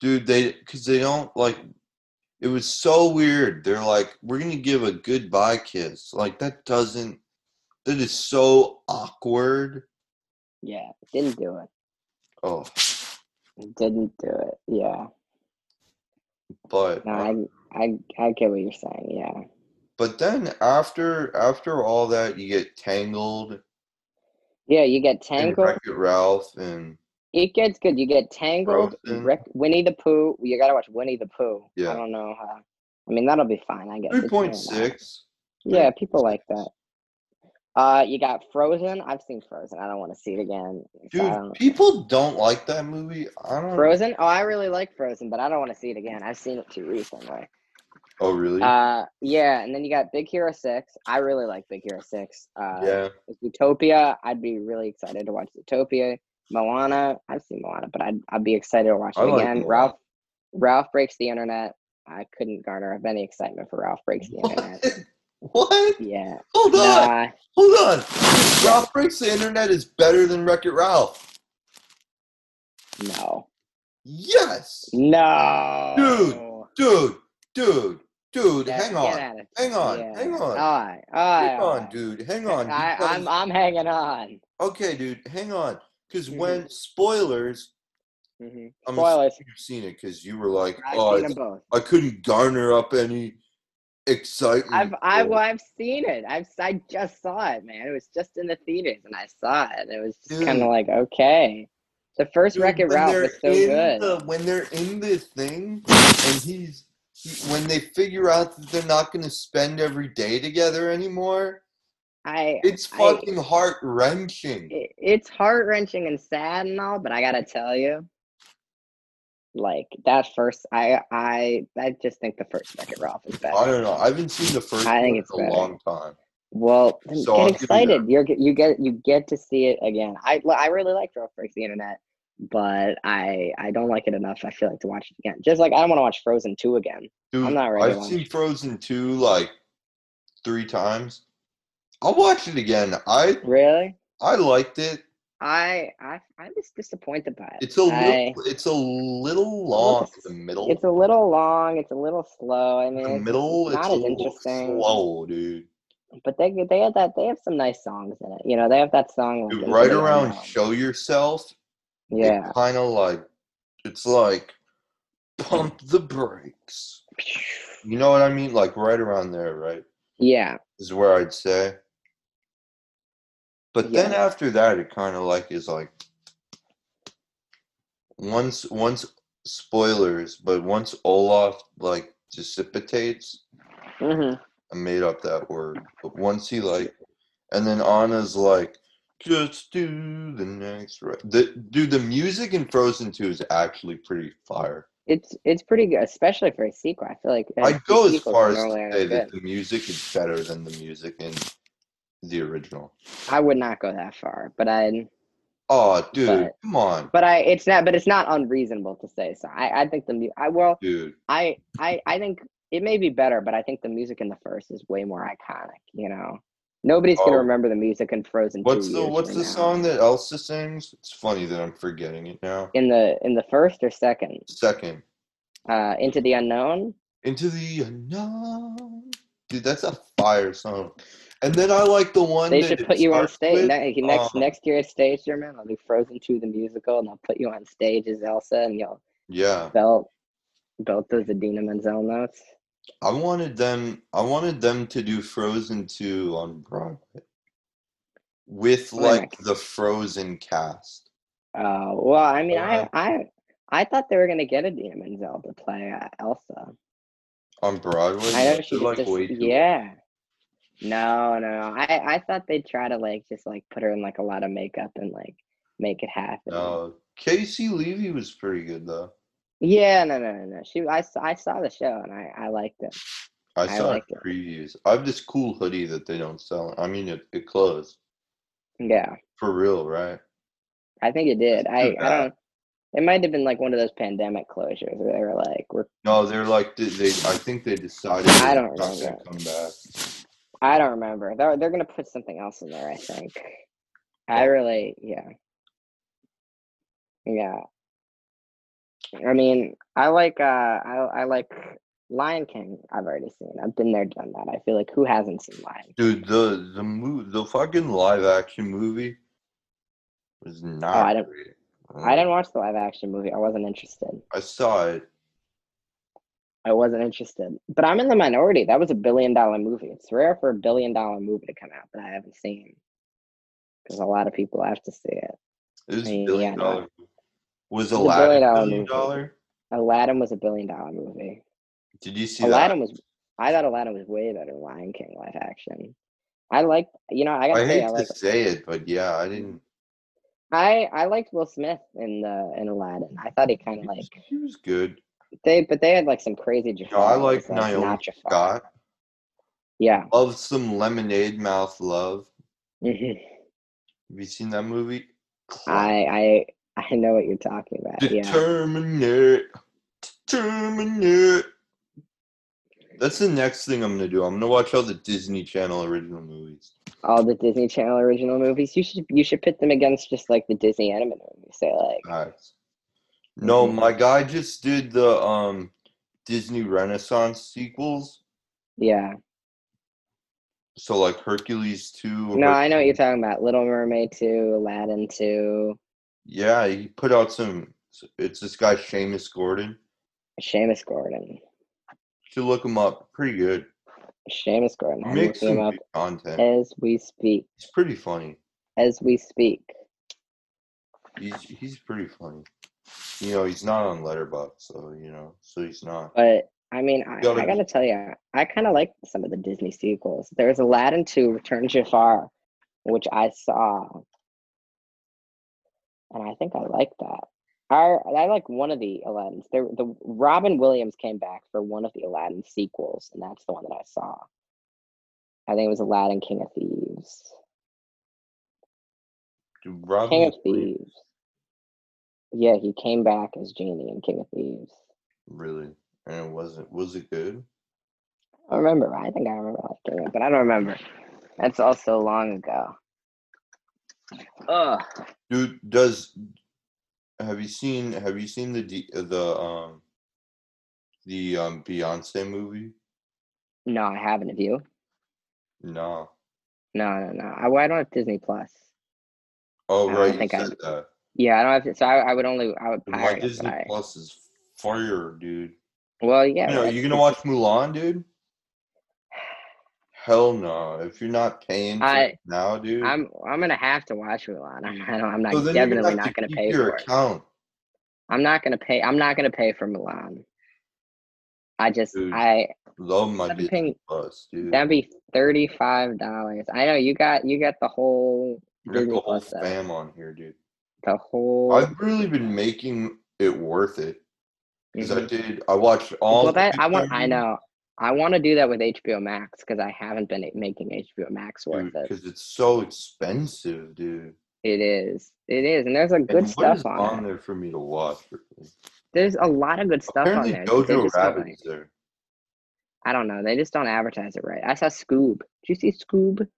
Speaker 1: dude. They because they don't like. It was so weird. They're like, we're gonna give a goodbye kiss. Like that doesn't. That is so awkward.
Speaker 2: yeah, didn't do it.
Speaker 1: Oh,
Speaker 2: Didn't do it. Yeah.
Speaker 1: but
Speaker 2: No, I I I get what you're saying. Yeah.
Speaker 1: but then after after all that, you get tangled
Speaker 2: Yeah, you get
Speaker 1: and
Speaker 2: tangled.
Speaker 1: Wreck It Ralph and
Speaker 2: It gets good. You get Tangled,
Speaker 1: Frozen.
Speaker 2: Rick, Winnie the Pooh. You gotta watch Winnie the Pooh.
Speaker 1: Yeah.
Speaker 2: I don't know how. I mean, that'll be fine. I guess.
Speaker 1: three
Speaker 2: It's fine
Speaker 1: point
Speaker 2: now.
Speaker 1: six.
Speaker 2: Yeah, people like that. Uh, you got Frozen. I've seen Frozen. I don't want to see it again. So I
Speaker 1: Dude,
Speaker 2: don't-
Speaker 1: people don't like that movie. I don't.
Speaker 2: Frozen. Oh, I really like Frozen, but I don't want to see it again. I've seen it too recently.
Speaker 1: Oh, really?
Speaker 2: Uh, yeah, and then you got Big Hero Six. I really like Big Hero Six. Uh,
Speaker 1: yeah.
Speaker 2: Utopia. I'd be really excited to watch Utopia. Moana. I've seen Moana, but I'd I'd be excited to watch it
Speaker 1: I like
Speaker 2: again.
Speaker 1: Moana.
Speaker 2: Ralph Ralph breaks the internet. I couldn't garner up any excitement for Ralph breaks the internet.
Speaker 1: What? What?
Speaker 2: Yeah,
Speaker 1: Hold on.
Speaker 2: nah,
Speaker 1: Hold on. Ralph Breaks the Internet is better than Wreck It Ralph.
Speaker 2: no,
Speaker 1: Yes.
Speaker 2: no,
Speaker 1: Dude, dude, dude,
Speaker 2: Get-
Speaker 1: hang
Speaker 2: get
Speaker 1: on.
Speaker 2: out of-
Speaker 1: Hang on.
Speaker 2: yeah.
Speaker 1: Hang
Speaker 2: All
Speaker 1: on.
Speaker 2: right, all right,
Speaker 1: Hang
Speaker 2: all
Speaker 1: on,
Speaker 2: right.
Speaker 1: dude. Hang on.
Speaker 2: I, I'm
Speaker 1: because-
Speaker 2: I'm hanging on.
Speaker 1: okay, dude, hang on. Because
Speaker 2: Mhm.
Speaker 1: when spoilers,
Speaker 2: Mhm.
Speaker 1: I'm assuming
Speaker 2: Spoilers.
Speaker 1: you've seen it because you were like,
Speaker 2: I've
Speaker 1: oh,
Speaker 2: seen them
Speaker 1: it's-
Speaker 2: both.
Speaker 1: I couldn't garner up any excitement.
Speaker 2: I've I've,
Speaker 1: for it."
Speaker 2: I've seen it. I've I just saw it, man. It was just in the theaters, and I saw it. It was just kind
Speaker 1: Dude.
Speaker 2: of like okay. The first
Speaker 1: Dude,
Speaker 2: Wreck It
Speaker 1: when
Speaker 2: Ralph
Speaker 1: they're
Speaker 2: was so
Speaker 1: in
Speaker 2: good.
Speaker 1: The, when they're in the thing, and he's he- when they figure out that they're not going to spend every day together anymore,
Speaker 2: I
Speaker 1: it's
Speaker 2: I-
Speaker 1: fucking heart wrenching.
Speaker 2: it, it's heart wrenching and sad and all, but I gotta tell you, like that first, I I I just think the first Wreck It Ralph is
Speaker 1: I
Speaker 2: better.
Speaker 1: don't know. I haven't seen the first
Speaker 2: I think
Speaker 1: one
Speaker 2: it's
Speaker 1: in a
Speaker 2: better.
Speaker 1: long time.
Speaker 2: Well, then
Speaker 1: So I'll
Speaker 2: get
Speaker 1: give you that.
Speaker 2: excited. You're get- you get you get to see it again. I li- I really like Ralph Breaks the Internet, but I I don't like it enough. I feel like to watch it again. Just like I don't want to watch Frozen two again.
Speaker 1: Dude,
Speaker 2: not ready to
Speaker 1: I've
Speaker 2: watch.
Speaker 1: seen Frozen 2 like three times. I'll watch it again. I
Speaker 2: Really,
Speaker 1: I liked it.
Speaker 2: I I I'm just disappointed by it.
Speaker 1: It's a little,
Speaker 2: I-
Speaker 1: it's a little long in the middle.
Speaker 2: It's a little long. It's a little slow. I mean,
Speaker 1: the
Speaker 2: it's-
Speaker 1: middle,
Speaker 2: it's
Speaker 1: it's
Speaker 2: not
Speaker 1: a
Speaker 2: as
Speaker 1: little
Speaker 2: interesting.
Speaker 1: slow, dude.
Speaker 2: but they they had that they have some nice songs in it. You know, they have that song like
Speaker 1: Dude,
Speaker 2: it's
Speaker 1: right
Speaker 2: really
Speaker 1: around
Speaker 2: loud.
Speaker 1: show yourself
Speaker 2: Yeah.
Speaker 1: kind of like it's like pump the brakes you know what i mean like right around there right
Speaker 2: Yeah.
Speaker 1: is where i'd say but then
Speaker 2: Yeah.
Speaker 1: after that it kind of like is like once once spoilers but once olaf like dissipates
Speaker 2: Mhm.
Speaker 1: I made up that word. But once he like, and then Anna's like, just do the next. Re-. The dude, the music in Frozen Two is actually pretty fire.
Speaker 2: It's it's pretty good, especially for a sequel. I feel like uh,
Speaker 1: I'd go as
Speaker 2: sequels
Speaker 1: far as
Speaker 2: normally
Speaker 1: to
Speaker 2: aren't
Speaker 1: say that
Speaker 2: good.
Speaker 1: the music is better than the music in the original.
Speaker 2: I would not go that far, but I
Speaker 1: Oh, dude,
Speaker 2: But-
Speaker 1: come on,
Speaker 2: but I it's not but it's not unreasonable to say so. I I think the mu- I well
Speaker 1: dude.
Speaker 2: I I I think it may be better, but I think the music in the first is way more iconic. You know, nobody's gonna
Speaker 1: Oh.
Speaker 2: remember the music in Frozen.
Speaker 1: What's
Speaker 2: two
Speaker 1: the
Speaker 2: years
Speaker 1: what's
Speaker 2: from
Speaker 1: the
Speaker 2: now.
Speaker 1: song that Elsa sings? It's funny that I'm forgetting it now.
Speaker 2: in the in the first or second?
Speaker 1: Second,
Speaker 2: Uh, Into the Unknown.
Speaker 1: into the unknown. Dude, that's a fire song. And then I like the one
Speaker 2: They
Speaker 1: that
Speaker 2: should
Speaker 1: it
Speaker 2: put you on
Speaker 1: starts
Speaker 2: stage
Speaker 1: with.
Speaker 2: next next,
Speaker 1: um,
Speaker 2: next year at Stage German. I'll do Frozen 2 the musical, and I'll put you on stage as Elsa, and you'll
Speaker 1: Yeah,
Speaker 2: belt belt those Adina Menzel notes.
Speaker 1: I wanted them. I wanted them to do Frozen two on Broadway with
Speaker 2: Why not?
Speaker 1: like the Frozen cast.
Speaker 2: Uh, well, I mean,
Speaker 1: Uh-huh.
Speaker 2: I I I thought they were gonna get Adina Menzel to play uh, Elsa.
Speaker 1: On Broadway,
Speaker 2: I know
Speaker 1: They're,
Speaker 2: she's
Speaker 1: like
Speaker 2: just
Speaker 1: way too.
Speaker 2: yeah. No, no, no. I I thought they'd try to like just like put her in like a lot of makeup and like make it happen.
Speaker 1: Uh, Casey Levy was pretty good though.
Speaker 2: Yeah, no, no, no, no. She I saw I saw the show and I I liked it.
Speaker 1: I
Speaker 2: I
Speaker 1: saw
Speaker 2: liked it.
Speaker 1: previews. I have this cool hoodie that they don't sell. I mean, it, it closed
Speaker 2: Yeah.
Speaker 1: for real, right?
Speaker 2: I think it did. I, I
Speaker 1: bad.
Speaker 2: don't It might have been like one of those pandemic closures where they were like, we're,
Speaker 1: No, they're like they. they I think they decided.
Speaker 2: I don't
Speaker 1: they're not
Speaker 2: remember.
Speaker 1: gonna Come back.
Speaker 2: I don't remember. They're, they're going to put something else in there, I think. I really, yeah. Yeah. I mean, I like, uh, I, I like Lion King. I've already seen. I've been there, done that. I feel like who hasn't seen Lion? King?
Speaker 1: Dude, the the movie, the fucking live action movie was not
Speaker 2: Oh, I didn't-
Speaker 1: great.
Speaker 2: I didn't watch the live action movie. I wasn't interested.
Speaker 1: I saw it.
Speaker 2: I wasn't interested. But I'm in the minority. That was a billion dollar movie. It's rare for a billion dollar movie to come out that I haven't seen. Because a lot of people have to see it.
Speaker 1: It was
Speaker 2: I mean,
Speaker 1: billion
Speaker 2: yeah,
Speaker 1: dollar. Was
Speaker 2: It was a
Speaker 1: Aladdin
Speaker 2: billion dollar
Speaker 1: billion
Speaker 2: movie.
Speaker 1: dollar?
Speaker 2: Aladdin was a billion dollar movie.
Speaker 1: Did you see
Speaker 2: Aladdin
Speaker 1: that?
Speaker 2: was I thought Aladdin was way better than Lion King live action. I like you know, I gotta
Speaker 1: I
Speaker 2: say
Speaker 1: hate
Speaker 2: I like
Speaker 1: to say it, but yeah, I didn't.
Speaker 2: I, I liked Will Smith in the in Aladdin. I thought he kinda
Speaker 1: He
Speaker 2: like
Speaker 1: was, he was good.
Speaker 2: they but they had like some crazy
Speaker 1: No, I
Speaker 2: Jafar.
Speaker 1: like
Speaker 2: so it's not
Speaker 1: Naomi
Speaker 2: Jafar.
Speaker 1: Scott.
Speaker 2: Yeah.
Speaker 1: Love some lemonade mouth love.
Speaker 2: Mhm.
Speaker 1: Have you seen that movie?
Speaker 2: I I I know what you're talking about. Yeah.
Speaker 1: Determinate. Determinate. That's the next thing I'm gonna do. I'm gonna watch all the Disney Channel original movies.
Speaker 2: all the Disney Channel original movies. You should you should pit them against just like the Disney animated movies. Say like
Speaker 1: Facts. No,
Speaker 2: Mhm.
Speaker 1: my guy just did the um Disney Renaissance sequels.
Speaker 2: yeah.
Speaker 1: So like Hercules two.
Speaker 2: No, I know what you're talking about. Little Mermaid two, Aladdin two,
Speaker 1: Yeah, he put out some. It's this guy Seamus Gordon.
Speaker 2: Seamus Gordon.
Speaker 1: You should look him up. Pretty good.
Speaker 2: Seamus Gordon.
Speaker 1: He
Speaker 2: I'm
Speaker 1: makes
Speaker 2: looking
Speaker 1: some
Speaker 2: him up Eh.
Speaker 1: good content.
Speaker 2: as we speak.
Speaker 1: He's pretty funny.
Speaker 2: As we speak.
Speaker 1: He's he's pretty funny. You know, he's not on Letterboxd, so you know, so he's not.
Speaker 2: But I mean, I,
Speaker 1: Gotta
Speaker 2: I
Speaker 1: be-
Speaker 2: gotta tell you, I kind of like some of the Disney sequels. There was Aladdin two, Return to Jafar, which I saw, and I think I like that. I I like one of the Aladdin's. There, the Robin Williams came back for one of the Aladdin sequels, and that's the one that I saw. I think it was Aladdin King of Thieves.
Speaker 1: Dude, Robin
Speaker 2: King of
Speaker 1: Williams-
Speaker 2: Thieves. Yeah, he came back as genie in King of Thieves.
Speaker 1: Really, and it wasn't. Was it good?
Speaker 2: I remember. I think I remember liking it, but I don't remember. That's also long ago. Ugh.
Speaker 1: Dude, does have you seen have you seen the D, the um the um Beyonce movie?
Speaker 2: No, I haven't. Have you?
Speaker 1: No.
Speaker 2: No, no, no. I, well, I don't have Disney Plus.
Speaker 1: Oh
Speaker 2: I don't
Speaker 1: right, you
Speaker 2: think
Speaker 1: said
Speaker 2: I-
Speaker 1: that.
Speaker 2: Yeah, I don't have. So I, I would only. I would
Speaker 1: Dude, My
Speaker 2: pirate it. but
Speaker 1: Disney
Speaker 2: I-
Speaker 1: Plus is fire, dude.
Speaker 2: Well, yeah.
Speaker 1: You know,
Speaker 2: that's-
Speaker 1: you gonna watch Mulan, dude? Hell no. If you're not paying for
Speaker 2: I-
Speaker 1: it now, dude.
Speaker 2: I'm. I'm gonna have to watch Mulan. I'm. I don't, I'm not.
Speaker 1: so then you're gonna have
Speaker 2: definitely
Speaker 1: to
Speaker 2: not gonna
Speaker 1: keep
Speaker 2: pay
Speaker 1: your
Speaker 2: for it.
Speaker 1: account.
Speaker 2: I'm not gonna pay. I'm not gonna pay for Milan. I just.
Speaker 1: Dude.
Speaker 2: I.
Speaker 1: Love my
Speaker 2: I'm
Speaker 1: Disney
Speaker 2: paying-
Speaker 1: Plus, dude.
Speaker 2: That'd be thirty five dollars. I know you got. You got the whole.
Speaker 1: We got the
Speaker 2: Disney
Speaker 1: whole
Speaker 2: Plus. though.
Speaker 1: fam on here, dude.
Speaker 2: The whole.
Speaker 1: I've really been making it worth it. Because
Speaker 2: Mhm.
Speaker 1: I did. I watched all.
Speaker 2: well,
Speaker 1: the
Speaker 2: that I want. I
Speaker 1: Pixar
Speaker 2: know. I want to do that with HBO Max because I haven't been making HBO Max
Speaker 1: movies,
Speaker 2: worth
Speaker 1: dude,
Speaker 2: it.
Speaker 1: Because it's so expensive, dude.
Speaker 2: It is. It is, and there's like good
Speaker 1: And what is
Speaker 2: stuff on, it.
Speaker 1: there for me to watch. really?
Speaker 2: There's a lot of good stuff
Speaker 1: Apparently,
Speaker 2: on there. that they
Speaker 1: Jojo
Speaker 2: just don't,
Speaker 1: Rabbit's
Speaker 2: like-
Speaker 1: there.
Speaker 2: I don't know. They just don't advertise it right. I saw Scoob. Did you see Scoob?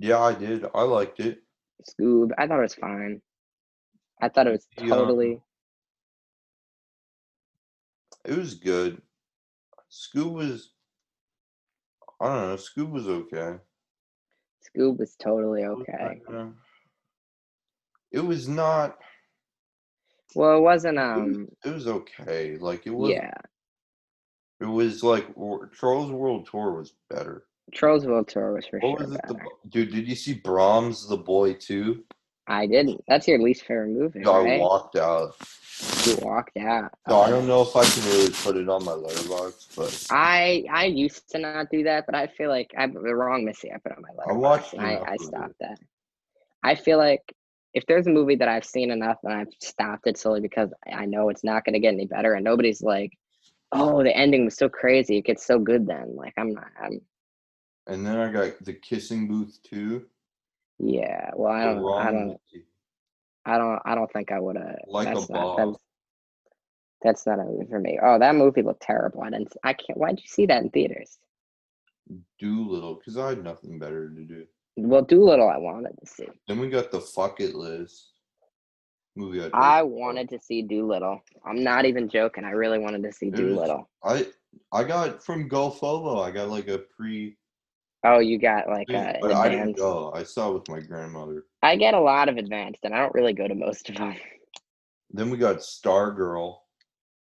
Speaker 1: Yeah, I did. I liked it.
Speaker 2: Scoob. I thought it was fine. I thought it was
Speaker 1: The, um,
Speaker 2: totally.
Speaker 1: It was good. Scoob was. I don't know. Scoob was okay.
Speaker 2: Scoob was totally
Speaker 1: It was
Speaker 2: okay.
Speaker 1: kinda- It was not.
Speaker 2: Well, it wasn't.
Speaker 1: It was,
Speaker 2: Um.
Speaker 1: it was okay. Like it was.
Speaker 2: Yeah.
Speaker 1: It was like Wor- Charles World Tour was better.
Speaker 2: Trolls World Tour was for
Speaker 1: What
Speaker 2: sure
Speaker 1: was it? The,
Speaker 2: better.
Speaker 1: Bo- dude, did you see Brahms the Boy too?
Speaker 2: I didn't. That's your least favorite movie,
Speaker 1: No, I
Speaker 2: right?
Speaker 1: walked out.
Speaker 2: Oh, You walked out. Oh,
Speaker 1: So I
Speaker 2: Okay.
Speaker 1: don't know if I can really put it on my letterbox, but
Speaker 2: I I used to not do that, but I feel like I the wrong missy I put on my list.
Speaker 1: watched
Speaker 2: I,
Speaker 1: enough
Speaker 2: I
Speaker 1: of it.
Speaker 2: stopped that. I feel like if there's a movie that I've seen enough and I've stopped it solely because I know it's not gonna get any better and nobody's like, Oh, the ending was so crazy, it gets so good then. Like I'm not I'm
Speaker 1: and then I got the kissing booth too.
Speaker 2: yeah, well I don't I don't I don't. I don't think I would have.
Speaker 1: Like a
Speaker 2: that's
Speaker 1: boss.
Speaker 2: not, that's, that's not a movie for me. Oh, that movie looked terrible. I didn't. I can't. Why'd you see that in theaters?
Speaker 1: Doolittle, because I had nothing better to do.
Speaker 2: Well, Doolittle, I wanted to see.
Speaker 1: Then we got the fuck it list. Movie I'd
Speaker 2: I
Speaker 1: watch.
Speaker 2: wanted to see Doolittle. I'm not even joking. I really wanted to see
Speaker 1: It was-
Speaker 2: Doolittle.
Speaker 1: I I got from Golfolo. I got like a pre,
Speaker 2: Oh, you got like uh,
Speaker 1: but I didn't
Speaker 2: advanced.
Speaker 1: go. I saw it with my grandmother.
Speaker 2: I get a lot of advanced, and I don't really go to most of them.
Speaker 1: Then we got Stargirl.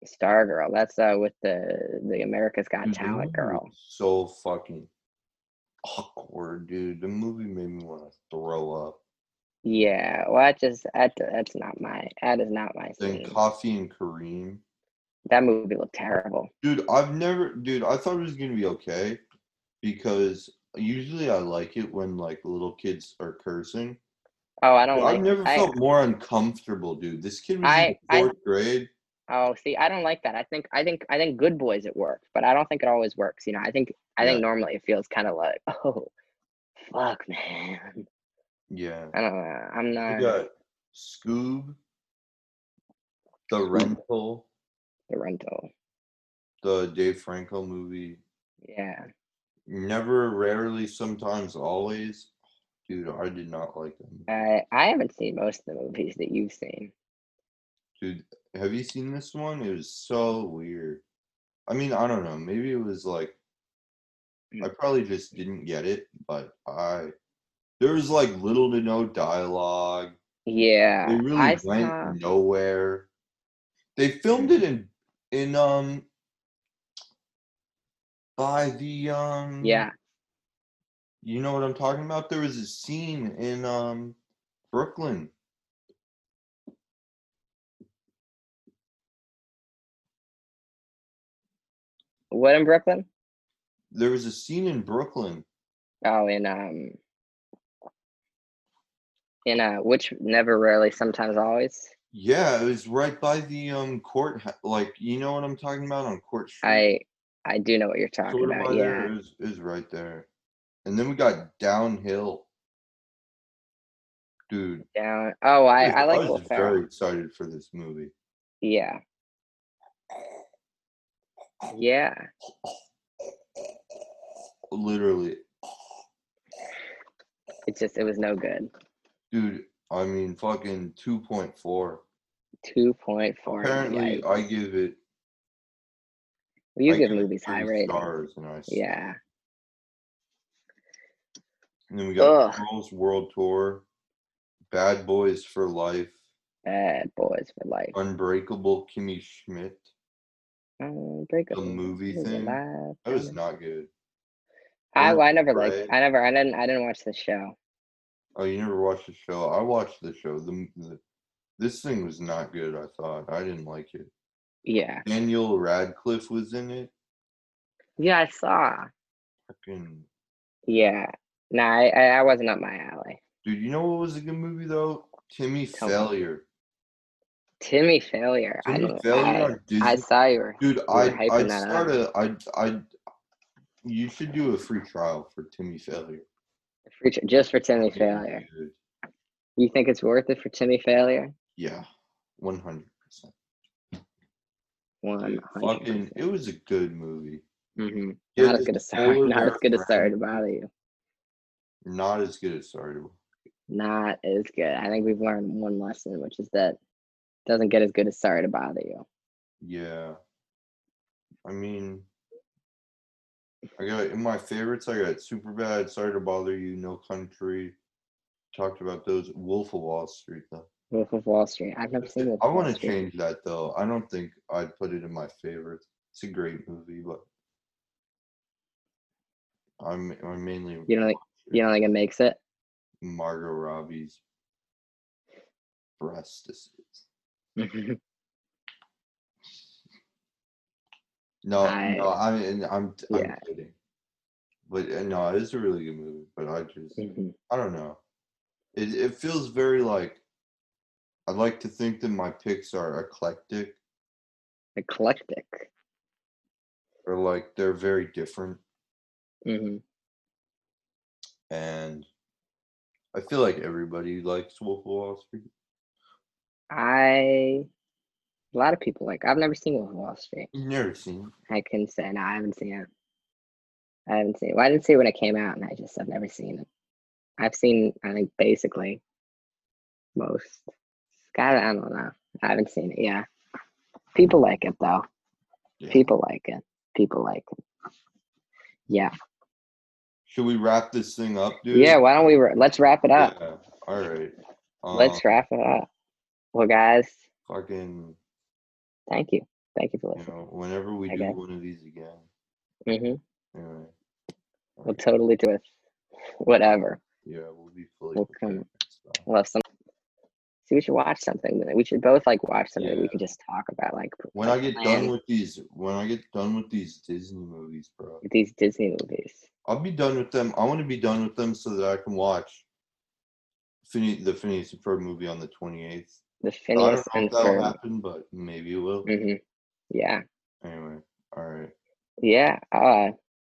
Speaker 2: Stargirl. That's uh with the the America's Got
Speaker 1: Dude, the
Speaker 2: Talent
Speaker 1: movie
Speaker 2: girl.
Speaker 1: was So fucking awkward, dude. The movie made me want to throw up.
Speaker 2: Yeah, well, that just that that's not my that is not my
Speaker 1: Then
Speaker 2: scene.
Speaker 1: Coffee and Kareem.
Speaker 2: That movie looked terrible.
Speaker 1: Dude, I've never dude, I thought it was gonna be okay because usually I like it when like little kids are cursing.
Speaker 2: Oh, I don't
Speaker 1: I've
Speaker 2: like.
Speaker 1: never
Speaker 2: I,
Speaker 1: felt more uncomfortable, dude. This kid was
Speaker 2: I-
Speaker 1: in
Speaker 2: I-
Speaker 1: fourth grade.
Speaker 2: oh, see, I don't like that. I think I think I think Good Boys it worked, but I don't think it always works. You know, I think I think
Speaker 1: Yeah.
Speaker 2: normally it feels kind of like, oh, fuck, man.
Speaker 1: Yeah.
Speaker 2: I don't know. I'm
Speaker 1: We
Speaker 2: not
Speaker 1: got Scoob, The Rental,
Speaker 2: the rental.
Speaker 1: the Dave Franco movie.
Speaker 2: Yeah,
Speaker 1: Never, rarely, sometimes, always. Dude, I did not like them.
Speaker 2: I I haven't seen most of the movies that you've seen.
Speaker 1: Dude, have you seen this one? It was so weird. I mean, I don't know. Maybe it was like I probably just didn't get it, but I there was like little to no dialogue.
Speaker 2: Yeah,
Speaker 1: They really
Speaker 2: I
Speaker 1: went
Speaker 2: saw.
Speaker 1: nowhere. They filmed it in in um by the um
Speaker 2: Yeah,
Speaker 1: you know what I'm talking about? There was a scene in um Brooklyn.
Speaker 2: what in Brooklyn?
Speaker 1: There was a scene in Brooklyn.
Speaker 2: Oh, in um, in uh, which never, rarely, sometimes, always.
Speaker 1: Yeah, it was right by the um court like you know what I'm talking about on Court Street.
Speaker 2: I I do know what you're talking
Speaker 1: Hmm. Sort of by
Speaker 2: about.
Speaker 1: there,
Speaker 2: Yeah,
Speaker 1: It was, it was right there. And then we got downhill. Dude,
Speaker 2: down. Oh, I
Speaker 1: was-
Speaker 2: I like
Speaker 1: was
Speaker 2: Will Ferrell.
Speaker 1: very excited for this movie.
Speaker 2: Yeah, yeah.
Speaker 1: Literally,
Speaker 2: It's just it was no good.
Speaker 1: dude. I mean, fucking two point four.
Speaker 2: Two point four.
Speaker 1: Apparently, I give it.
Speaker 2: you
Speaker 1: I
Speaker 2: give
Speaker 1: it
Speaker 2: movies high
Speaker 1: three
Speaker 2: ratings.
Speaker 1: Stars, and I s-
Speaker 2: Yeah.
Speaker 1: And then we got
Speaker 2: Ugh.
Speaker 1: Girls World Tour, Bad Boys for Life,
Speaker 2: Bad boys for life.
Speaker 1: Unbreakable Kimmy Schmidt.
Speaker 2: Unbreakable.
Speaker 1: movie
Speaker 2: is
Speaker 1: thing?
Speaker 2: alive.
Speaker 1: That was not good.
Speaker 2: I,
Speaker 1: Birds
Speaker 2: I never
Speaker 1: Parade.
Speaker 2: liked. I never. I didn't. I didn't watch the show.
Speaker 1: Oh, you never watched the show? I watched the show. The, m- the this thing was not good. I thought I didn't like it.
Speaker 2: Yeah.
Speaker 1: Daniel Radcliffe was in it.
Speaker 2: Yeah, I saw.
Speaker 1: Fucking
Speaker 2: Yeah. Nah, I, I I wasn't up my alley.
Speaker 1: dude, you know what was a good movie though? Timmy
Speaker 2: Tell me.
Speaker 1: Failure.
Speaker 2: Timmy Failure. I,
Speaker 1: Timmy
Speaker 2: didn't-
Speaker 1: Failure
Speaker 2: I,
Speaker 1: on Disney.
Speaker 2: I saw you were.
Speaker 1: dude,
Speaker 2: were
Speaker 1: I
Speaker 2: hyping
Speaker 1: I
Speaker 2: that up.
Speaker 1: started I I you should do a free trial for Timmy Failure.
Speaker 2: Free- just for Timmy Failure.
Speaker 1: Dude,
Speaker 2: You think it's worth it for Timmy Failure?
Speaker 1: Yeah, one hundred percent.
Speaker 2: One
Speaker 1: Fucking, it was a good movie.
Speaker 2: Mm-hmm.
Speaker 1: Yeah,
Speaker 2: Not as
Speaker 1: just
Speaker 2: good as
Speaker 1: all
Speaker 2: sorry.
Speaker 1: of
Speaker 2: Not
Speaker 1: our
Speaker 2: as good as sorry
Speaker 1: friends-
Speaker 2: to bother you.
Speaker 1: Not as good as Sorry to
Speaker 2: Not as good. I think we've learned one lesson, which is that it doesn't get as good as sorry to bother you.
Speaker 1: Yeah. I mean, I got in my favorites. I got Super Bad, Sorry to Bother You, No Country. Talked about those. Wolf of Wall Street, though.
Speaker 2: Wolf of Wall Street. I've never seen Wolf
Speaker 1: I
Speaker 2: of Wall
Speaker 1: want to
Speaker 2: Street.
Speaker 1: change that, though. I don't think I'd put it in my favorites. It's a great movie, but I'm I'm mainly
Speaker 2: You don't think you don't think it makes it?
Speaker 1: Margot Robbie's breast disease. Mm-hmm. No,
Speaker 2: I-
Speaker 1: no, I mean, I'm I'm
Speaker 2: Yeah.
Speaker 1: kidding. But uh, no, it's a really good movie. But I just
Speaker 2: Mhm.
Speaker 1: I don't know. It it feels very like I like to think that my picks are eclectic
Speaker 2: Eclectic.
Speaker 1: or like they're very different Mm-hmm.
Speaker 2: hmm
Speaker 1: and I feel like everybody likes Wolf of Wall Street.
Speaker 2: I a lot of people like I've never seen Wolf of Wall Street.
Speaker 1: Never seen
Speaker 2: I can say no, I haven't seen it. I haven't seen. Well, I didn't see it when it came out, and I just I've never seen it. I've seen I think basically most. God, I don't know. I haven't seen it. Yeah, people like it though.
Speaker 1: Yeah.
Speaker 2: People like it. People like it. Yeah,
Speaker 1: Should we wrap this thing up, dude?
Speaker 2: yeah. Why don't we? Ra- let's wrap it up.
Speaker 1: Yeah. All right. Um,
Speaker 2: Let's wrap it up. Well, guys,
Speaker 1: fucking.
Speaker 2: thank you. Thank you for
Speaker 1: You
Speaker 2: listening.
Speaker 1: know, whenever we
Speaker 2: I
Speaker 1: do
Speaker 2: guess.
Speaker 1: one of these again.
Speaker 2: hmm
Speaker 1: Anyway.
Speaker 2: We'll totally do it. Whatever.
Speaker 1: Yeah, we'll be fully.
Speaker 2: We'll
Speaker 1: prepared
Speaker 2: come-
Speaker 1: and stuff.
Speaker 2: Love some. See, we should watch something. that- We should both like watch something that we
Speaker 1: Yeah.
Speaker 2: can just talk about, like p-
Speaker 1: When I
Speaker 2: like,
Speaker 1: get
Speaker 2: plan
Speaker 1: done with these, when I get done with these Disney movies, bro,
Speaker 2: with these Disney movies.
Speaker 1: I'll be done with them. I want to be done with them so that I can watch Fini- the Phineas and Ferb movie on the 28th.
Speaker 2: The
Speaker 1: I don't know
Speaker 2: Phineas
Speaker 1: if
Speaker 2: and
Speaker 1: that'll
Speaker 2: Ferb. Mm.
Speaker 1: happen, but maybe it will.
Speaker 2: hmm Yeah,
Speaker 1: Anyway, all right.
Speaker 2: yeah. Uh,